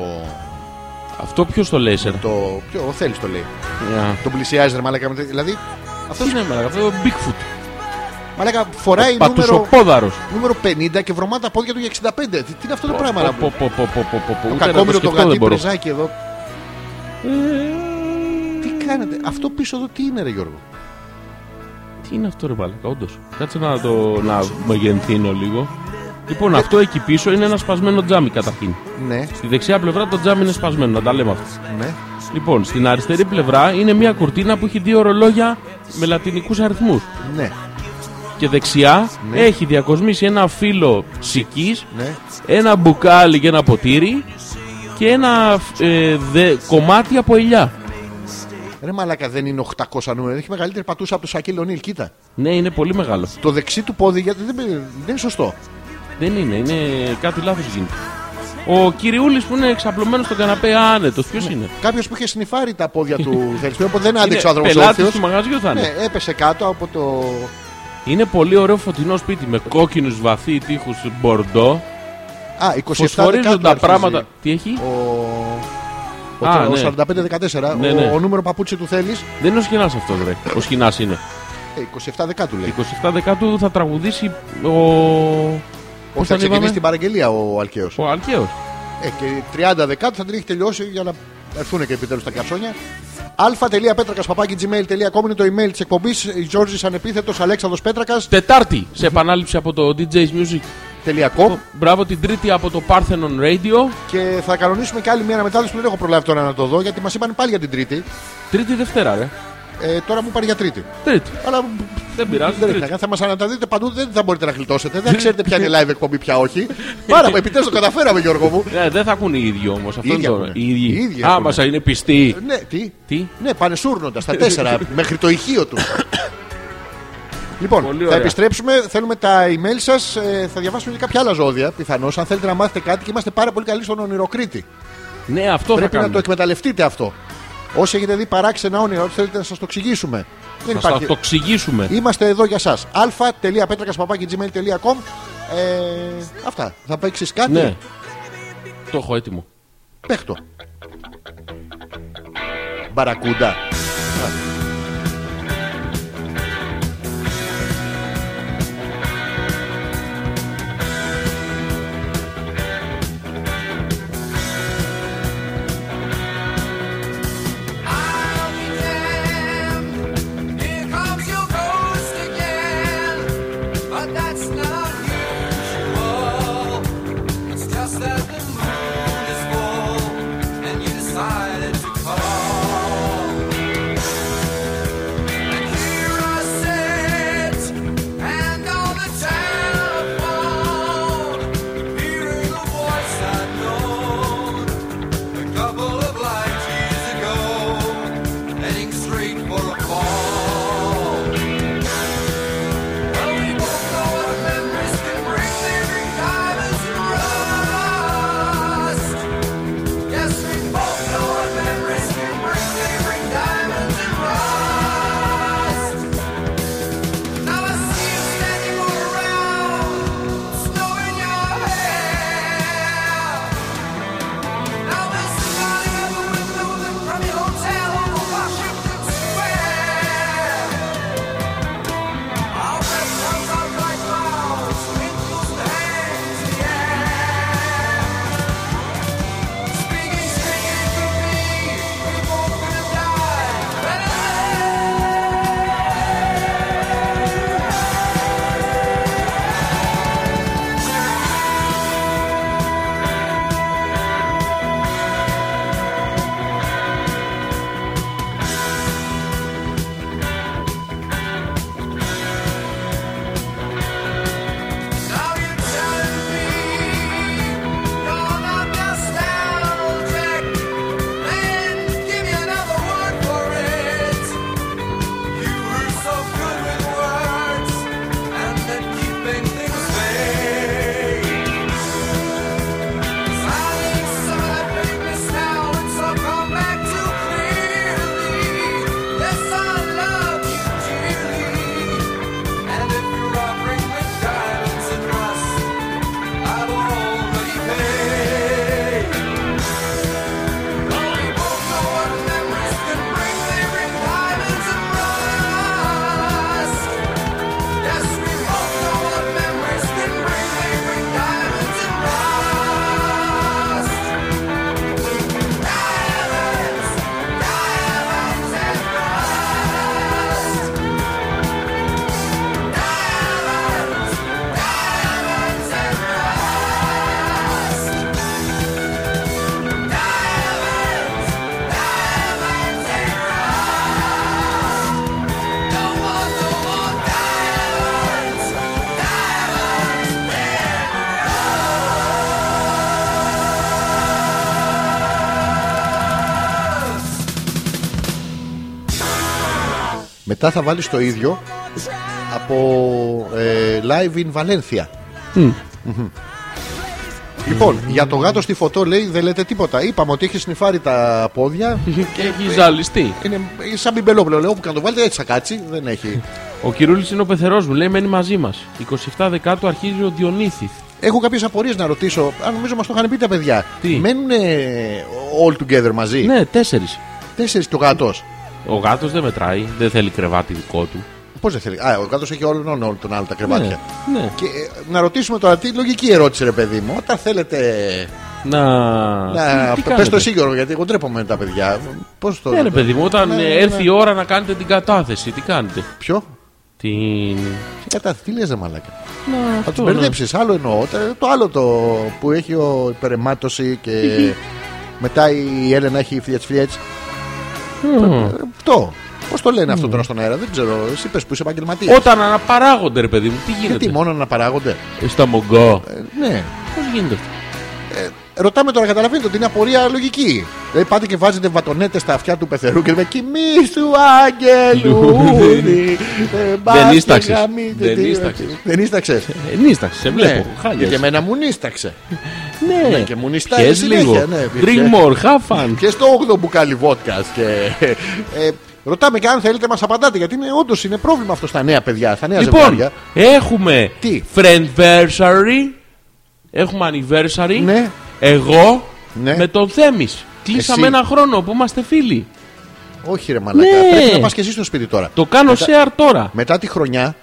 Αυτό ποιος το λέει, Σερα. Το πιο θέλει το λέει. Α, Τον πλησιάζει, ρε μαλάκα. με τε- Δηλαδή, αυτός Τι είναι, μαλάκα, αυτό είναι Bigfoot. μαλάκα Ε, φοράει Ε, νούμερο, Πατουσοπόδαρος. νούμερο 50 και βρωμά τα πόδια του για 65. Τι, τι είναι αυτό το πράγμα, ρε. Πω, πω, πω, πω, πω, πω, πω. Το Ούτε να το κακόμοιρο το σκεφτώ γατί δεν μπορώ. Ε, πρεζάκι εδώ. Τι κάνετε, αυτό πίσω εδώ τι είναι, ρε Γιώργο. Τι είναι αυτό, ρε Μαλάκα, όντως. Κάτσε να το να μεγενθύνω λίγο. Λοιπόν, αυτό εκεί πίσω είναι ένα σπασμένο τζάμι καταρχήν. Ναι, Στη δεξιά πλευρά το τζάμι είναι σπασμένο, να τα λέμε αυτά. ναι. Λοιπόν, στην αριστερή πλευρά είναι μια κουρτίνα που έχει δύο ρολόγια με λατινικούς αριθμούς. Ναι, Και δεξιά Ναι. έχει διακοσμήσει ένα φύλλο σικής, ναι. ένα μπουκάλι και ένα ποτήρι και ένα ε, δε- κομμάτι από ελιά. Ρε μαλάκα δεν είναι 800 νούμερα. Έχει μεγαλύτερη πατούσα από το Σακίλ Ονίλ. Κοίτα. Ναι, είναι πολύ μεγάλο. Το δεξί του πόδι γιατί δεν, δεν είναι σωστό. Δεν είναι, είναι κάτι λάθος γίνεται. Ο κυριούλης που είναι εξαπλωμένος στον καναπέ, άνετος, Ναι. ποιος είναι. Κάποιος που είχε συνειφάρει τα πόδια του Θελσπίου, οπότε δεν άντεξε ο Είναι άνθρωπος. πελάτης του μαγαζιού θα είναι. Ναι, έπεσε κάτω από το. Είναι πολύ ωραίο φωτεινό σπίτι με κόκκινους βαθύ τείχους μπορντό. Α, 27 Φωσφορίζουν Δεκάτου τα αρχίζει πράγματα. Τι έχει, Ο, ο, Α, ο ναι. 45-14, Ναι, ο, ναι. ο νούμερο παπούτσι του θέλεις. δεν είναι ο Σχοινά αυτός, ρε. Ο Σχοινά είναι. Ε, 27 Δεκάτου λέει. 27 Δεκάτου θα τραγουδήσει ο. Όχι, Πώς θα τον ξεκινήσει είπαμε? την παραγγελία ο Αλκαίος. Ο Αλκαίος. Ε, και 30 Δεκάτου θα την έχει τελειώσει για να έρθουν και επιτέλους τα καψόνια. α.πέτρακα.gmail.com είναι το email της εκπομπής. Γιώργης Ανεπίθετος Αλέξανδρος Πέτρακας. Τετάρτη σε επανάληψη από το DJ's Music. Τελειακό. Μπράβο την Τρίτη από το Parthenon Radio. Και θα κανονίσουμε και άλλη μια αναμετάδοση που δεν έχω προλάβει τώρα να το δω γιατί μας είπαν πάλι για την Τρίτη. Τρίτη Δευτέρα, ρε. Ε, τώρα μου πάρει για Τρίτη. Τρίτη. Αλλά Δεν πειράζει. δεν έχει να τρίτη. κάνει. Θα μας αναταδείτε παντού, δεν θα μπορείτε να γλιτώσετε. Δεν ξέρετε ποια είναι live εκπομπή, ποια όχι. Πάρα πολύ, επιτέλους το καταφέραμε, Γιώργο μου. Ε, δεν θα ακούνε οι ίδιοι όμως. Αυτό ίδιοι είναι το. ακούνε. Οι ίδιοι. Οι ίδιοι Α, ακούνε. μα είναι πιστοί. ναι, τι. Τι. Ναι, πανεσούρνοντα τα τέσσερα μέχρι το ηχείο τους. Λοιπόν, Πολύ θα ωραία. επιστρέψουμε. Θέλουμε τα email σας. θα διαβάσουμε και κάποια άλλα ζώδια πιθανώς. Αν θέλετε να μάθετε κάτι και είμαστε πάρα πολύ καλοί στον ονειροκρίτη. Ναι, αυτό θα Πρέπει να το κάνουμε. εκμεταλλευτείτε αυτό. Όσοι έχετε δει παράξενα όνειρα, ό,τι θέλετε να σας το εξηγήσουμε. Δεν Θα σας το εξηγήσουμε. Είμαστε εδώ για σας α.πέτρακας.gmail.com ε, Αυτά. Θα παίξεις κάτι. Ναι. Το έχω έτοιμο. Παίχτο. Μπαρακούντα. Decided to call. Μετά θα βάλεις το ίδιο από ε, live in Valencia. Μμμ. Λοιπόν, για το γάτο στη φωτό λέει δεν λέτε τίποτα. Είπαμε ότι έχει σνιφάρει τα πόδια. Και έχει ζαλιστεί. Είναι σαν μπιμπελόπλο. Λέω που καν το βάλετε έτσι θα κάτσει. Δεν έχει. Ο Κυρούλης είναι ο πεθερός μου, λέει μένει μαζί μας. 27 Δεκάτου αρχίζει ο Διονύθης. Έχω κάποιες απορίες να ρωτήσω. Αν νομίζω μας το είχαν πει τα παιδιά. Τι? Μένουν all together μαζί. Ναι, τέσσερις. Τέσσερις το γάτος. Ο γάτος δεν μετράει, δεν θέλει κρεβάτι δικό του. Πώς δεν θέλει. Α, ο γάτος έχει όλων όλων τον άλλο τα κρεβάτια. Ναι, ναι. Και ε, να ρωτήσουμε τώρα τι λογική ερώτηση, ρε παιδί μου. Όταν θέλετε. Να. να... Τι Πες Ναι, το κάνετε? εσύ, Γιώργο, γιατί εγώ ντρέπομαι με τα παιδιά. Πώς το. Ναι, ρε παιδί μου, όταν Ναι, ε, ναι, έρθει ναι. η ώρα να κάνετε την κατάθεση, τι κάνετε. Ποιο? Την. Τι κατάθεση, τι λες, ρε μαλάκα. Να, Θα του μπερδέψεις. Άλλο εννοώ. Τε- Το άλλο το που έχει ο υπερεμάτωση και μετά η Έλενα έχει φλιατς φλιατς. Ε, Αυτό. Πώς το λένε αυτό τώρα στον αέρα, δεν ξέρω. Εσύ πες που είσαι επαγγελματίας. Όταν αναπαράγονται, ρε παιδί μου, τι γίνεται. Γιατί μόνο να παράγονται. Ε, Στα μογκό. Ε, ναι. Πώς γίνεται αυτό. Ρωτάμε τώρα, καταλαβαίνετε ότι είναι απορία λογική. Δηλαδή πάτε και βάζετε βατονέτες στα αυτιά του πεθερού και λέμε Κοιμή του Άγγελουδη. ε, μπας Δεν και ίσταξες. γαμίτε Δεν τη- ίσταξες. Δεν ίσταξες. Ε, νίσταξε, σε βλέπω. Και Χάλια. εμένα μου νίσταξε. Ναι, ναι, και μου νιστάει πιες συνέχεια, λίγο. ναι, πιες. Drink more, have fun. Και στο 8ο μπουκάλι βότκας. Και... Ε, ρωτάμε και αν θέλετε, μας απαντάτε. Γιατί είναι, όντως είναι πρόβλημα αυτό στα νέα παιδιά, στα νέα Λοιπόν, ζευγάρια. έχουμε Τι? friendversary, έχουμε anniversary, Ναι. εγώ Ναι. με τον Θέμης. Κλείσαμε Εσύ. ένα χρόνο που είμαστε φίλοι. Όχι, ρε Μαλάκα. Ναι. Πρέπει να πας και εσύ στο σπίτι τώρα. Το κάνω share τώρα. Μετά τη χρονιά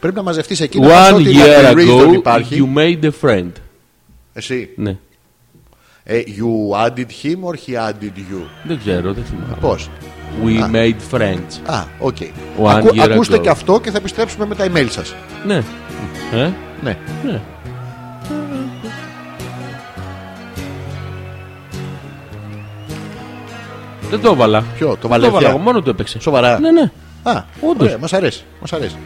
πρέπει να μαζευτείς εκεί. να πας One ό,τι year library δεν ago, υπάρχει. you made a friend. Εσύ. Ναι, Ε, you added him or he added you. δεν ξέρω, δεν θυμάμαι. Πώς. We Α. made friends. Α, οκ. One Ακού- year ακούστε ago. και αυτό και θα επιστρέψουμε με τα email σας. Ναι. Ε, Ναι. ναι. Δεν το έβαλα. Ποιο, το Δεν το έβαλα, εγώ Βαλένθια. μόνο του έπαιξε. Σοβαρά. Ναι, ναι. Α, Όντως. όντω. Μας αρέσει. Μας αρέσει.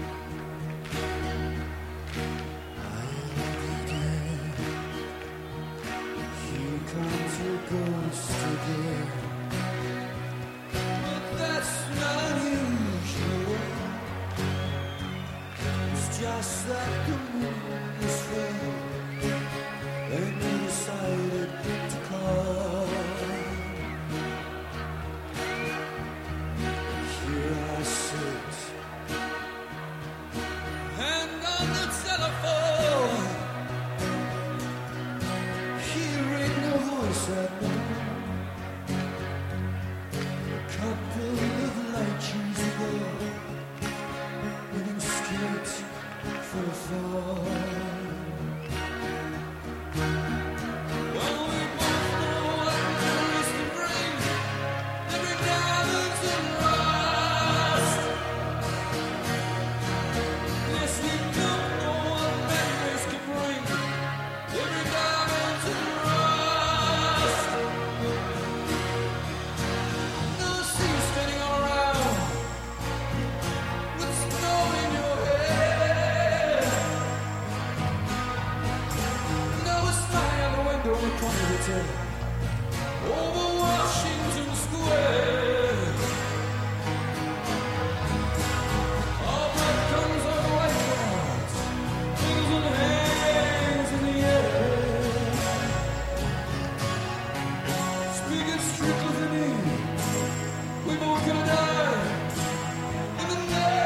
And on the telephone, hearing the voice I know. A couple of light years ago, winning skate for a fall. Well, we both know what the risk can bring. Every diamond's in rust. Yes, we don't know what memories can bring. Every diamond's in rust. No sea spinning all around. With snow in your head. No spy on the window in front of the hotel. Over Washington Square. All that comes on white walls, wings and hands in the air. Speaking strictly for me, we both gonna die in the night.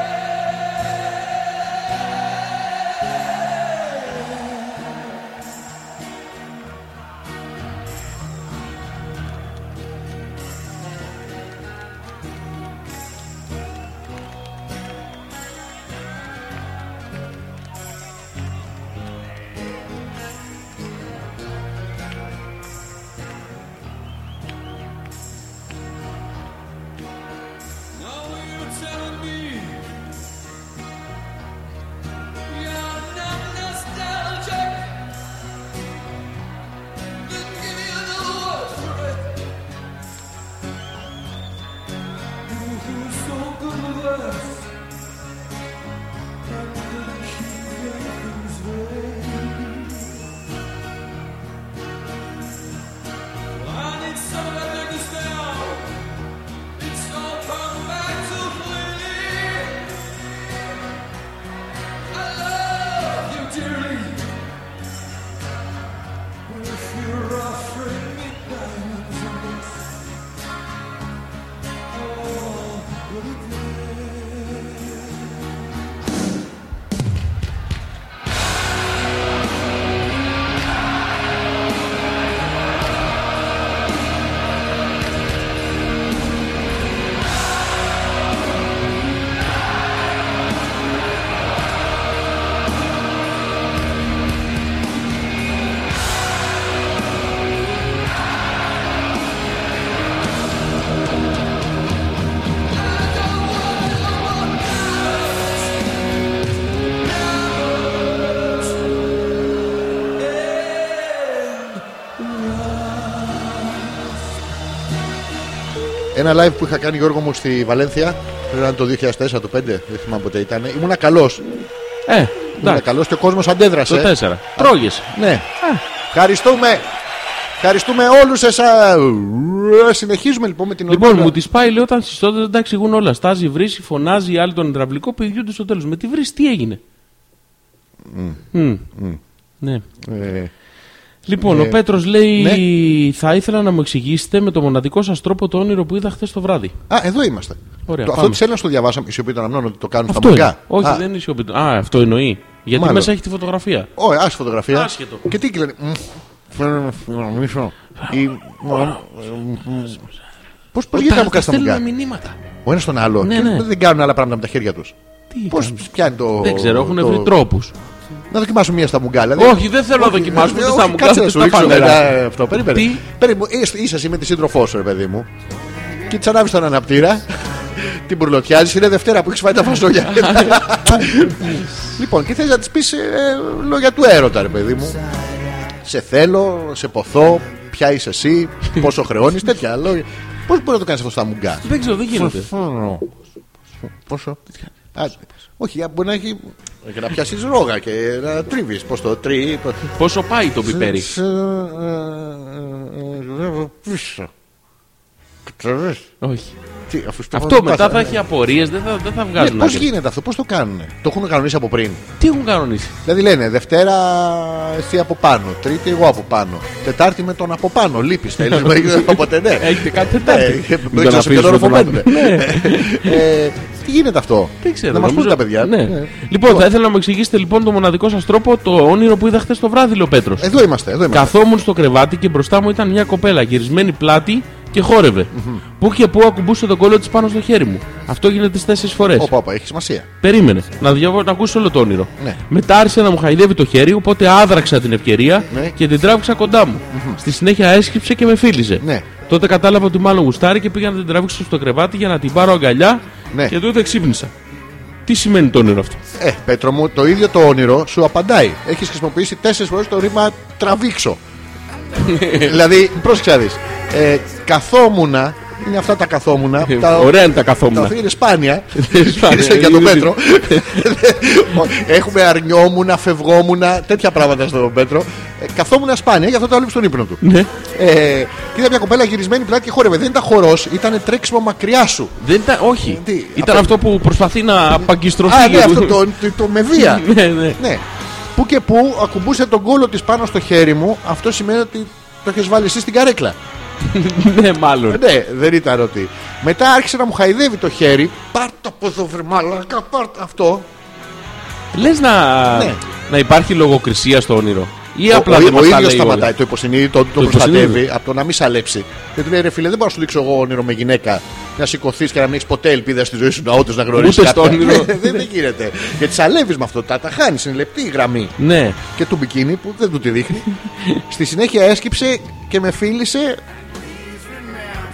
Ένα live που είχα κάνει Γιώργο μου στη Βαλένθια, πρέπει να είναι το 2004, το 2005, δεν θυμάμαι πότε ήταν. Ήμουνα καλός. Ε, Ήμουνα εντάξει. καλός και ο κόσμος αντέδρασε. Το 4. Τρώγες. ε? Ε. Ναι. Ευχαριστούμε. Ευχαριστούμε όλους εσάς. Συνεχίζουμε λοιπόν με την Λοιπόν, ομάδα. μου τη πάει, λέει, όταν στι τότε δεν τα εξηγούν όλα. Στάζει, βρύση, φωνάζει, οι άλλοι τον υδραυλικό, πηγαίνονται στο τέλος. Με τη βρύση, τι έγινε. Μμμ. Ναι. Ε, Λοιπόν, Ε, ναι. ο Πέτρος λέει: Θα ήθελα να μου εξηγήσετε με το μοναδικό σας τρόπο το όνειρο που είδα χθες το βράδυ. α, εδώ είμαστε. Ωραία, το, αυτό πάμε. τη Έλληνα το διαβάσαμε. Η σιωπή των αμνών ότι το κάνουν Αυτό στα είναι. μαγικά. Όχι, Α, δεν είναι η σιωπή του. Α, αυτό εννοεί. Γιατί Μάλλον. μέσα έχει τη φωτογραφία. Όχι, άσε φωτογραφία. Άσχετο. Και τι κλαίνει. Μμμ. Μισό. Ή- Πώς Πώς γίνεται να μου κάνει τα στέλνουν μαγικά. μηνύματα. Ο ένας τον άλλο. Ναι, Και ναι. Δεν κάνουν άλλα πράγματα με τα χέρια τους. Τι Πώς κάνουν. πιάνει το. Δεν ξέρω, έχουν το- βρει τρόπους. Να δοκιμάσω μία στα μουγκάλα. Όχι, δεν θέλω να δοκιμάσω, ούτε ε, στα όχι, μουγκάλα, Κάτσε να ούτε σου στα ρίξω φανέλα. μετά αυτό. Περίμενε. Τι? Περίμενε. Είσαι- Είσαι εσύ με της σύντροφός σου, ρε παιδί μου. Και της ανάβεις τον αναπτήρα. Την μπουρλωτιάζει. Είναι Δευτέρα που έχεις φάει τα φασόλια. λοιπόν, και θες να της πεις λόγια του έρωτα, ρε παιδί μου. Σε θέλω, σε ποθώ, ποια είσαι εσύ, πόσο χρεώνεις, τέτοια λόγια. Πώς μπορεί να το κάνεις αυτό στα μουγκά. Δεν ξέρω, δεν γίνεται. Φρρρρρρρρ. Πόσο. Α, Όχι, μπορεί να έχει. Και να πιάσεις ρόγα και να τρίβεις. Πώς το τρί. πώς- Πόσο πάει το πιπέρι. Σ- ε, ε, Γυρεύω πίσω. Ξέρεις. Όχι. Τι, αφού στο Αυτό μετά κάθε- θα έχει απορίες, δεν θα, δεν θα Ναι, βγάζουν. Πώ άκρη. γίνεται αυτό, πώς το κάνουν. Το έχουν κανονίσει από πριν. Τι έχουν κανονίσει. Δηλαδή λένε Δευτέρα εσύ από πάνω, Τρίτη εγώ από πάνω, Τετάρτη με τον από πάνω. Λείπεις, θέλεις. Οπότε ναι. Έχετε κάτι Ε, τετάρτη. Δεν ξέρω σε ποιον οροφωμένο. Ε, Τι γίνεται αυτό. Ναι. Δεν ξέρω. Να μας πούν νομίζω- τα παιδιά. Ναι. Ναι. Λοιπόν, θα ήθελα να μου εξηγήσετε λοιπόν το μοναδικό σας τρόπο το όνειρο που είδα χθες το βράδυ, λέει ο Πέτρος. Εδώ είμαστε, εδώ είμαστε. Καθόμουν στο κρεβάτι και μπροστά μου ήταν μια κοπέλα γυρισμένη πλάτη και χόρευε. Πού και πού ακουμπούσε τον κόλλο της πάνω στο χέρι μου. Αυτό γίνεται τι τέσσερις φορές. Όπα, όπα, έχει σημασία. Περίμενε να, διαβώ, να ακούσει όλο το όνειρο. Ναι. Μετά άρχισε να μου χαϊδεύει το χέρι, οπότε άδραξα την ευκαιρία Ναι. και την τράβηξα κοντά μου. Στη συνέχεια έσκυψε και με φίλησε. Ναι. Τότε κατάλαβα ότι μάλλον γουστάρει και πήγα να την τράβηξω στο κρεβάτι για να την πάρω αγκαλιά Ναι. και τότε ξύπνησα. Τι σημαίνει το όνειρο αυτό. Ε, Πέτρο μου, το ίδιο το όνειρο σου απαντάει. Έχεις χρησιμοποιήσει τέσσερις φορές το ρήμα τραβήξω. δηλαδή, πρόσεξε να δεις. Ε, καθόμουνα, είναι αυτά τα καθόμουνα. Ε, τα, Ωραία είναι τα τα καθόμουν. οποία είναι σπάνια. Είναι σπάνια. Είσαι για τον Είναι- Πέτρο. Έχουμε αρνιόμουνα, φευγόμουνα, τέτοια πράγματα στον Πέτρο. Ε, καθόμουνα σπάνια, γι' αυτό το άλλο στον ύπνο του. Ναι. Ε, και είδα μια κοπέλα γυρισμένη πλάτη και χόρευε. Δεν ήταν χορός, ήταν τρέξιμο μακριά σου. Δεν ήταν, όχι. Τι, Ήταν αυτό- αυτό που προσπαθεί να απαγκιστρωθεί. Α, ναι, αυτό το, το, το με βία. ναι, ναι. Ναι. Που και που ακουμπούσε τον κόλο της πάνω στο χέρι μου, αυτό σημαίνει ότι το έχεις βάλει εσύ στην καρέκλα. ναι, μάλλον. Ναι, δεν ήταν ότι. Μετά άρχισε να μου χαϊδεύει το χέρι. Πάρ' το από εδώ, βρε μαλάκα, πάρ' το αυτό. Λες να... Ναι. να υπάρχει λογοκρισία στο όνειρο. Ή Ο, απλά ο, δεν ο μας τα ίδιο λέει όλα. σταματάει. Το υποσυνείδητο του το, Το προστατεύει υποσυνείδητο. από το να μην σαλέψει. Και του λέει ρε φίλε, δεν μπορώ να σου δείξω εγώ όνειρο με γυναίκα. Να σηκωθείς και να μην έχεις ποτέ ελπίδα στη ζωή σου να όντως να γνωρίσει. Ούτε στο όνειρο. δεν, δεν γίνεται. Γιατί σαλεύεις με αυτό. Τα, τα χάνεις. Είναι λεπτή η γραμμή. Ναι. και του μπικίνι που δεν του τη δείχνει. Στη συνέχεια έσκυψε και με φίλησε.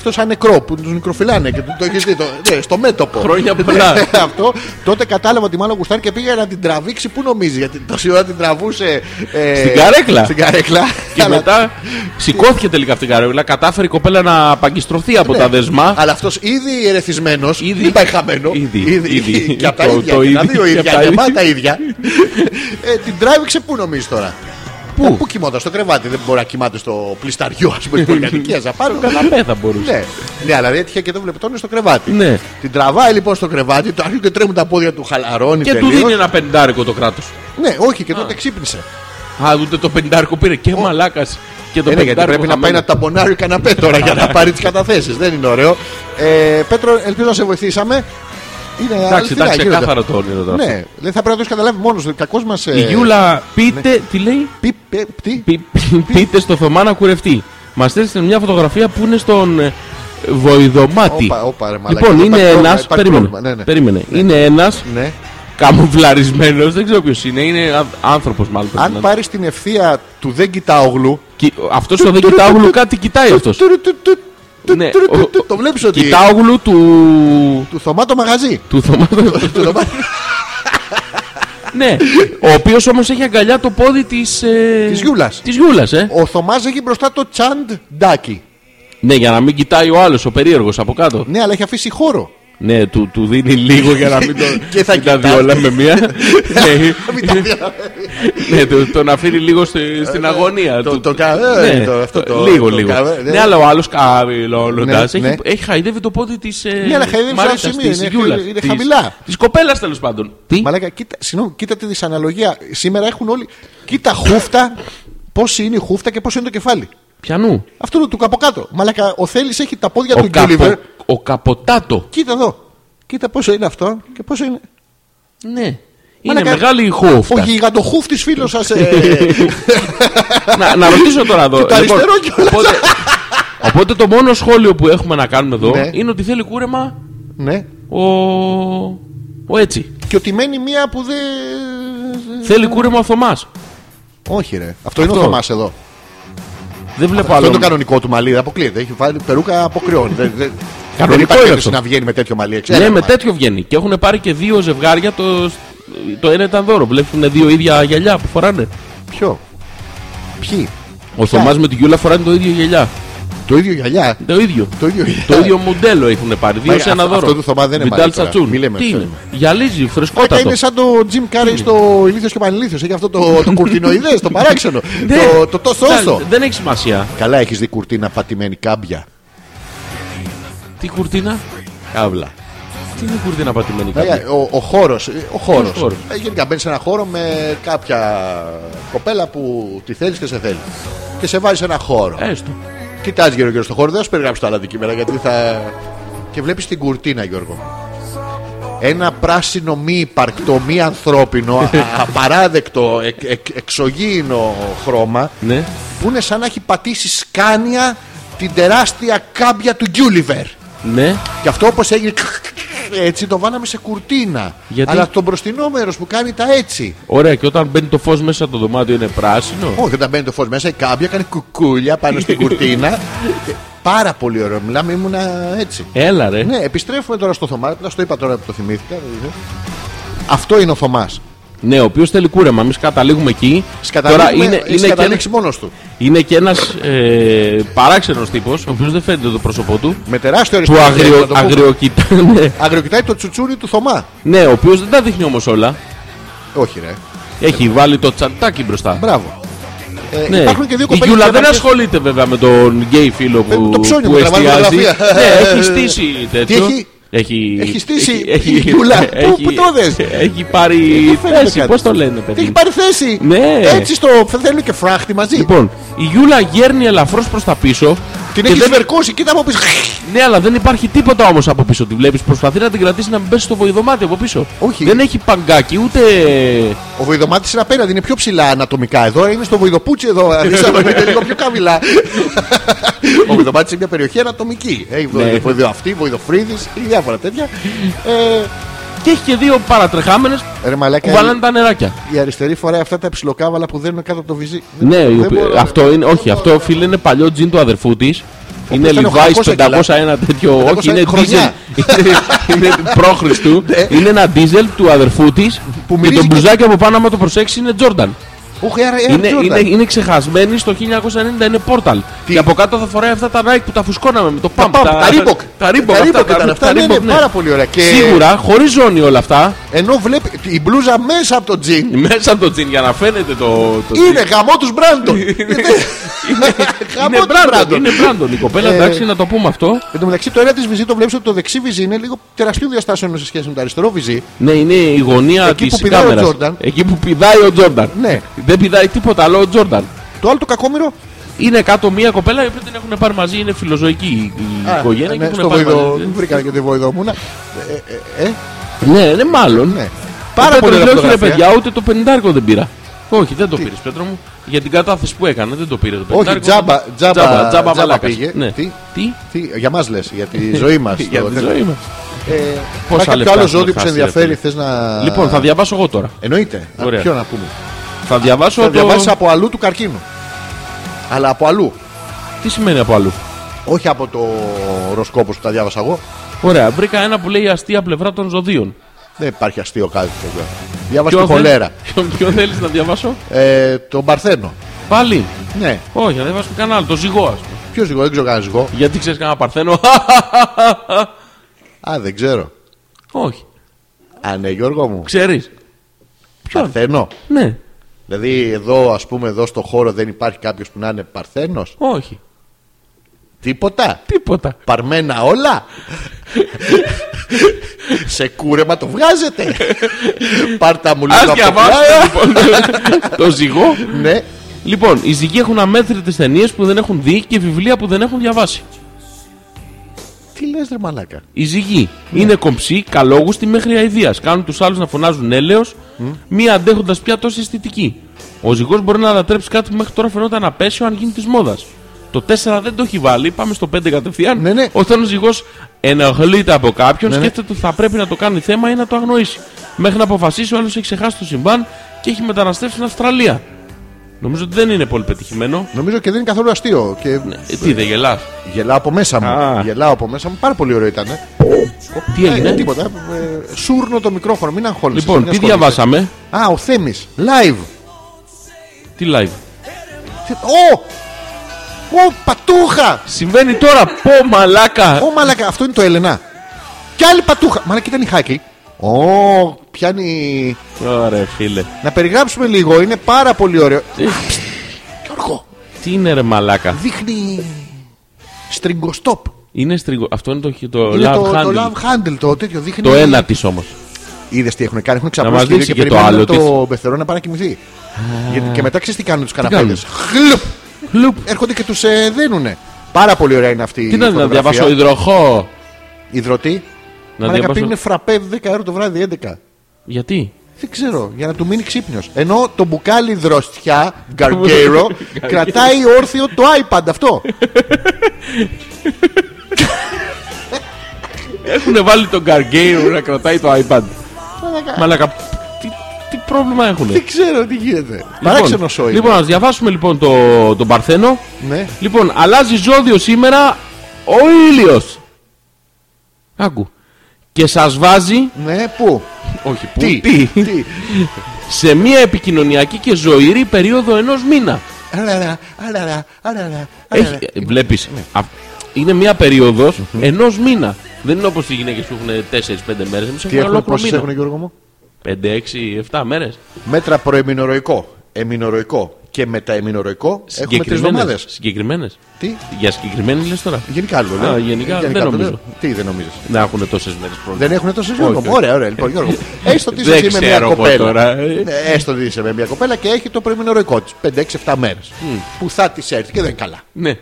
Αυτό σαν νεκρό που τους μικροφυλάνε και του το έχεις δει. Το, ναι, στο μέτωπο. Χρόνια Ναι, πολλά. αυτό. Τότε κατάλαβα ότι μάλλον γουστάρει και πήγα να την τραβήξει. Πού νομίζεις, γιατί τόση ώρα την τραβούσε. ε, Στην καρέκλα. Στην καρέκλα. Και Αλλά- μετά σηκώθηκε τελικά αυτή η καρέκλα. Κατάφερε η κοπέλα να απαγκιστρωθεί από ναι. τα δεσμά. Αλλά αυτός ήδη ερεθισμένος. Ήδη. Δεν πάει χαμένο. Ήδη. ήδη. Ήδη. Και από τα Το- ίδια. το και τα ήδη. δύο Και ίδια. απ' τα ίδια. Γεμάτα ίδια. Ε, Την τράβηξε πού νομίζεις τώρα. Ε, Πού, πού κοιμόταν, στο κρεβάτι. Δεν μπορεί να κοιμάται στο πλισταριό, ας πούμε, τη πολυκατοικία απάνω. Καναπέ θα μπορούσε. Ναι. ναι, αλλά δεν έτυχε και δεν βλέπει είναι στο κρεβάτι. Ναι. Την τραβάει λοιπόν στο κρεβάτι, του αρχίζουν και τρέμουν τα πόδια του, χαλαρώνει. Και του τελείως. δίνει ένα πεντάρικο το κράτος. Ναι, όχι, και τότε ξύπνησε. Α, ούτε το πεντάρικο πήρε και μαλάκας. Και το Ε, ναι, γιατί πεντάρικο. πρέπει να πάει χαμένο. να ταμπονάρει ο καναπέ τώρα για να πάρει τις καταθέσεις. Δεν είναι ωραίο. Ε, Πέτρο, ελπίζω να σε βοηθήσαμε. Είναι Εντάξει, αληθινά, εντάξει, γίνονται. ξεκάθαρο το όνειρο τώρα. Ναι, ε, δηλαδή θα πρέπει να το έχει καταλάβει μόνος. Κακός μας. Η Γιούλα, ναι. πείτε, τι λέει. Τι. Πι- πι- Πείτε στο Θωμά να κουρευτεί. Μας έστειλε μια φωτογραφία που είναι στον ε, Βοηδομάτι. Όπα, όπα, ρε μαλάκα. Λοιπόν, είναι Υπάρχει πρόβλημα, ένα. υπάρχει Περίμενε. πρόβλημα. Ναι, ναι. περίμενε. Είναι ένας Ναι. καμουφλαρισμένο, δεν ξέρω ποιος είναι. Είναι άνθρωπος μάλλον. πρέπει να Αν είναι. πάρεις την ευθεία του δεν κοιτάω γλου. Κι- Αυτός ο δεν κοιτάουγλου κάτι κοιτάει Ε, αυτός. του- του- του- του- Ναι, του- ο- του- του- Το βλέπεις ότι. Κοιτάουγλου του. Του Θωμά το μαγαζί. του Θωμά. Του Θωμά- Ναι, ο οποίος όμως έχει αγκαλιά το πόδι της. Της Γιούλας. Της Γιούλας, ε. Ο Θωμάς έχει μπροστά το τσαντ ντάκι. Ναι, για να μην κοιτάει ο άλλος, ο περίεργος από κάτω. Ναι, αλλά έχει αφήσει χώρο. Ναι, του, του δίνει λίγο για να μην το. Και θα μην τα κοιτάει. δει όλα με μία. ναι, ναι το- τον αφήνει λίγο στη- στην αγωνία. Ε, ναι. το- του. το κα- ε, Ναι, το- αυτό το- Λίγο, το λίγο. κα- ναι. Ναι, αλλά ο άλλος καβιλώνοντα Ναι, ναι. έχει χαϊδεύει το πόδι ε, τη. Ναι, αλλά χαϊδεύει σε άλλο σημείο, είναι χα- είναι χαμηλά. Της κοπέλας τέλος πάντων. Τι. Μαλάκα, κοίτα, συγγνώμη, κοίτα τη δυσαναλογία. Σήμερα έχουν όλοι. Κοίτα χούφτα. Πώς είναι η χούφτα και πώς είναι το κεφάλι. Πιανού. Αυτό του κάπου κάτω. Μαλάκα, ο Θέλει έχει τα πόδια Ο, του Γκούλιβερ. καπο, ο καποτάτο. Κοίτα εδώ. Κοίτα πόσο είναι αυτό και πόσο είναι. Ναι. Είναι Μαλάκα, μεγάλη η χούφτα. Ο γιγαντοχούφτης φίλος σας. ε, να, να ρωτήσω τώρα εδώ. Και το Λοιπόν, αριστερό κιόλας. οπότε, οπότε το μόνο σχόλιο που έχουμε να κάνουμε εδώ Ναι. είναι ότι θέλει κούρεμα ναι. ο, ο έτσι. Και ότι μένει μία που δεν. Ναι. Θέλει κούρεμα ο Θωμάς. Όχι, ρε. Αυτό, είναι ο Αυτό. Θωμάς εδώ. Δεν βλέπω Αυτό άλλο. είναι το κανονικό του μαλλί. δεν Αποκλείεται. Έχει βάλει περούκα αποκριών. δεν, δεν... Κανονικό δεν υπάρχει είναι περίπτωση αυτό. να βγαίνει με τέτοιο μαλλί. έξω. Ναι, Έλα, με μάνα. τέτοιο βγαίνει. Και έχουν πάρει και δύο ζευγάρια το, το ένα ήταν δώρο. Βλέπεις είναι δύο ίδια γυαλιά που φοράνε. Ποιο. Ποιοι. Ο Θωμάς με την Γιούλα φοράνε το ίδιο γυαλιά. Το ίδιο γυαλιά. Το ίδιο. Το ίδιο γυαλιά. Το ίδιο μοντέλο έχουν πάρει. Δύο Μα, σε ένα αυτό- δώρο. αυτό του Θωμά δεν είναι Βιντάλ μαλλί τώρα. Τσατσούν. Μη λέμε, Τι αυτό είναι. είναι. Γυαλίζει, Μαλάκα, φρεσκότατο. είναι σαν το Jim Carrey στο ηλίθιος και πανηλήθιο. Έχει αυτό το, το κουρτινοειδές, το παράξενο. Ναι. το, το τόσο όσο. Δεν έχει σημασία. Καλά, έχεις δει κουρτίνα πατημένη κάμπια. Τι κουρτίνα. Καύλα. Τι είναι η κουρτίνα πατημένη κάποια. Ε, Ο, ο χώρος. Ο χώρος. Ποιος χώρος? Ε, Γενικά μπαίνεις σε ένα χώρο με κάποια κοπέλα που τη θέλεις και σε θέλεις. Και σε βάζεις σε ένα χώρο. Έστω. Κοιτάζει Γιώργο στο χώρο, δεν θα σου περιγράψω τα άλλα αντικείμενα γιατί θα. Και βλέπεις την κουρτίνα, Γιώργο. Ένα πράσινο μη υπαρκτό, μη ανθρώπινο, α- απαράδεκτο, εκ, εκ- εξωγήινο χρώμα Ναι. που είναι σαν να έχει πατήσει σκάνια την τεράστια κάμπια του Γκιούλιβερ. Ναι. Και αυτό όπως έγινε. Έτσι το βάλαμε σε κουρτίνα. Γιατί? Αλλά τον μπροστινό μέρο που κάνει τα έτσι. Ωραία, και όταν μπαίνει το φως μέσα το δωμάτιο είναι πράσινο. Όχι, όταν μπαίνει το φως μέσα, η κάμπια κάνει κουκούλια πάνω στην κουρτίνα. Και Πάρα πολύ ωραίο. Μιλάμε, ήμουνα έτσι. Έλα ρε. Ναι, επιστρέφουμε τώρα στο Θωμά. Απλά στο είπα τώρα που το θυμήθηκα. δηλαδή. Αυτό είναι ο Θωμάς. Ναι, ο οποίος θέλει κούρεμα. Εμείς καταλήγουμε εκεί. Τώρα Καταλήγουμε, είναι, έχεις είναι, και ένας, καταλήξει μόνος του. είναι και ένας ε, παράξενος τύπος, ο οποίος δεν φαίνεται το πρόσωπό του. Με τεράστιο Που αριθμό. αγριο, αγριοκοιτά. Ναι, Αγριοκοιτάει το τσουτσούρι του Θωμά. ναι ο οποίος δεν τα δείχνει όμως όλα. Όχι, ρε. Έχει βάλει το τσαντάκι μπροστά. Μπράβο. Ε, Ναι. Υπάρχουν και δύο Η κοπέλες. Γιούλα δεν ασχολείται βέβαια με τον γκέι φίλο Με που, το ψώνιο που που τραβάει εστιάζει. φωτογραφία. ναι, έχει στήσει τέτοιο. έχει? Έχει, Έχει στήσει η Γιούλα. Πού- πού το δες? Ε, Έχει πάρει θέση. Πώς το λένε, Τι έχει παιδί. πάρει θέση. Ναι. Έτσι στο. Θέλουν και φράχτη μαζί. Λοιπόν, η Γιούλα γέρνει ελαφρώς προς τα πίσω. Την και έχεις δεν- σβερκώσει, κοίτα από πίσω. Ναι, αλλά δεν υπάρχει τίποτα όμως από πίσω. Τη βλέπεις. Προσπαθεί να την κρατήσει να μην πέσει στο βοηδομάτι από πίσω. Όχι. Δεν έχει παγκάκι ούτε. Ο βοηδομάτη είναι απέναντι, είναι πιο ψηλά ανατομικά. Εδώ είναι στο βοηδοπούτσι εδώ. αν δεις, άμα είναι λίγο πιο καμιλά. Ο βοηδομάτη είναι μια περιοχή ανατομική. Ε, Έχει Ναι. βοηδοαυτή, βοηδοφρύδη, διάφορα τέτοια. Ε, Και έχει και δύο παρατρεχάμενες Ρε που μαλάκα, βαλάνε τα νεράκια. η αριστερή φοράει αυτά τα Ε, ψιλοκάβαλα που δένουν κάτω από το βυζί. Ναι, Δεν η μπορώ, οποία- ρε. αυτό είναι, όχι, αυτό φίλε είναι παλιό τζιν του αδερφού της. Είναι ήταν ο Levi's Χακός 501 τέτοιο, 501 όχι είναι χρονιά. diesel. είναι, είναι πρόχριστου. είναι ένα diesel του αδερφού της. Ναι. Που Και μυρίζει το και- μπουζάκι από πάνω, άμα το προσέξεις, είναι Jordan. Ούχ, άρα, ε, Είναι, Jordan. είναι, είναι ξεχασμένη στο 1990, είναι Portal. Και από κάτω θα φοράει αυτά τα Nike που τα φουσκώναμε με το Τα Pump. pump, τα Reebok. Τα Reebok Τα αυτά, Reebok τα- ήταν αυτά. τα ναι, ναι, Reebok, ναι. Πάρα πολύ ωραία. Και Σίγουρα, χωρίς ζώνη όλα αυτά, Ενώ βλέπει η μπλούζα μέσα από το τζιν μέσα από το τζιν για να φαίνεται το. το τζιν. είναι γαμό τους Μπράντον. είναι Brandon, είναι Brandon η κοπέλα, Ε, εντάξει, να το πούμε αυτό. Εν τω μεταξύ, το ένα της βυζί το βλέπεις ότι το δεξί βυζί είναι λίγο τεραστίου διαστάσεων σε σχέση με το αριστερό βυζί. Ναι, είναι η γωνία Εκεί που τη πηδάει ο κάμερας. Τζόρνταν. Εκεί που πηδάει ο Τζόρνταν. Ναι. Δεν πηδάει τίποτα άλλο ο Τζόρνταν. Το άλλο το κακόμοιρο. Είναι κάτω μία κοπέλα η οποία την έχουν πάρει μαζί, είναι φιλοζωική η- η Α, οικογένεια ναι, και έχουν στο πάρει βοηδό. μαζί. Βρήκανε και τη βοηδόμουνα. Ναι, ναι, μάλλον. Ναι. Πάρα Ο πολύ Ε, Πέτρος ωραία λέει, «Ρε, φωτογραφία. παιδιά, ούτε το πεντάρκο δεν πήρα. Όχι, δεν το πήρες, Πέτρο μου. Για την κατάθεση που έκανε, δεν το πήρε το πεντάρκο. τζάμπα- τζάμπα- τζάμπα, τζάμπα μαλάκας. πήγε. Ναι. Τι? Τι, Τι, για μας λες, για τη ζωή μας. για τη ζωή μας. Πόσα κάποιο λεφτά άλλο έχουμε ζώδιο που σε χάσει, ρε, ενδιαφέρει, φίλε. θες να. Λοιπόν, θα διαβάσω εγώ τώρα. Εννοείται. Α, Ωραία. Ποιο να πούμε. Θα διαβάσω Θα το. διαβάσεις από αλλού του καρκίνου. Αλλά από αλλού. Τι σημαίνει από αλλού. Όχι από το οροσκόπο που τα διάβασα εγώ. Ωραία, βρήκα ένα που λέει «Η αστεία πλευρά των ζωδίων. Δεν υπάρχει αστείο κάτι τέτοιο. Διάβασα τη Ποιον χολέρα. θέλ- ποιον- Ποιον θέλεις να διαβάσω. Ε, τον Παρθένο. Πάλι. Ναι. Όχι, δεν βάζουμε κανένα άλλο. Το ζυγό, ας πούμε. Ποιος ζυγό, δεν ξέρω κανένα ζυγό. Γιατί ξέρεις κανένα παρθένο. Α, δεν ξέρω. Όχι. Α, ναι, Γιώργο μου. Ξέρεις. Παρθένο. Ναι. Δηλαδή, εδώ, ας πούμε, εδώ στο χώρο δεν υπάρχει κάποιος που να είναι παρθένος. Όχι. Τίποτα. Τίποτα. Παρμένα όλα. Σε κούρεμα το βγάζετε. Πάρτα μου λίγο Ας από διαβάσω πλάι. λοιπόν το ζυγό. Ναι. Λοιπόν, οι ζυγοί έχουν αμέτρητες ταινίες που δεν έχουν δει και βιβλία που δεν έχουν διαβάσει. Τι λες ρε μαλάκα. Οι ζυγοί είναι κομψοί, καλόγουστοι μέχρι αηδίας. Κάνουν τους άλλους να φωνάζουν έλεος, μη αντέχοντας πια τόση αισθητική. Ο ζυγός μπορεί να ανατρέψει κάτι που μέχρι τώρα φαινόταν απέσιο αν γίνει της μόδας. Το 4 δεν το έχει βάλει, πάμε στο 5 κατευθείαν. Ναι, ναι. Όταν ο ζυγός ενοχλείται από κάποιον, Ναι, ναι. σκέφτεται ότι θα πρέπει να το κάνει θέμα ή να το αγνοήσει. Μέχρι να αποφασίσει ο άλλος έχει ξεχάσει το συμβάν και έχει μεταναστεύσει στην Αυστραλία. Νομίζω ότι δεν είναι πολύ πετυχημένο. Νομίζω και δεν είναι καθόλου αστείο. Και Ε, τι, δεν γελάς. γελάω από μέσα μου. Α. Γελάω από μέσα μου. Πάρα πολύ ωραίο ήταν. ε. Τι Ε, έγινε. τίποτα. Ε, Σούρνω το μικρόφωνο, μην αγχώνεσαι. Λοιπόν, μην τι ασχολείσαι. διαβάσαμε. Α, ο Θέμης. Live. Τι live. Τι- Ω! Ω, πατούχα! Συμβαίνει τώρα, πω μαλάκα. Ω, μαλάκα, αυτό είναι το Έλενα. Κι άλλη πατούχα. Μαλάκα ήταν η Χάκη. Ω, πιάνει. Ωραία, φίλε. Να περιγράψουμε λίγο, είναι πάρα πολύ ωραίο. Ψτ, Γιώργο, Τι είναι ρε μαλάκα. δείχνει. Στριγκοστόπ. Είναι στριγο... Αυτό είναι το, το Είναι love το, το handle. love handle το τέτοιο. Δείχνει... Το ένα της όμως. Είδες τι έχουν κάνει, έχουν Να ξαπλώσει μας τη δείξει και, και και το περιμένουν άλλο το, μπεθερό να πάει να κοιμηθεί. Γιατί και μετά ξέρεις τι κάνουν τους καναπέδε. Χλουπ! Χλουπ. Έρχονται και τους ε, δένουνε. Πάρα πολύ ωραία είναι αυτή Τι η να, να φωτογραφία. διαβάσω, υδροχό. Υδροτή. Να Να Μαλάκα διαβάσω- πίνουν φραπέ 10 ευρώ το βράδυ, 11. Γιατί. Δεν ξέρω, για να του μείνει ξύπνιος. Ενώ το μπουκάλι δροσιά, γκαργκέρο, κρατάει όρθιο το iPad αυτό. Έχουν βάλει τον Gargano να κρατάει το iPad. Μαλάκα. Τι, τι πρόβλημα έχουν. Δεν ξέρω τι γίνεται. Παράξενο σόι. Λοιπόν, ας διαβάσουμε λοιπόν το, τον Παρθένο. Ναι. Λοιπόν, αλλάζει ζώδιο σήμερα ο ήλιος. Άκου. Και σας βάζει. Ναι, πού. Όχι, που, Τι. τι. Τι. σε μια επικοινωνιακή και ζωηρή περίοδο ενός μήνα. Αλαλα, αλαλα, αλαλα, αλαλα. Έχει, βλέπεις. Ναι. Είναι μια περίοδος ενός μήνα. Δεν είναι όπως οι γυναίκες που έχουν 4-5 μέρε. Τι Εμεί έχουμε έχουν, ολόκληρο πόσες έχουν, μήνα. Γιώργο μου. 5-6-7 μέρες. Μέτρα προεμινοροϊκό, εμινοροϊκό και μεταεμινοροϊκό έχουμε τρεις εβδομάδε. Συγκεκριμένες. Τι, Για συγκεκριμένες λες τώρα. γενικά άλλο. λέω. Α, γενικά, δεν το νομίζω. λέω. Τι δεν νομίζεις. Να έχουν τόσες μέρες πρόβλημα. Δεν έχουν τόσο Γιώργο Όχι, μου. όχι. Ωραία, ωραία. Λοιπόν, Γιώργο. Έστω ότι Δεν είσαι με μια ξέρω εγώ κοπέλα. τώρα, ε. Ναι, Έστω ότι είσαι με μια κοπέλα και έχει το προημινοροϊκό της. 5-6-7 μέρε. Που θα της έρθει και δεν είναι καλά. Ναι,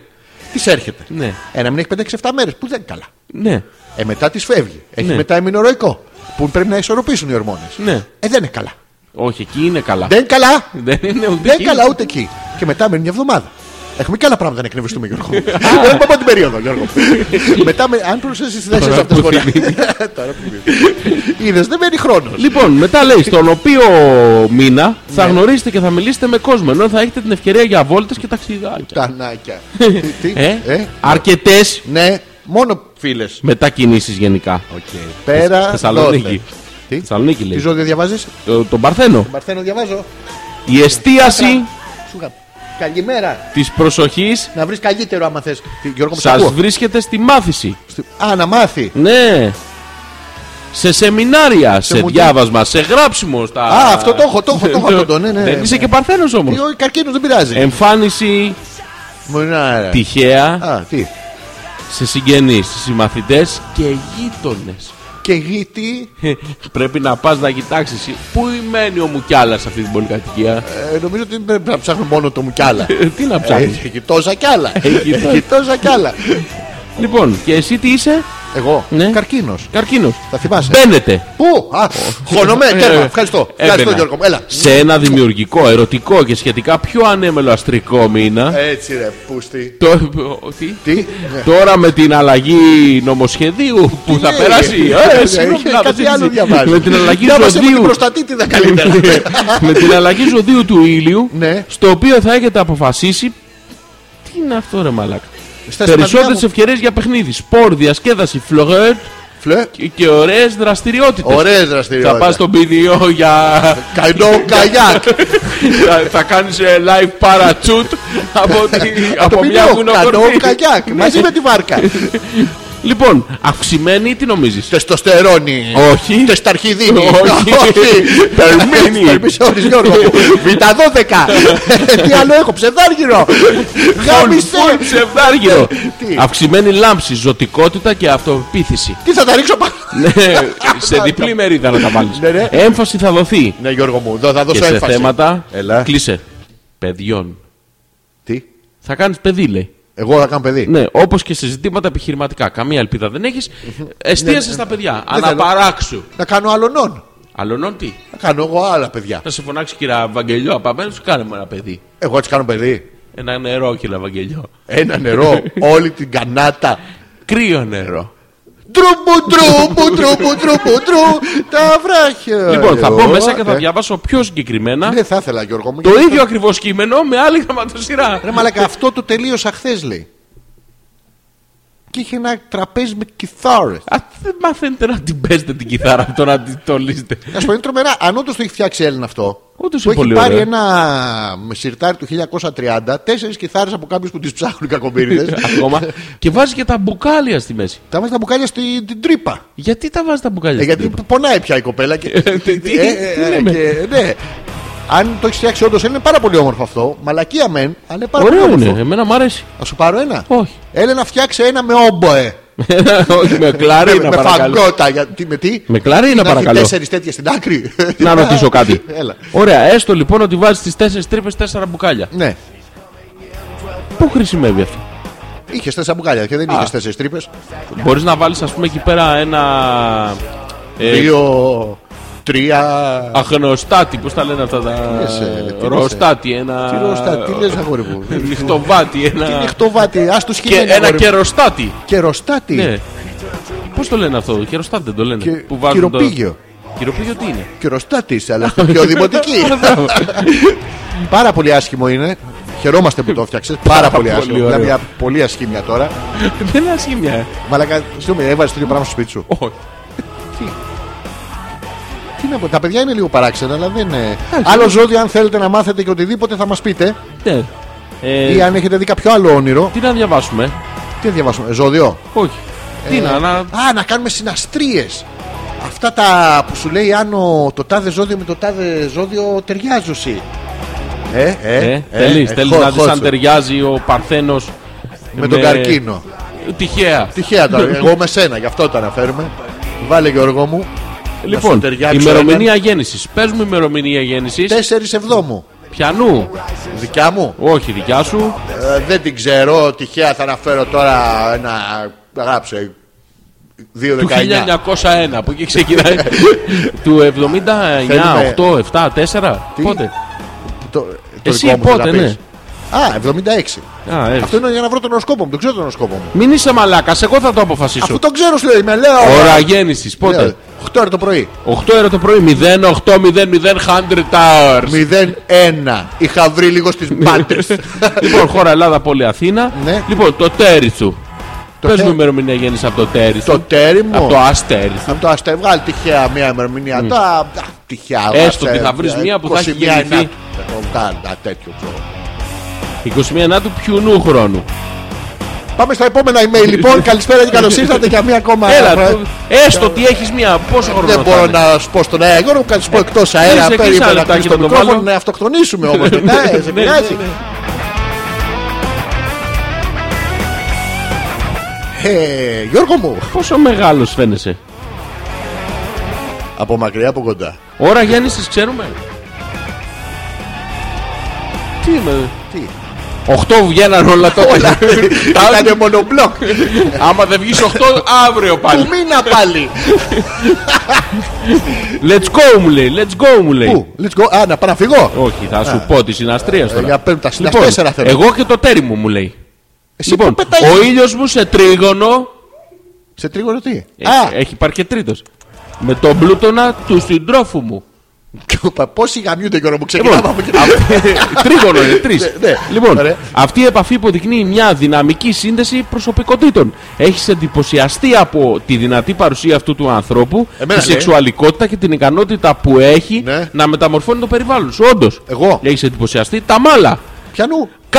Τη έρχεται. Ναι. Ένα μην έχει 5-6-7 μέρες που δεν είναι καλά. ναι. Ε, μετά της φεύγει. Έχει Ναι. μετά εμινοροϊκό. Που πρέπει να ισορροπήσουν οι ορμόνες. Ναι. Ε, δεν είναι καλά. Όχι, εκεί είναι καλά. Δεν είναι καλά. Δεν είναι ούτε Δεν εκεί. είναι καλά ούτε εκεί. Και μετά μένει μια εβδομάδα. Έχουμε και άλλα πράγματα να εκνευριστούμε, Γιώργο. μου. Ε. Δεν είπα από την περίοδο, Γιώργο. μου. Μετά, με- αν προσθέσεις τις θέσεις Τώρα αυτές που μπορεί. Τώρα που Είδες, δεν μένει χρόνος. Λοιπόν, μετά λέει, στον οποίο μήνα Ναι. θα γνωρίσετε και θα μιλήσετε με κόσμο, ενώ θα έχετε την ευκαιρία για βόλτες και ταξιδάκια. Τανάκια. Τι, τι, Ε, ε, αρκετές Ναι, μόνο φίλες. μετακινήσεις γενικά. Πέρα. Θεσσαλονίκη. δότε. Τι, Θεσσαλονίκη τι λέει. ζώδιο διαβάζεις. Το- τον Παρθένο. Παρθένο διαβάζω. Η Ε, εστίαση Σουγα. Καλημέρα. της προσοχής Να βρεις καλύτερο άμα θες. Γιώργο, μου, σ' σας ακούω. βρίσκεται στη μάθηση. Στη- Α, να μάθει. Ναι. Σε σεμινάρια, σε, μουτί. διάβασμα, σε γράψιμο. Στα... Ε, Α, αυτό το έχω, το έχω, το έχω αυτό το, ναι, ναι. Δεν είσαι και Παρθένος όμως. Τι, Ο καρκίνος δεν Ε. πειράζει. Εμφάνιση Μονάρα. τυχαία Α, τι. σε συγγενείς, συμμαθητές και γείτονες. Και γιατί. Πρέπει να πας να κοιτάξεις Πού μένει ο Μουκιάλας σε αυτή την πολυκατοικία Ε, νομίζω ότι πρέπει να ψάχνω μόνο το μου κι άλλα. Ε, Τι να Ε, ψάχνεις Έχει τόσα κι άλλα. Έχει τόσα. Έχει τόσα κι άλλα. Λοιπόν και εσύ τι είσαι Εγώ, Ναι. καρκίνος. Καρκίνος Θα θυμάσαι. Μπαίνετε Πού? Α, χωνομέ, Ε, τέρμα. Ευχαριστώ. Ευχαριστώ, έμπαινα. Γιώργο. μου. Έλα. Σε ένα δημιουργικό, ερωτικό και σχετικά πιο ανέμελο αστρικό μήνα Έτσι ρε, πούστη. Το- ο- τι? Τι? ναι. Τώρα με την αλλαγή νομοσχεδιού που θα λέει? περάσει. Ε, Ε, συγγνώμη, είχε να κάτι το άλλο συζη- διαβάζει. Με την αλλαγή Διάβασε με την ζωδίου. προστατήτηδα καλύτερα. με την αλλαγή ζωδίου του ήλιου. Ναι. Στο οποίο θα έχετε αποφασίσει. Τι είναι αυτό, ρε Μαλάκα. Στα Ε, σημαντικά Περισσότερες μου. ευκαιρίες για παιχνίδι. Σπορ, διασκέδαση, φλογέρ, Φλε. και, και ωραίες δραστηριότητες. Ωραίες Θα πας δραστηριότητε. στον ποινιό για. Καϊνό καγιάκ. θα θα κάνεις live παρατσούτ από, τη, από μια Καϊνό βουνοκορφή. καγιάκ. Μαζί με τη βάρκα. Λοιπόν, αυξημένη ή τι νομίζεις. Τεστοστερόνι. Όχι. Τεσταρχιδίνη. Όχι. Περμήνη. Περμίνη. Γιώργο μου. Β' 12. Τι άλλο έχω, ψευδάργυρο. Γάμισε. Φουλ ψευδάργυρο. Ε, Τι? Αυξημένη λάμψη, ζωτικότητα και αυτοπεποίθηση. Τι θα τα ρίξω πάνω. Ναι, σε διπλή μερίδα να τα βάλεις. Ναι, ναι. Έμφαση θα δοθεί. Ναι, Γιώργο μου, δω- θα Και δώσω σε έμφαση. θέματα. Έλα. Κλείσε. Παιδιών. Τι, Θα κάνεις παιδί, λέει. εγώ θα κάνω παιδί. Ναι, όπως και σε ζητήματα επιχειρηματικά. Καμία ελπίδα δεν έχεις. Εστίασε στα παιδιά. Ναι. θέλω. Αναπαράξου. Να κάνω άλλον. Αλλονών τι. Να κάνω εγώ άλλα παιδιά. Θα σε φωνάξει κυρία Βαγγελιό απ' απέναντι σου, κάνε μου ένα παιδί. Εγώ έτσι κάνω παιδί. Ένα νερό, κύριε Βαγγελιό. Ένα νερό, όλη την κανάτα. Κρύο νερό. Τρούμπου, τρούμπου, τρούμπου, τρούμπου, τρού. Τα βράχια. Λοιπόν, θα μπω Εγώ, μέσα και θα ναι. διαβάσω πιο συγκεκριμένα Ναι, θα ήθελα, Γιώργο μου. το γιατί ίδιο ακριβώς κείμενο με άλλη γραμματοσυρά. Ρε Ε, μαλάκα, αυτό το τελείωσα χθες λέει. Και είχε ένα τραπέζι με κιθάρες. Α, δεν μαθαίνετε να την παίζετε την κιθάρα από το να την τολίζετε. Να σου πω, είναι τρομερά. Αν όντως το έχει φτιάξει Έλληνα αυτό. Όντως που είναι έχει πολύ πάρει ωραίο. ένα σιρτάρι του 1930, τέσσερις κιθάρες από κάποιους που τις ψάχνουν οι κακομπύριδε. Ακόμα. και βάζει και τα μπουκάλια στη μέση. Τα βάζει τα μπουκάλια στην την τρύπα. Γιατί τα βάζεις τα μπουκάλια Ε, στην γιατί τρύπα? Ε, πονάει πια η κοπέλα. Και... Ε, τι- τι- τι λέμε. και- ναι. Αν το έχεις φτιάξει όντως, είναι πάρα πολύ όμορφο αυτό. Μαλακία μεν, αλλά είναι πάρα Ωραίο πολύ είναι. όμορφο. Εμένα μου αρέσει. Θα σου πάρω ένα. Όχι. Έλενα, φτιάξε ένα με όμποε. Όχι, με με κλαρίνα με παρακαλώ. φαγκότα. Γιατί, με τι. Με κλαρίνα έχει Ε, παρακαλώ. τέσσερις τέτοιες στην άκρη. Να ρωτήσω κάτι. Έλα. Ωραία, έστω λοιπόν ότι βάζεις τις τέσσερις τρύπες τέσσερα μπουκάλια. Ναι. Πού χρησιμεύει αυτό. Είχες τέσσερα μπουκάλια και δεν Α. είχες τέσσερις τρύπες. Μπορείς να βάλεις, ας πούμε, εκεί πέρα ένα. ε, Δύο, τρία. Αχνωστάτη, πώ τα λένε αυτά τα. λες, ε, τι λες, ε. Ροστάτη, ένα. Τι ρωστά, τι λες, αγόρι μου. ε? Νυχτοβάτι, Τι ένα. νυχτοβάτι, ας τους Και ένα κεροστάτι. Κεροστάτι. Ναι. Πώς το λένε αυτό, κεροστάτι δεν το λένε. Και- βάζουν το- κυροπήγιο. Κυροπήγιο τι είναι. Κυροστάτη, αλλά στην πιο δημοτική. Πάρα πολύ άσχημο είναι. Χαιρόμαστε που το έφτιαξε. Πάρα πολύ πολύ άσχημο. ωραίο. Μιλάμε για πολύ ασχήμια τώρα. Δεν είναι ασχήμια. ε. Μαλακά, συγγνώμη, έβαλε το ίδιο πράγμα στο σπίτι σου. Όχι. Τι να πω, τα παιδιά είναι λίγο παράξενα, αλλά δεν είναι. Άλλο ζώδιο, αν θέλετε να μάθετε και οτιδήποτε, θα μας πείτε. Ναι. Ε, Ή αν έχετε δει κάποιο άλλο όνειρο. Τι να διαβάσουμε. Τι να διαβάσουμε, ζώδιο. Όχι. Ε, Τι να. να- Α, να κάνουμε συναστρίες. Αυτά τα που σου λέει Άνω, το τάδε ζώδιο με το τάδε ζώδιο ταιριάζουσι. Ε, ε, Ε, ε, θέλεις, ε, θέλεις χω- να δεις αν χώσου. ταιριάζει ο Παρθένος Με τον καρκίνο. Τυχαία. Τυχαία τώρα. Εγώ με σένα, γι' αυτό το αναφέρουμε. Βάλε Γιώργο μου. Λοιπόν, ταιριάξω ημερομηνία γέννηση. Πε μου ημερομηνία γέννησης. 4 εβδόμου. Πιανού. Δικιά μου. Όχι, δικιά σου. Ε, δεν την ξέρω. Τυχαία θα αναφέρω τώρα ένα. Γράψε. 2-19. Του 1901 από εκεί ξεκινάει. του 79, Θέλουμε- 8, 7, 4. Τι? Πότε. Το, το Εσύ δικό μου θα πότε, πεις. ναι. Α, 76. Α, έτσι. Αυτό είναι για να βρω τον οροσκόπο μου. Τον ξέρω τον οροσκόπο μου. Μην είσαι μαλάκας, εγώ θα το αποφασίσω. Αφού τον ξέρω, σου λέει, με λέω. Ώρα γέννησης, πότε. 8 ώρα το πρωί. 8 ώρα το πρωί, 0800 100 hours. 01. Είχα βρει λίγο στις μπάτες. λοιπόν, χώρα Ελλάδα, πόλη Αθήνα. Ναι. Λοιπόν, το τέρι σου. Το Πες τέ- μου ημερομηνία γέννησης από το τέρι Το σου. τέρι μου. Από το αστέρι σου. Αν το αστέ βγάλει τυχαία μία ημερομηνία. Mm. Τα, α, τυχαία. Έστω βάσε, ότι θα βρεις ε, μία που θα έχει 21 ενάτου. γεννηθεί. Θα το βγάλω, α, τέτοιο ξέρω. 21 Νάτου πιουνού χρόνου. Πάμε στα επόμενα email λοιπόν. Καλησπέρα και καλώς ήρθατε για μία ακόμα. Έλα, φορά. το- έστω ότι έχεις μία. Πόσο χρόνο Ε, Δεν μπορώ να σου πω στον αέρα. Εγώ να σου πω εκτός αέρα. Κλείσε, κλείσε Περίμενα ένα να λεπτάκι κλείσει το να το μικρόφωνο. βάλω. Να αυτοκτονήσουμε όμως Ναι, μετά. ε, Σε πειράζει. Ε, Γιώργο μου. Πόσο μεγάλος φαίνεσαι. Από μακριά από κοντά. Ώρα γέννηση ξέρουμε. Τι είμαι. Τι. 8 βγαίναν όλα τότε. Ήτανε μονομπλοκ. Άμα δεν βγεις 8, αύριο Του πάλι. μήνα πάλι. Let's go μου λέει. Let's go μου λέει. Πού, let's go. Α, να πάω να φύγω. Όχι, θα σου πω τη συναστρία Ε, Για τώρα. πέμπτα, στα Λοιπόν, τέσσερα θέλω. εγώ και το τέρι μου μου λέει. Εσύ Λοιπόν, πού πετάει- ο ήλιος μου σε τρίγωνο. ε, Σε τρίγωνο τι. Έχει- Έχει πάρει και τρίτος. Με τον πλούτονα του συντρόφου μου. Και ο πα- Πόσοι γαμιούνται και μου ξεκινάμε Λοιπόν, από εκεί. αυ- τρίγωνο είναι, τρεις. Ναι, ναι. Λοιπόν, Ωραία. αυτή η επαφή υποδεικνύει μια δυναμική σύνδεση προσωπικότητων. Έχεις εντυπωσιαστεί από τη δυνατή παρουσία αυτού του ανθρώπου, Εμένα, τη λέει. σεξουαλικότητα και την ικανότητα που έχει Ναι. να μεταμορφώνει το περιβάλλον σου. Όντως, Εγώ. έχεις εντυπωσιαστεί τα μάλα. Πιανού. Κ.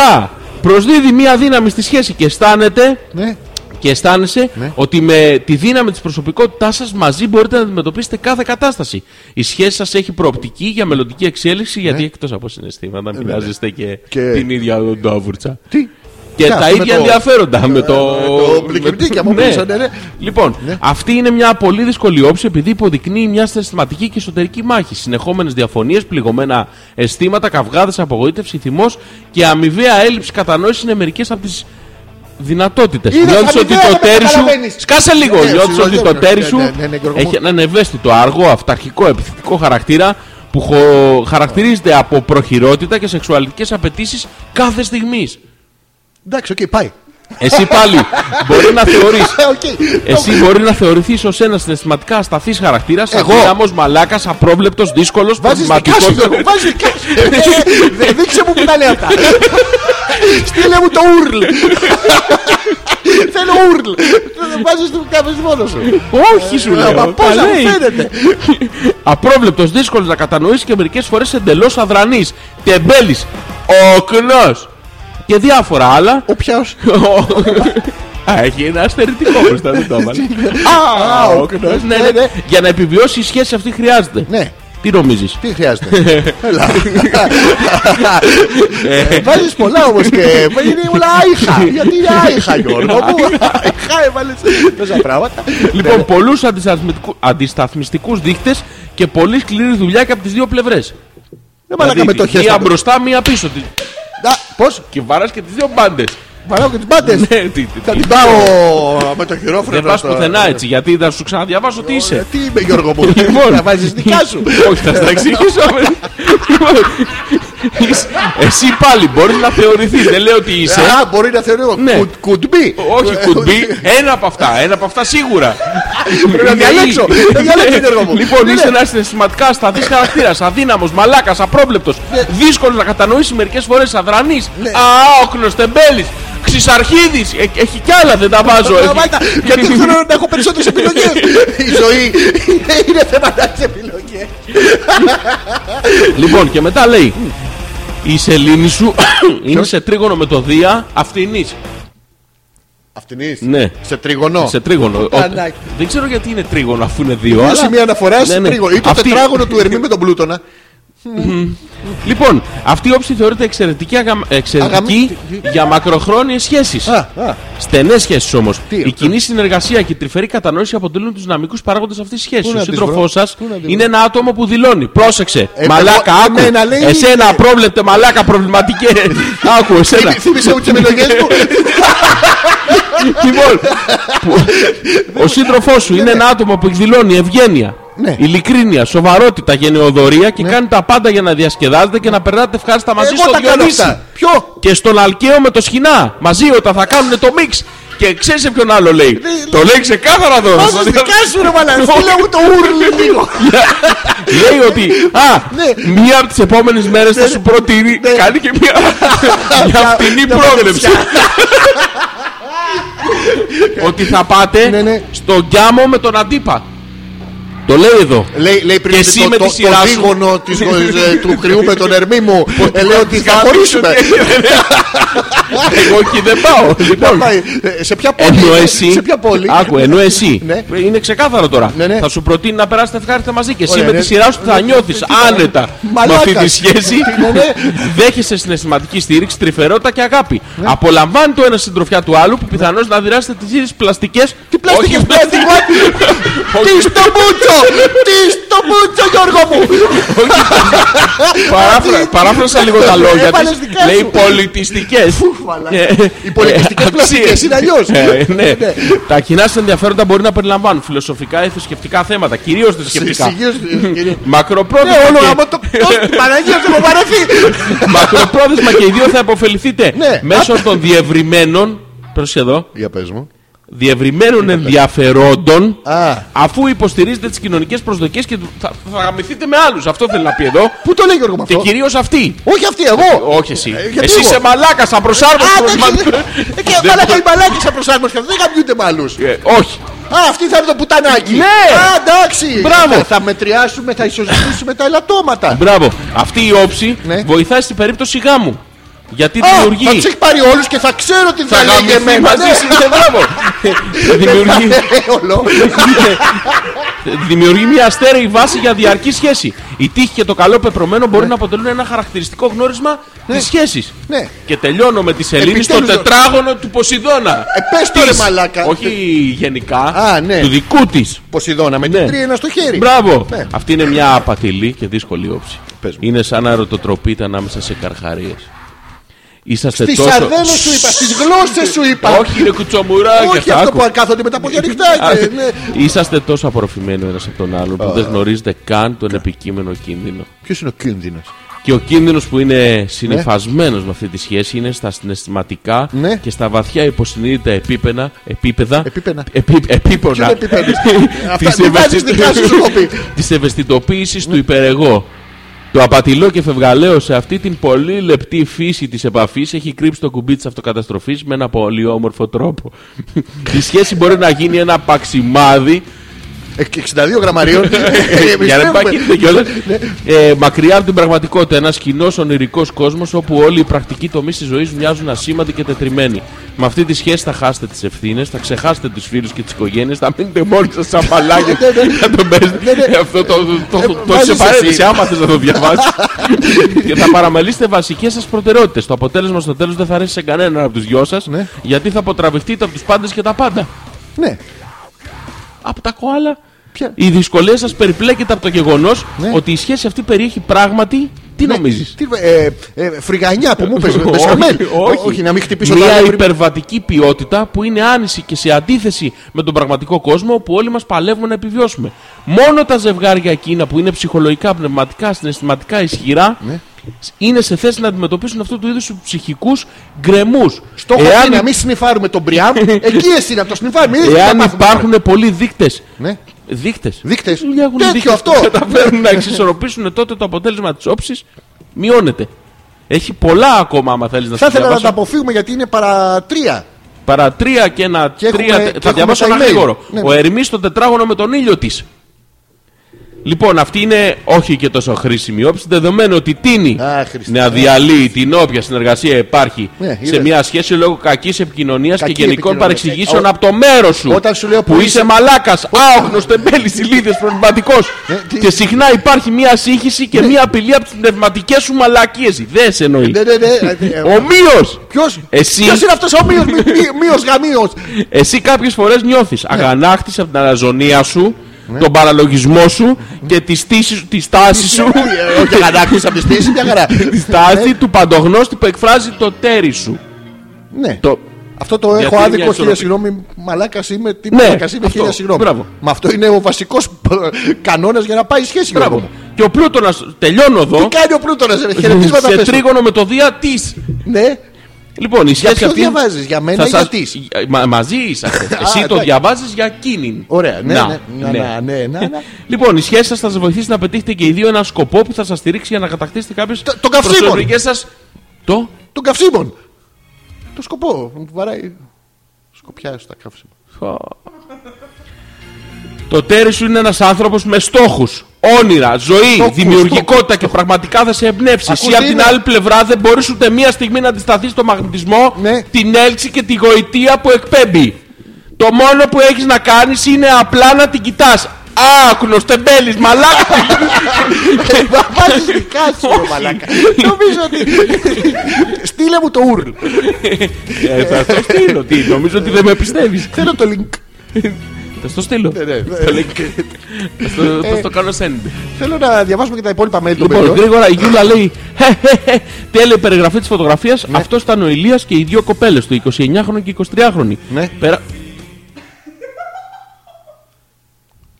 Προσδίδει μια δύναμη στη σχέση και αισθάνεται Ναι. και αισθάνεσαι Ναι. ότι με τη δύναμη της προσωπικότητάς σας μαζί μπορείτε να αντιμετωπίσετε κάθε κατάσταση. Η σχέση σας έχει προοπτική για μελλοντική εξέλιξη, γιατί εκτός από συναισθήματα, μοιράζεστε και, Ναι. Ε, Και- την ίδια ντόβουρτσα. Τι. Και Ποια, τα αυτό με ίδια το- ενδιαφέροντα με το. με το πλικιμπτίκι, άμα Ναι. πούσανε, ναι. Λοιπόν, Ναι. αυτή είναι μια πολύ δύσκολη όψη επειδή υποδεικνύει μια συναισθηματική και εσωτερική μάχη. Συνεχόμενες διαφωνίες, πληγωμένα αισθήματα, καυγάδες, απογοήτευση, θυμός και αμοιβαία έλλειψη κατανόησης είναι μερικές από τις δυνατότητες. Είδες, Νιώθει ότι αμοιβαία, το δεν τέρι σου. καταλαβαίνεις. Σκάσε λίγο. Ναι, Νιώθεις συγγνώμη, ότι το ναι, τέρι ναι, σου ναι, ναι, ναι, Γιώργο μου. έχει έναν ευαίσθητο αργό, αυταρχικό, επιθετικό χαρακτήρα που χω- χαρακτηρίζεται από προχειρότητα και σεξουαλικές απαιτήσεις κάθε στιγμής. Εντάξει, οκ, πάει. Εσύ πάλι μπορεί να θεωρείς Ε, οκ. Εσύ μπορεί να θεωρηθείς ως ένας συναισθηματικά ασταθής χαρακτήρας, Εγώ. αδύναμος, μαλάκας, απρόβλεπτος, δύσκολος, Βάζεις δικά σου, Γιώργο, βάζεις δικά σου. Ε, δε- Δείξε μου που τα λέει αυτά. Στείλε μου το ουρλ. Θέλω ουρλ. Βάζεις του κάμες μόνος σου. Όχι σου Ε, λέω. Μα τα πώς να μου λέει. φαίνεται. Απρόβλεπτος, δύσκολος να κατανοήσει και μερικές φορές εντελώς αδρανής. Τεμπέλης, οκνό και διάφορα άλλα. Ο ποιος. Α, έχει ένα αστερητικό μπροστά, δεν το έβαλες. Α, ο Οκνός, κνός. ναι, Ναι, ναι. ναι. Για να επιβιώσει η σχέση αυτή χρειάζεται. Ναι. Τι νομίζεις. Τι χρειάζεται. Έλα. Ε, Βάζεις πολλά όμως και είναι όλα άϊχα. Γιατί είναι άϊχα Γιώργο μου. Άϊχα έβαλες τόσα πράγματα. Ναι, ναι. Λοιπόν, πολλούς αντισταθμιστικού δείκτε και πολύ σκληρή δουλειά και από τις δύο πλευρές. Δεν μαλάκα με το χέρι. Μία μπροστά, μία πίσω. Τι- Πώς. Και βαράς και τις δύο μπάντες. Βαράω και τις μπάντες. Ναι, τι- τι- Θα τι- την πάω με το χειρόφρενο. Δεν πας στο- Ε, πουθενά έτσι, γιατί θα σου ξαναδιαβάσω τι είσαι. Τι είμαι Γιώργο μου. Λοιπόν. Θα βάζεις δικά σου. Όχι, θα στα εξηγήσω. Λοιπόν, εσύ- Εσύ πάλι μπορείς να θεωρηθείς, δεν λέω ότι είσαι. Ε, Α, μπορεί να θεωρώ. Ναι. Could, could be. Όχι, Ε, κουμπί, ένα από αυτά, ένα από αυτά σίγουρα. Πρέπει να Ναι, διαλέξω. ή- Να διαλέξω, Γιώργο μου. Λοιπόν, Ναι, είσαι ναι. ένας συναισθηματικάς σταθής χαρακτήρας, αδύναμος, μαλάκας, απρόβλεπτος, δύσκολο να κατανοήσει μερικές φορές, αδρανή, Ναι. αόκνο, τεμπέλης, ξυσαρχίδης. Ε, Έχει κι άλλα, δεν τα βάζω. ε. Τώρα, Έχει- μάλιστα, Γιατί θέλω να έχω περισσότερες επιλογές Η ζωή είναι- είναι θέμα να έχεις επιλογές Λοιπόν, και μετά λέει. Η σελήνη σου είναι σε τρίγωνο με το Δία αυτηνή. Αυτήν είσαι. Ναι. Σε τριγωνό Σε τρίγωνο. Ο- Κατανάκι. Δεν ξέρω γιατί είναι τρίγωνο αφού είναι δύο. Μια αλλά- σημεία αναφοράς Ναι, σε ναι. τρίγωνο Ή το Αυτή- τετράγωνο του Ερμή με τον Πλούτονα Λοιπόν, αυτή η όψη θεωρείται εξαιρετική, αγα... εξαιρετική για μακροχρόνιες σχέσεις. Α, α. Στενές σχέσεις όμως. Τι, ε, η αυτό. κοινή συνεργασία και η τρυφερή κατανόηση αποτελούν τους δυναμικούς παράγοντες αυτής της σχέσης. Πού Ο να τις σύντροφός βρω, σας πού να τις είναι ένα άτομο που δηλώνει. Πρόσεξε. Ε, μαλάκα, εγώ- άκου. εμένα λέει- Εσένα, απρόβλεπτε, μαλάκα, προβληματικέ. άκου, εσένα. Θύμι- Θύμισε μου τις επιλογές μου Λοιπόν, που- ο σύντροφός σου είναι ένα άτομο που εκδηλώνει ευγένεια, Ναι. ειλικρίνεια, σοβαρότητα, γενεοδορία και κάνει τα πάντα για να διασκεδάζετε και να περνάτε ευχάριστα μαζί Εγώ στο τα κάνω Διονύση. αυτά Ποιο Και στον Αλκαίο με το Σχοινά. Μαζί όταν θα κάνουν το μίξ. Και ξέρεις σε ποιον άλλο λέει. Ναι, Το λέει ξεκάθαρα εδώ. Βάζεις δικά σου ρε μαλάκα Στείλε μου το ούρλι λίγο Λέει ότι α, Ναι. μία από τις επόμενες μέρες θα σου προτείνει. Ναι. Κάνει και μία μια φτηνή μια πρόβλεψη. Ότι θα Ναι, πάτε ναι. στον γκιάμο με τον αντίπα. Το λέει εδώ. Λέει, λέει πριν Και εσύ το, με το, τη σειρά το σου. δίγωνο της, γο- ε, του κρυού με τον ερμή μου ε, Λέω ότι θα Κάποιος χωρίσουμε ότι- Εγώ εκεί δεν πάω. Να Λοιπόν, πάει. Ε, Σε ποια πόλη ενώ είναι? εσύ. Σε ποια πόλη Άκου, ενώ εσύ. Ναι. Ε, Είναι ξεκάθαρο τώρα. Ναι, ναι. Θα σου προτείνει να περάσετε ευχάριστα μαζί και εσύ Ωραία, με ναι. τη σειρά σου θα νιώθει άνετα με Μαλάκας. αυτή τη σχέση. Ναι, ναι. Ναι. Δέχεσαι συναισθηματική στήριξη, τρυφερότητα και αγάπη. Απολαμβάνει το ένα συντροφιά του άλλου που πιθανώς να δειράσετε τις ίδιες πλαστικές. Τι πλαστικές, πλαστικό. Τι στο μπούτσο! Τι στο μπούτσο Γιώργο μου! Παράφρα- Παράφρασα λίγο τα λόγια Έβαλες της. δικά σου. Λέει πολιτιστικές. μαλάκα. Ε, Οι πολιτιστικές ε, πλαστικές αξίες. είναι αλλιώς. Ε, Ναι. Ναι. Τα κοινά σας ενδιαφέροντα μπορεί να περιλαμβάνουν φιλοσοφικά ή θρησκευτικά θέματα, κυρίως Ε, θρησκευτικά. Συγγύος, Μακροπρόθεσμα, Ναι, όλο και- γαμώ το. το- την Παναγία σου έχω βαρεθεί. μακροπρόθεσμα και οι δύο θα υποφεληθείτε Ναι. μέσω των διευρυμένων. Πρόσεχε εδώ. Για πες μου. διευρυμένων ενδιαφερόντων Α. αφού υποστηρίζετε τις κοινωνικές προσδοκίες και του- θα, θα γαμηθείτε με άλλους. Αυτό θέλει να πει εδώ. Πού το λέει Γιώργο με Και αυτό. κυρίως αυτή. Όχι αυτή, εγώ. Όχι εσύ. Ε, γιατί Εσύ εγώ? είσαι μαλάκας, απροσάρμοστος. Α, εντάξει. Ε, Και μαλάκα οι μαλάκες θα προσάρμοστε. Δεν γαμπιούνται με άλλους. Ε, Όχι. Α, αυτή θα είναι το πουτανάκι. Ναι. Α, εντάξει. Μπράβο. Θα, θα μετριάσουμε, θα ισοζητήσουμε τα ελαττώματα. Μπράβο. Αυτή η όψη Ναι. βοηθάει στην περίπτωση γάμου. Γιατί Α, δημιουργεί. θα τους έχει πάρει όλους και θα ξέρω τι Θα θα, λέει για γαμηθεί μένα. μαζί Ναι. σου. Ναι, Μπράβο. Δημιουργεί. Δεν θα λέει όλο. δημιουργεί μια στέρεη βάση για διαρκή σχέση. Η τύχη και το καλό πεπρωμένο μπορεί να αποτελούν ένα χαρακτηριστικό γνώρισμα της σχέσης. Ναι. Και τελειώνω με τη σελήνη στο Επιτέλους, τετράγωνο του Ποσειδώνα. Ε, πες το, ρε Της. μαλάκα. Όχι γενικά. Α, ναι. Του δικού της. Ποσειδώνα με την Ναι. τρίνα στο χέρι. Μπράβο. Ναι. Αυτή είναι μια απατηλή και δύσκολη όψη. Πες μου. Είναι σαν να ρωτοτροπείτε ανάμεσα σε καρχαρίες. Είσαστε Στις τόσο. σαρδέλες σου είπα, στις γλώσσες σου είπα. Όχι, ρε κουτσομουράκι. Όχι αυτά, αυτό άκου. που κάθονται με τα πόδια Α, ανοιχτά. και, ναι. Είσαστε τόσο απορροφημένοι ο ένας από τον άλλον που δεν γνωρίζετε καν τον επικείμενο κίνδυνο. Ποιος είναι ο κίνδυνος. Και ο κίνδυνος που Ναι. είναι συνυφασμένος με αυτή τη σχέση είναι στα συναισθηματικά Ναι. και στα βαθιά υποσυνείδητα επίπεδα. Επίπεδα. Επίπαινα. Επί, επίπονα. Ποιο είναι επίπεδος? Αυτά μη βάζεις δικά σου, σου έχω πει. Της ευαισθητοποίησης του υπερεγώ. Το απατηλό και φευγαλαίο σε αυτή την πολύ λεπτή φύση της επαφής έχει κρύψει το κουμπί της αυτοκαταστροφής με ένα πολύ όμορφο τρόπο. Η σχέση μπορεί να γίνει ένα παξιμάδι Ε, 62 γραμμαρίων. Ε, Ε, για να μην παγίδετε κιόλας. Ναι. Ε, Μακριά από την πραγματικότητα, ένας κοινός ονειρικός κόσμος όπου όλοι οι πρακτικοί τομείς της ζωής μοιάζουν ασήμαντοι και τετριμένοι. Με αυτή τη σχέση θα χάσετε τις ευθύνες, θα ξεχάσετε τους φίλους και τις οικογένειες, θα μείνετε μόνοι σας σαν μαλάκια. Ναι, Θα το παίζετε. Ε, Αυτό το- το- το- το βάζεις σε παρένθεση, εσύ. άμα θες να το διαβάσεις. Και θα παραμελήσετε βασικές σας προτεραιότητες. Το αποτέλεσμα στο τέλος δεν θα αρέσει σε κανέναν από τους δυο σας, Ναι. γιατί θα αποτραβηχτείτε από τους πάντες και τα πάντα Ναι. από τα κοάλα. Ποια? Η δυσκολία σας περιπλέκεται από το γεγονός Ναι. ότι η σχέση αυτή περιέχει πράγματι. Τι νομίζεις. Τι, ε, ε, φρυγανιά που μου πες, μπεσαμέλ. Όχι, να μην χτυπήσω τα Μια άλλα πριν. υπερβατική ποιότητα που είναι άνηση και σε αντίθεση με τον πραγματικό κόσμο όπου όλοι μας παλεύουμε να επιβιώσουμε. Μόνο τα ζευγάρια εκείνα που είναι ψυχολογικά, πνευματικά, συναισθηματικά ισχυρά Ναι. είναι σε θέση να αντιμετωπίσουν αυτού του είδους τους ψυχικούς γκρεμούς. Στόχο είναι να μην συνειφάρουμε τον Μπριάμ. Εκεί εσύ να το συνειφάρουμε. Ήδη θα Εάν πάθουμε. υπάρχουν πολλοί δείκτες. Ναι. Δείκτες. Δείκτες. Έχουν Τέτοιο δείκτες αυτό. που Καταφέρνουν να εξισορροπήσουν τότε το αποτέλεσμα της όψης. Μειώνεται. Έχει πολλά ακόμα, άμα θέλεις να Θα σου ήθελα να διαβάσω. τα αποφύγουμε γιατί είναι παρά τρία. Παρά τρία και ένα Και έχουμε- τρία. και θα έχουμε διαβάσω τα ένα email. γρήγορο. Ναι. Ο Ερμή στο τετράγωνο με τον ήλιο της. Λοιπόν, αυτή είναι όχι και τόσο χρήσιμη όψη, δεδομένου ότι τίνει Α, Χριστέ. να διαλύει την όποια συνεργασία υπάρχει Ναι, σε είδες. μια σχέση λόγω κακής επικοινωνίας και Κακή γενικών επικοινωνίας. παρεξηγήσεων Ε, ο- από το μέρος σου. Όταν σου λέω που που είσαι είσαι- μαλάκας, άοχνο, τεμπέλη, ηλίδιο, πνευματικό. Ε, τι- Και συχνά υπάρχει μια σύγχυση και μια απειλή από τις πνευματικές σου μαλακίες. Δεν σε εννοεί. Ναι, ναι, ναι. Ομοίως. Ποιος Εσύ. είναι αυτός ο μείος, μη- μη- μείος γαμίος. Εσύ κάποιες φορές νιώθεις Ναι. αγανάκτηση από την αναζωνία σου, τον παραλογισμό σου και τη στάση σου. Τη τάση σου. Ε, Όχι, αγανάκτης από τη Ναι. στήση, μια χαρά. Τη στάση του παντογνώστη που εκφράζει το τέρι σου. Ναι. Το- Αυτό το Γιατί έχω μια άδικο χίλια ισορροπία. συγγνώμη. Μαλάκας είμαι, τι Ναι, μαλάκας είμαι, αυτό. χίλια συγγνώμη. Μπράβο. Μα αυτό είναι ο βασικός κανόνας για να πάει η σχέση, Γιώργο μου. Και ο πλούτονα, τελειώνω εδώ, Τι κάνει ο Πλούτονα, χαιρετίσματα σε πες του. τρίγωνο με το δία της. Ναι, Λοιπόν, η σχέση ποιος αυτή. διαβάζεις, για μένα θα ή για σας- της? Μα- μαζί είσαστε. Εσύ το εντάξει. διαβάζεις για εκείνη. ωραία. Ναι, Να, ναι, να, να, ναι, να, να. Λοιπόν, η σχέση σας θα σας βοηθήσει να πετύχετε και οι δύο ένα σκοπό που θα σας στηρίξει για να κατακτήσετε κάποιες Το- το καυσίμον. προσωπικέ σας. Το. Των καυσίμων. Το σκοπό. Μου βαράει. Σκοπιά στα καύσιμα. Το τέρι σου είναι ένας άνθρωπος με στόχους, όνειρα, ζωή, Στόχους, δημιουργικότητα και πραγματικά θα σε εμπνεύσει. Ακούς Εσύ τι από την είναι? άλλη πλευρά δεν μπορείς ούτε μία στιγμή να αντισταθείς στο μαγνητισμό, Ναι. την έλξη και τη γοητεία που εκπέμπει. Το μόνο που έχεις να κάνεις είναι απλά να την κοιτάς. Άκνο, τεμπέλη, μαλάκα. Βάζεις Ε, δικά σου, ρε μαλάκα. Νομίζω ότι. Στείλε μου το URL. Ε, Θα στο στείλω, τι, νομίζω ότι δεν με πιστεύεις. Θέλω το link. Θα στο στείλω. Ναι, ναι. Το link. Θα στο- Θα στο κάνω send. Θέλω να διαβάσουμε και τα υπόλοιπα mail των Λοιπόν, παιδιών. γρήγορα η Γιούλα λέει: «Χεχεχε, Τέλεια περιγραφή της φωτογραφίας. Αυτός ήταν ο Ηλίας και οι δύο κοπέλες του, 29χρονη και 23χρονη. Ναι. Περα...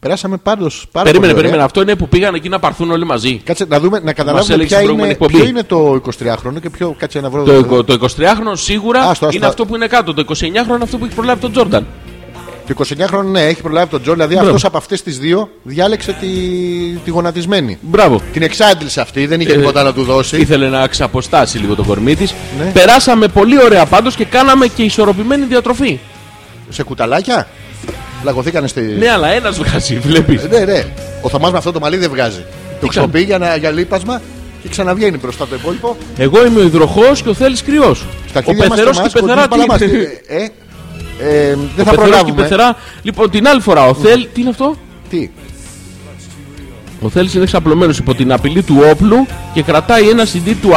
Περάσαμε πάντως πάρα Περίμενε, πολύ ωραία. περίμενε. Αυτό είναι που πήγαν εκεί να πάρθουν όλοι μαζί. Κάτσε να δούμε, να καταλάβουμε έλεγε ποια στην προηγούμενη είναι, εκπομπή. ποιο είναι το 23χρονο και ποιο. Κάτσε να βρω. Το, το 23χρονο σίγουρα Άστο, άστο, είναι άστο. αυτό που είναι κάτω. Το 29χρονο αυτό που έχει προλάβει τον Τζόρνταν. Το 29χρονο ναι, έχει προλάβει τον Τζον. Δηλαδή Μπράβο. αυτός από αυτές τις δύο διάλεξε τη, τη γονατισμένη. Μπράβο. Την εξάντλησε αυτή, δεν είχε Ε, τίποτα να του δώσει. Ήθελε να ξαποστάσει λίγο το κορμί της. Ναι. Περάσαμε πολύ ωραία πάντως και κάναμε και ισορροπημένη διατροφή. Σε κουταλάκια. Λαγωθήκανε στη. Ναι, αλλά ένας βγάζει, βλέπεις. Ε, ναι, ναι. Ο Θωμάς με αυτό το μαλλί δεν βγάζει. Το κάνει? χρησιμοποιεί για, να, για λίπασμα και ξαναβγαίνει μπροστά το υπόλοιπο. Εγώ είμαι ο υδροχός και ο θέλει κρυός. Στα Ο χέρια μας πεθερός Θωμάς, και η κοντή πεθερά τι μπαλά μας. Ε, είναι? ε, ε, δεν Ο θα πεθερός και η προλάβουμε. πεθερά. Λοιπόν, την άλλη φορά ο θέλ. Τι είναι αυτό? Τι. Ο Θέλει είναι εξαπλωμένος υπό την απειλή του όπλου και κρατάει ένα CD του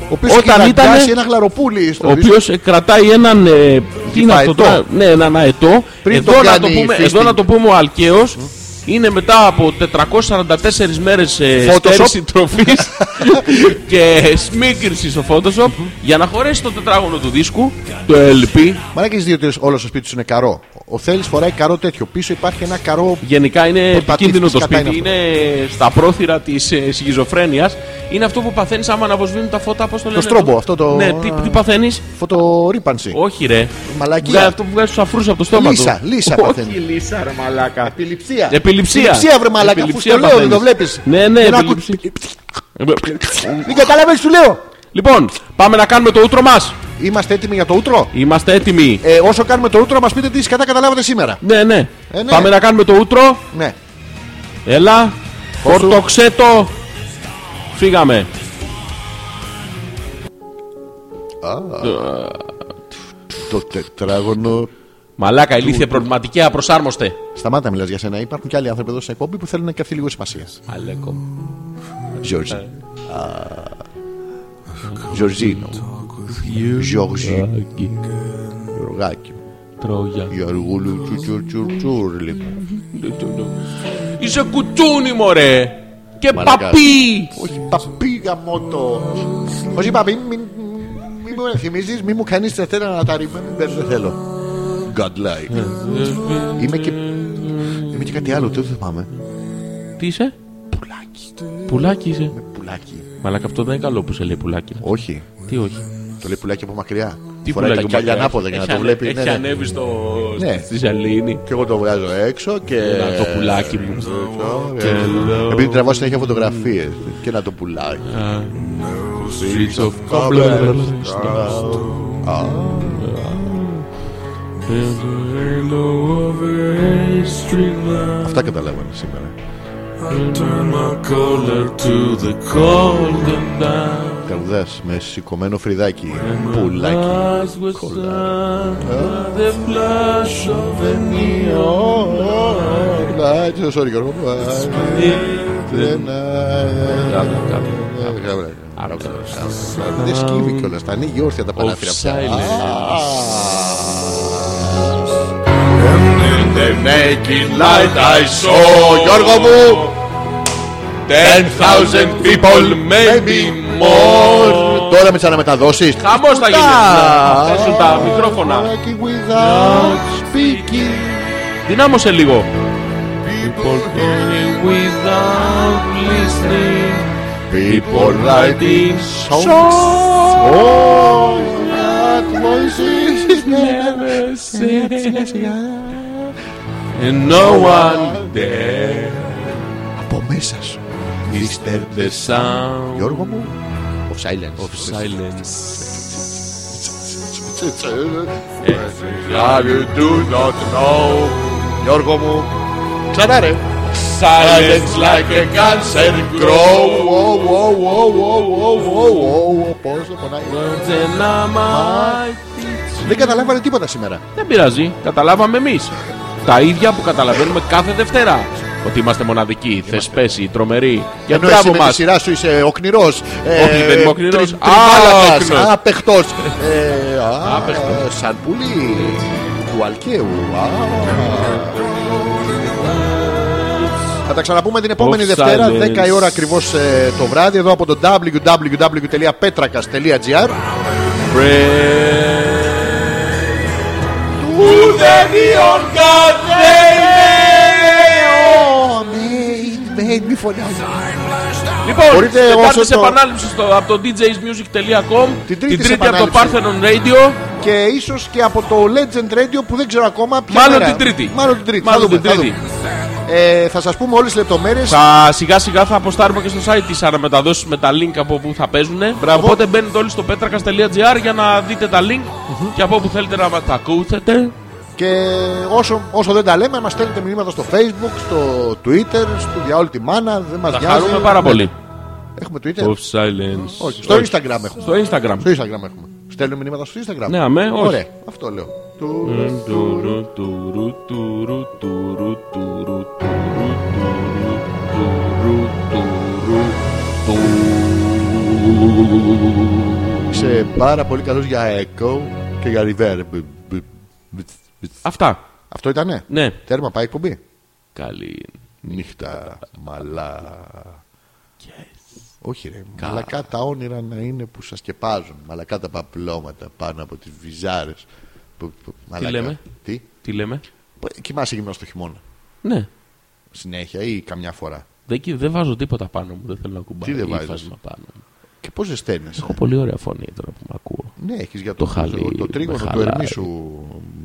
Ο οποίος όταν έχει ήταν. ένα γλαροπούλι στο Ο οποίο κρατάει έναν. ε, τι είναι αυτό Αετό. τώρα, ναι, έναν αετό. Πριν εδώ, τον να κάνει το πούμε, fisting. εδώ να το πούμε ο Αλκαίος είναι μετά από 444 μέρες Photoshop. ε, στέρηση τροφής και σμίκριση στο Photoshop για να χωρέσει το τετράγωνο του δίσκου, το LP. Μα έχει δει ότι όλο το σπίτι σου είναι καρό. Ο Θέλει φοράει καρό τέτοιο. Πίσω υπάρχει ένα καρό. Γενικά είναι Προπατήτης επικίνδυνο το κατά σπίτι. Είναι, είναι στα πρόθυρα της ε, σχιζοφρένειας. Είναι αυτό που παθαίνεις άμα αναβοσβήνουν τα φώτα. Πώς το λένε. στρόμπο, αυτό το- Ναι, τι, τι παθαίνεις. Φωτορύπανση. Όχι, ρε. Μαλακία. Βγάζει- Αυτό που βγάζει του αφρούς από το στόμα Λύσα, του. λύσα Όχι, παθαίνει. λύσα, ρε μαλάκα. Επιληψία. Επιληψία. Επιληψία, βρε μαλάκα. Αφού Επιληψία στο λέω, δεν το βλέπει. παθαίνεις. Ναι, ναι, επιληψία. Μην καταλαβαίνεις, σου λέω. Λοιπόν, πάμε να κάνουμε το ούτρο μας. Είμαστε έτοιμοι για το ούτρο. Είμαστε έτοιμοι. Ε, όσο κάνουμε το ούτρο, μας πείτε τι σκατά καταλάβατε σήμερα. Ναι, ναι. Ε, ναι. Πάμε να κάνουμε το ούτρο. Ναι. Έλα. Πόσο- Φορτοξέ το. Φύγαμε. Το τετράγωνο. Μαλάκα, ηλίθεια προβληματική, απροσάρμοστε. Σταμάτα, μιλάς για σένα. Υπάρχουν και άλλοι άνθρωποι εδώ στην εκπομπή που θέλουν και αυτοί λίγο σημασίας. Αλέκο. Ε. Georgie. Giorgino. Giorgi. Ρογάκι. Τρόγια. Γιαργούλου τσουρτσουρτσουρ. Είσαι κουτσούνι, μωρέ! Και Μαλάκα. παπί! Όχι, παπί γαμότο. Όχι, παπί, μην μη μου θυμίζεις, μην μου κάνεις τετέρα να τα ρίμω. Δεν δεν θέλω. God Ε, like. Είμαι και. Είμαι και κάτι άλλο, τι δεν θυμάμαι. Τι είσαι? Πουλάκι. Πουλάκι είσαι. Πουλάκι. Μαλάκα, αυτό δεν είναι καλό που σε λέει πουλάκι. Όχι. Τι όχι. Το λέει πουλάκι από μακριά. Τι Φοράει τα πουλάκι. κιάλια μαλάκα. ανάποδα για να Έχει το ανε- βλέπει. ναι, Έχει ναι. ανέβει στο. Ναι. Ε, στη σαλήνη. Και εγώ το βγάζω έξω και. Να το πουλάκι μου. Ε, Επειδή τραβάω συνέχεια φωτογραφίες και να το πουλάκι. Streets of Cobblers. Αυτά καταλάβανε σήμερα. Τραγουδά με σηκωμένο φρυδάκι. Πουλάκι. Oh, Πουλάκι, sorry Γιώργο. Δεν- Δεν σκύβει κιόλας. Τα ανοίγει όρθια τα παράθυρα. αυτά. Ο Γιώργο μου! 10,000 people, maybe more. Τώρα με τις αναμεταδόσεις Χαμός θα γίνει. Να πέσουν τα μικρόφωνα. Lucky without speaking. Δυνάμωσε λίγο. People writing songs. Oh, that voices never And no one there. Από μέσα σου. Mr. The sound Γιώργο μου. Of silence. of silence. Now you do not know. Γιώργο μου. Ξανά ρε. Silence like a cancer grow. Wow, wow, wow, wow, wow, wow, wow. Πόσο πονάει. Δεν καταλάβανε τίποτα σήμερα. Δεν πειράζει, καταλάβαμε εμείς Τα ίδια που καταλαβαίνουμε κάθε Δευτέρα. Ότι είμαστε μοναδικοί, θεσπέσοι, τρομεροί. Και Ενώ εσύ Ε, μπράβο με τη μας σειρά σου είσαι οκνηρός Ε, Όχι, δεν είμαι οκνηρός. τρι- Άλλα τριβάλατας, τέκνος. Άπεχτος Ε, α, Άπεχτος. Σαν πουλί του Αλκαίου Α. Θα τα ξαναπούμε την επόμενη Of Δευτέρα, silence. 10 η ώρα ακριβώς ε, το βράδυ, εδώ από το www.petrakas.gr Oh, Λοιπόν, Μπορείτε Μπορείτε όσο τετάρτη σε το- επανάληψη στο, από το djsmusic.com Την την τρίτη τρίτη, σε από το επανάληψη. Parthenon Radio και ίσως και από το Legend Radio που δεν ξέρω ακόμα ποια Μάλλον μέρα. την Τρίτη. Μάλλον την Τρίτη. Μάλλον θα δούμε, την Τρίτη. Θα, δούμε. Ε, θα σας πούμε όλες τις λεπτομέρειες. Θα σιγά σιγά θα αποστάρουμε και στο site της αναμεταδόσεις με τα link από όπου θα παίζουν. Μπράβο. Οπότε μπαίνετε όλοι στο petrakas.gr για να δείτε τα link και από όπου θέλετε να μα- τα ακούσετε. Και όσο, όσο δεν τα λέμε, μας στέλνετε μηνύματα στο Facebook, στο Twitter, στο για όλη τη μάνα. Δεν μας Θα νοιάζει. χαρούμε πάρα πολύ. Έχουμε Twitter. Of silence. Ναι. Όχι, στο Instagram έχουμε. Στο Instagram. Στο Instagram έχουμε. Στέλνουμε μηνύματα στο Instagram. Ναι, αμέ, όχι. Ναι. Ωραία, αυτό λέω. Του- Τουρου, τουρου, τουρου, τουρου, τουρου, τουρου, τουρου, τουρου, Ναι. τουρου. Είσαι πάρα πολύ καλός για echo και για reverb. Αυτά. Αυτό ήτανε. Ναι. Τέρμα, πάει εκπομπή. Καλή. Νύχτα, μαλά. Όχι ρε, μαλακά τα όνειρα να είναι που σας σκεπάζουν. Μαλακά τα παπλώματα πάνω από τις βυζάρες. Που- που- μαλακά. λέμε? Τι, Τι λέμε. Πο- κοιμάσαι γυμνός το χειμώνα. Ναι. Συνέχεια ή καμιά φορά. Δεν, κοι- δεν βάζω τίποτα πάνω μου. Δεν θέλω να κουμπάω. Τι δεν βάζεις? ύφασμα πάνω μου. Και πώς ζεσταίνεσαι. Έχω πολύ ωραία φωνή τώρα που με ακούω. Ναι, έχεις για το, Το χαλί το με τρίγωνο του χαλάει. ερμή σου.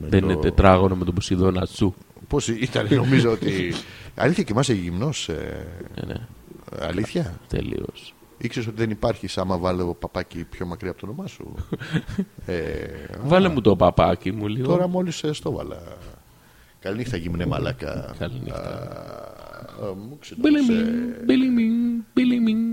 με Δεν Ε, το- είναι τετράγωνο με τον Ποσειδώνα Τσου. Πώς ήταν, νομίζω ότι... Αλήθεια, κοιμάσαι γυμνός. ε, Ναι, ναι. αλήθεια. Τελείως. Ήξερες ότι δεν υπάρχει άμα βάλω παπάκι πιο μακριά από το όνομά σου. ε, Βάλε μου το παπάκι μου λίγο. Τώρα μόλις στο βάλα. Καληνύχτα, γυμνέ μαλάκα. Καληνύχτα. Α, Μου ξεντώνεις, Μπιλιμιν, ε, μπιλιμιν, μπιλιμιν.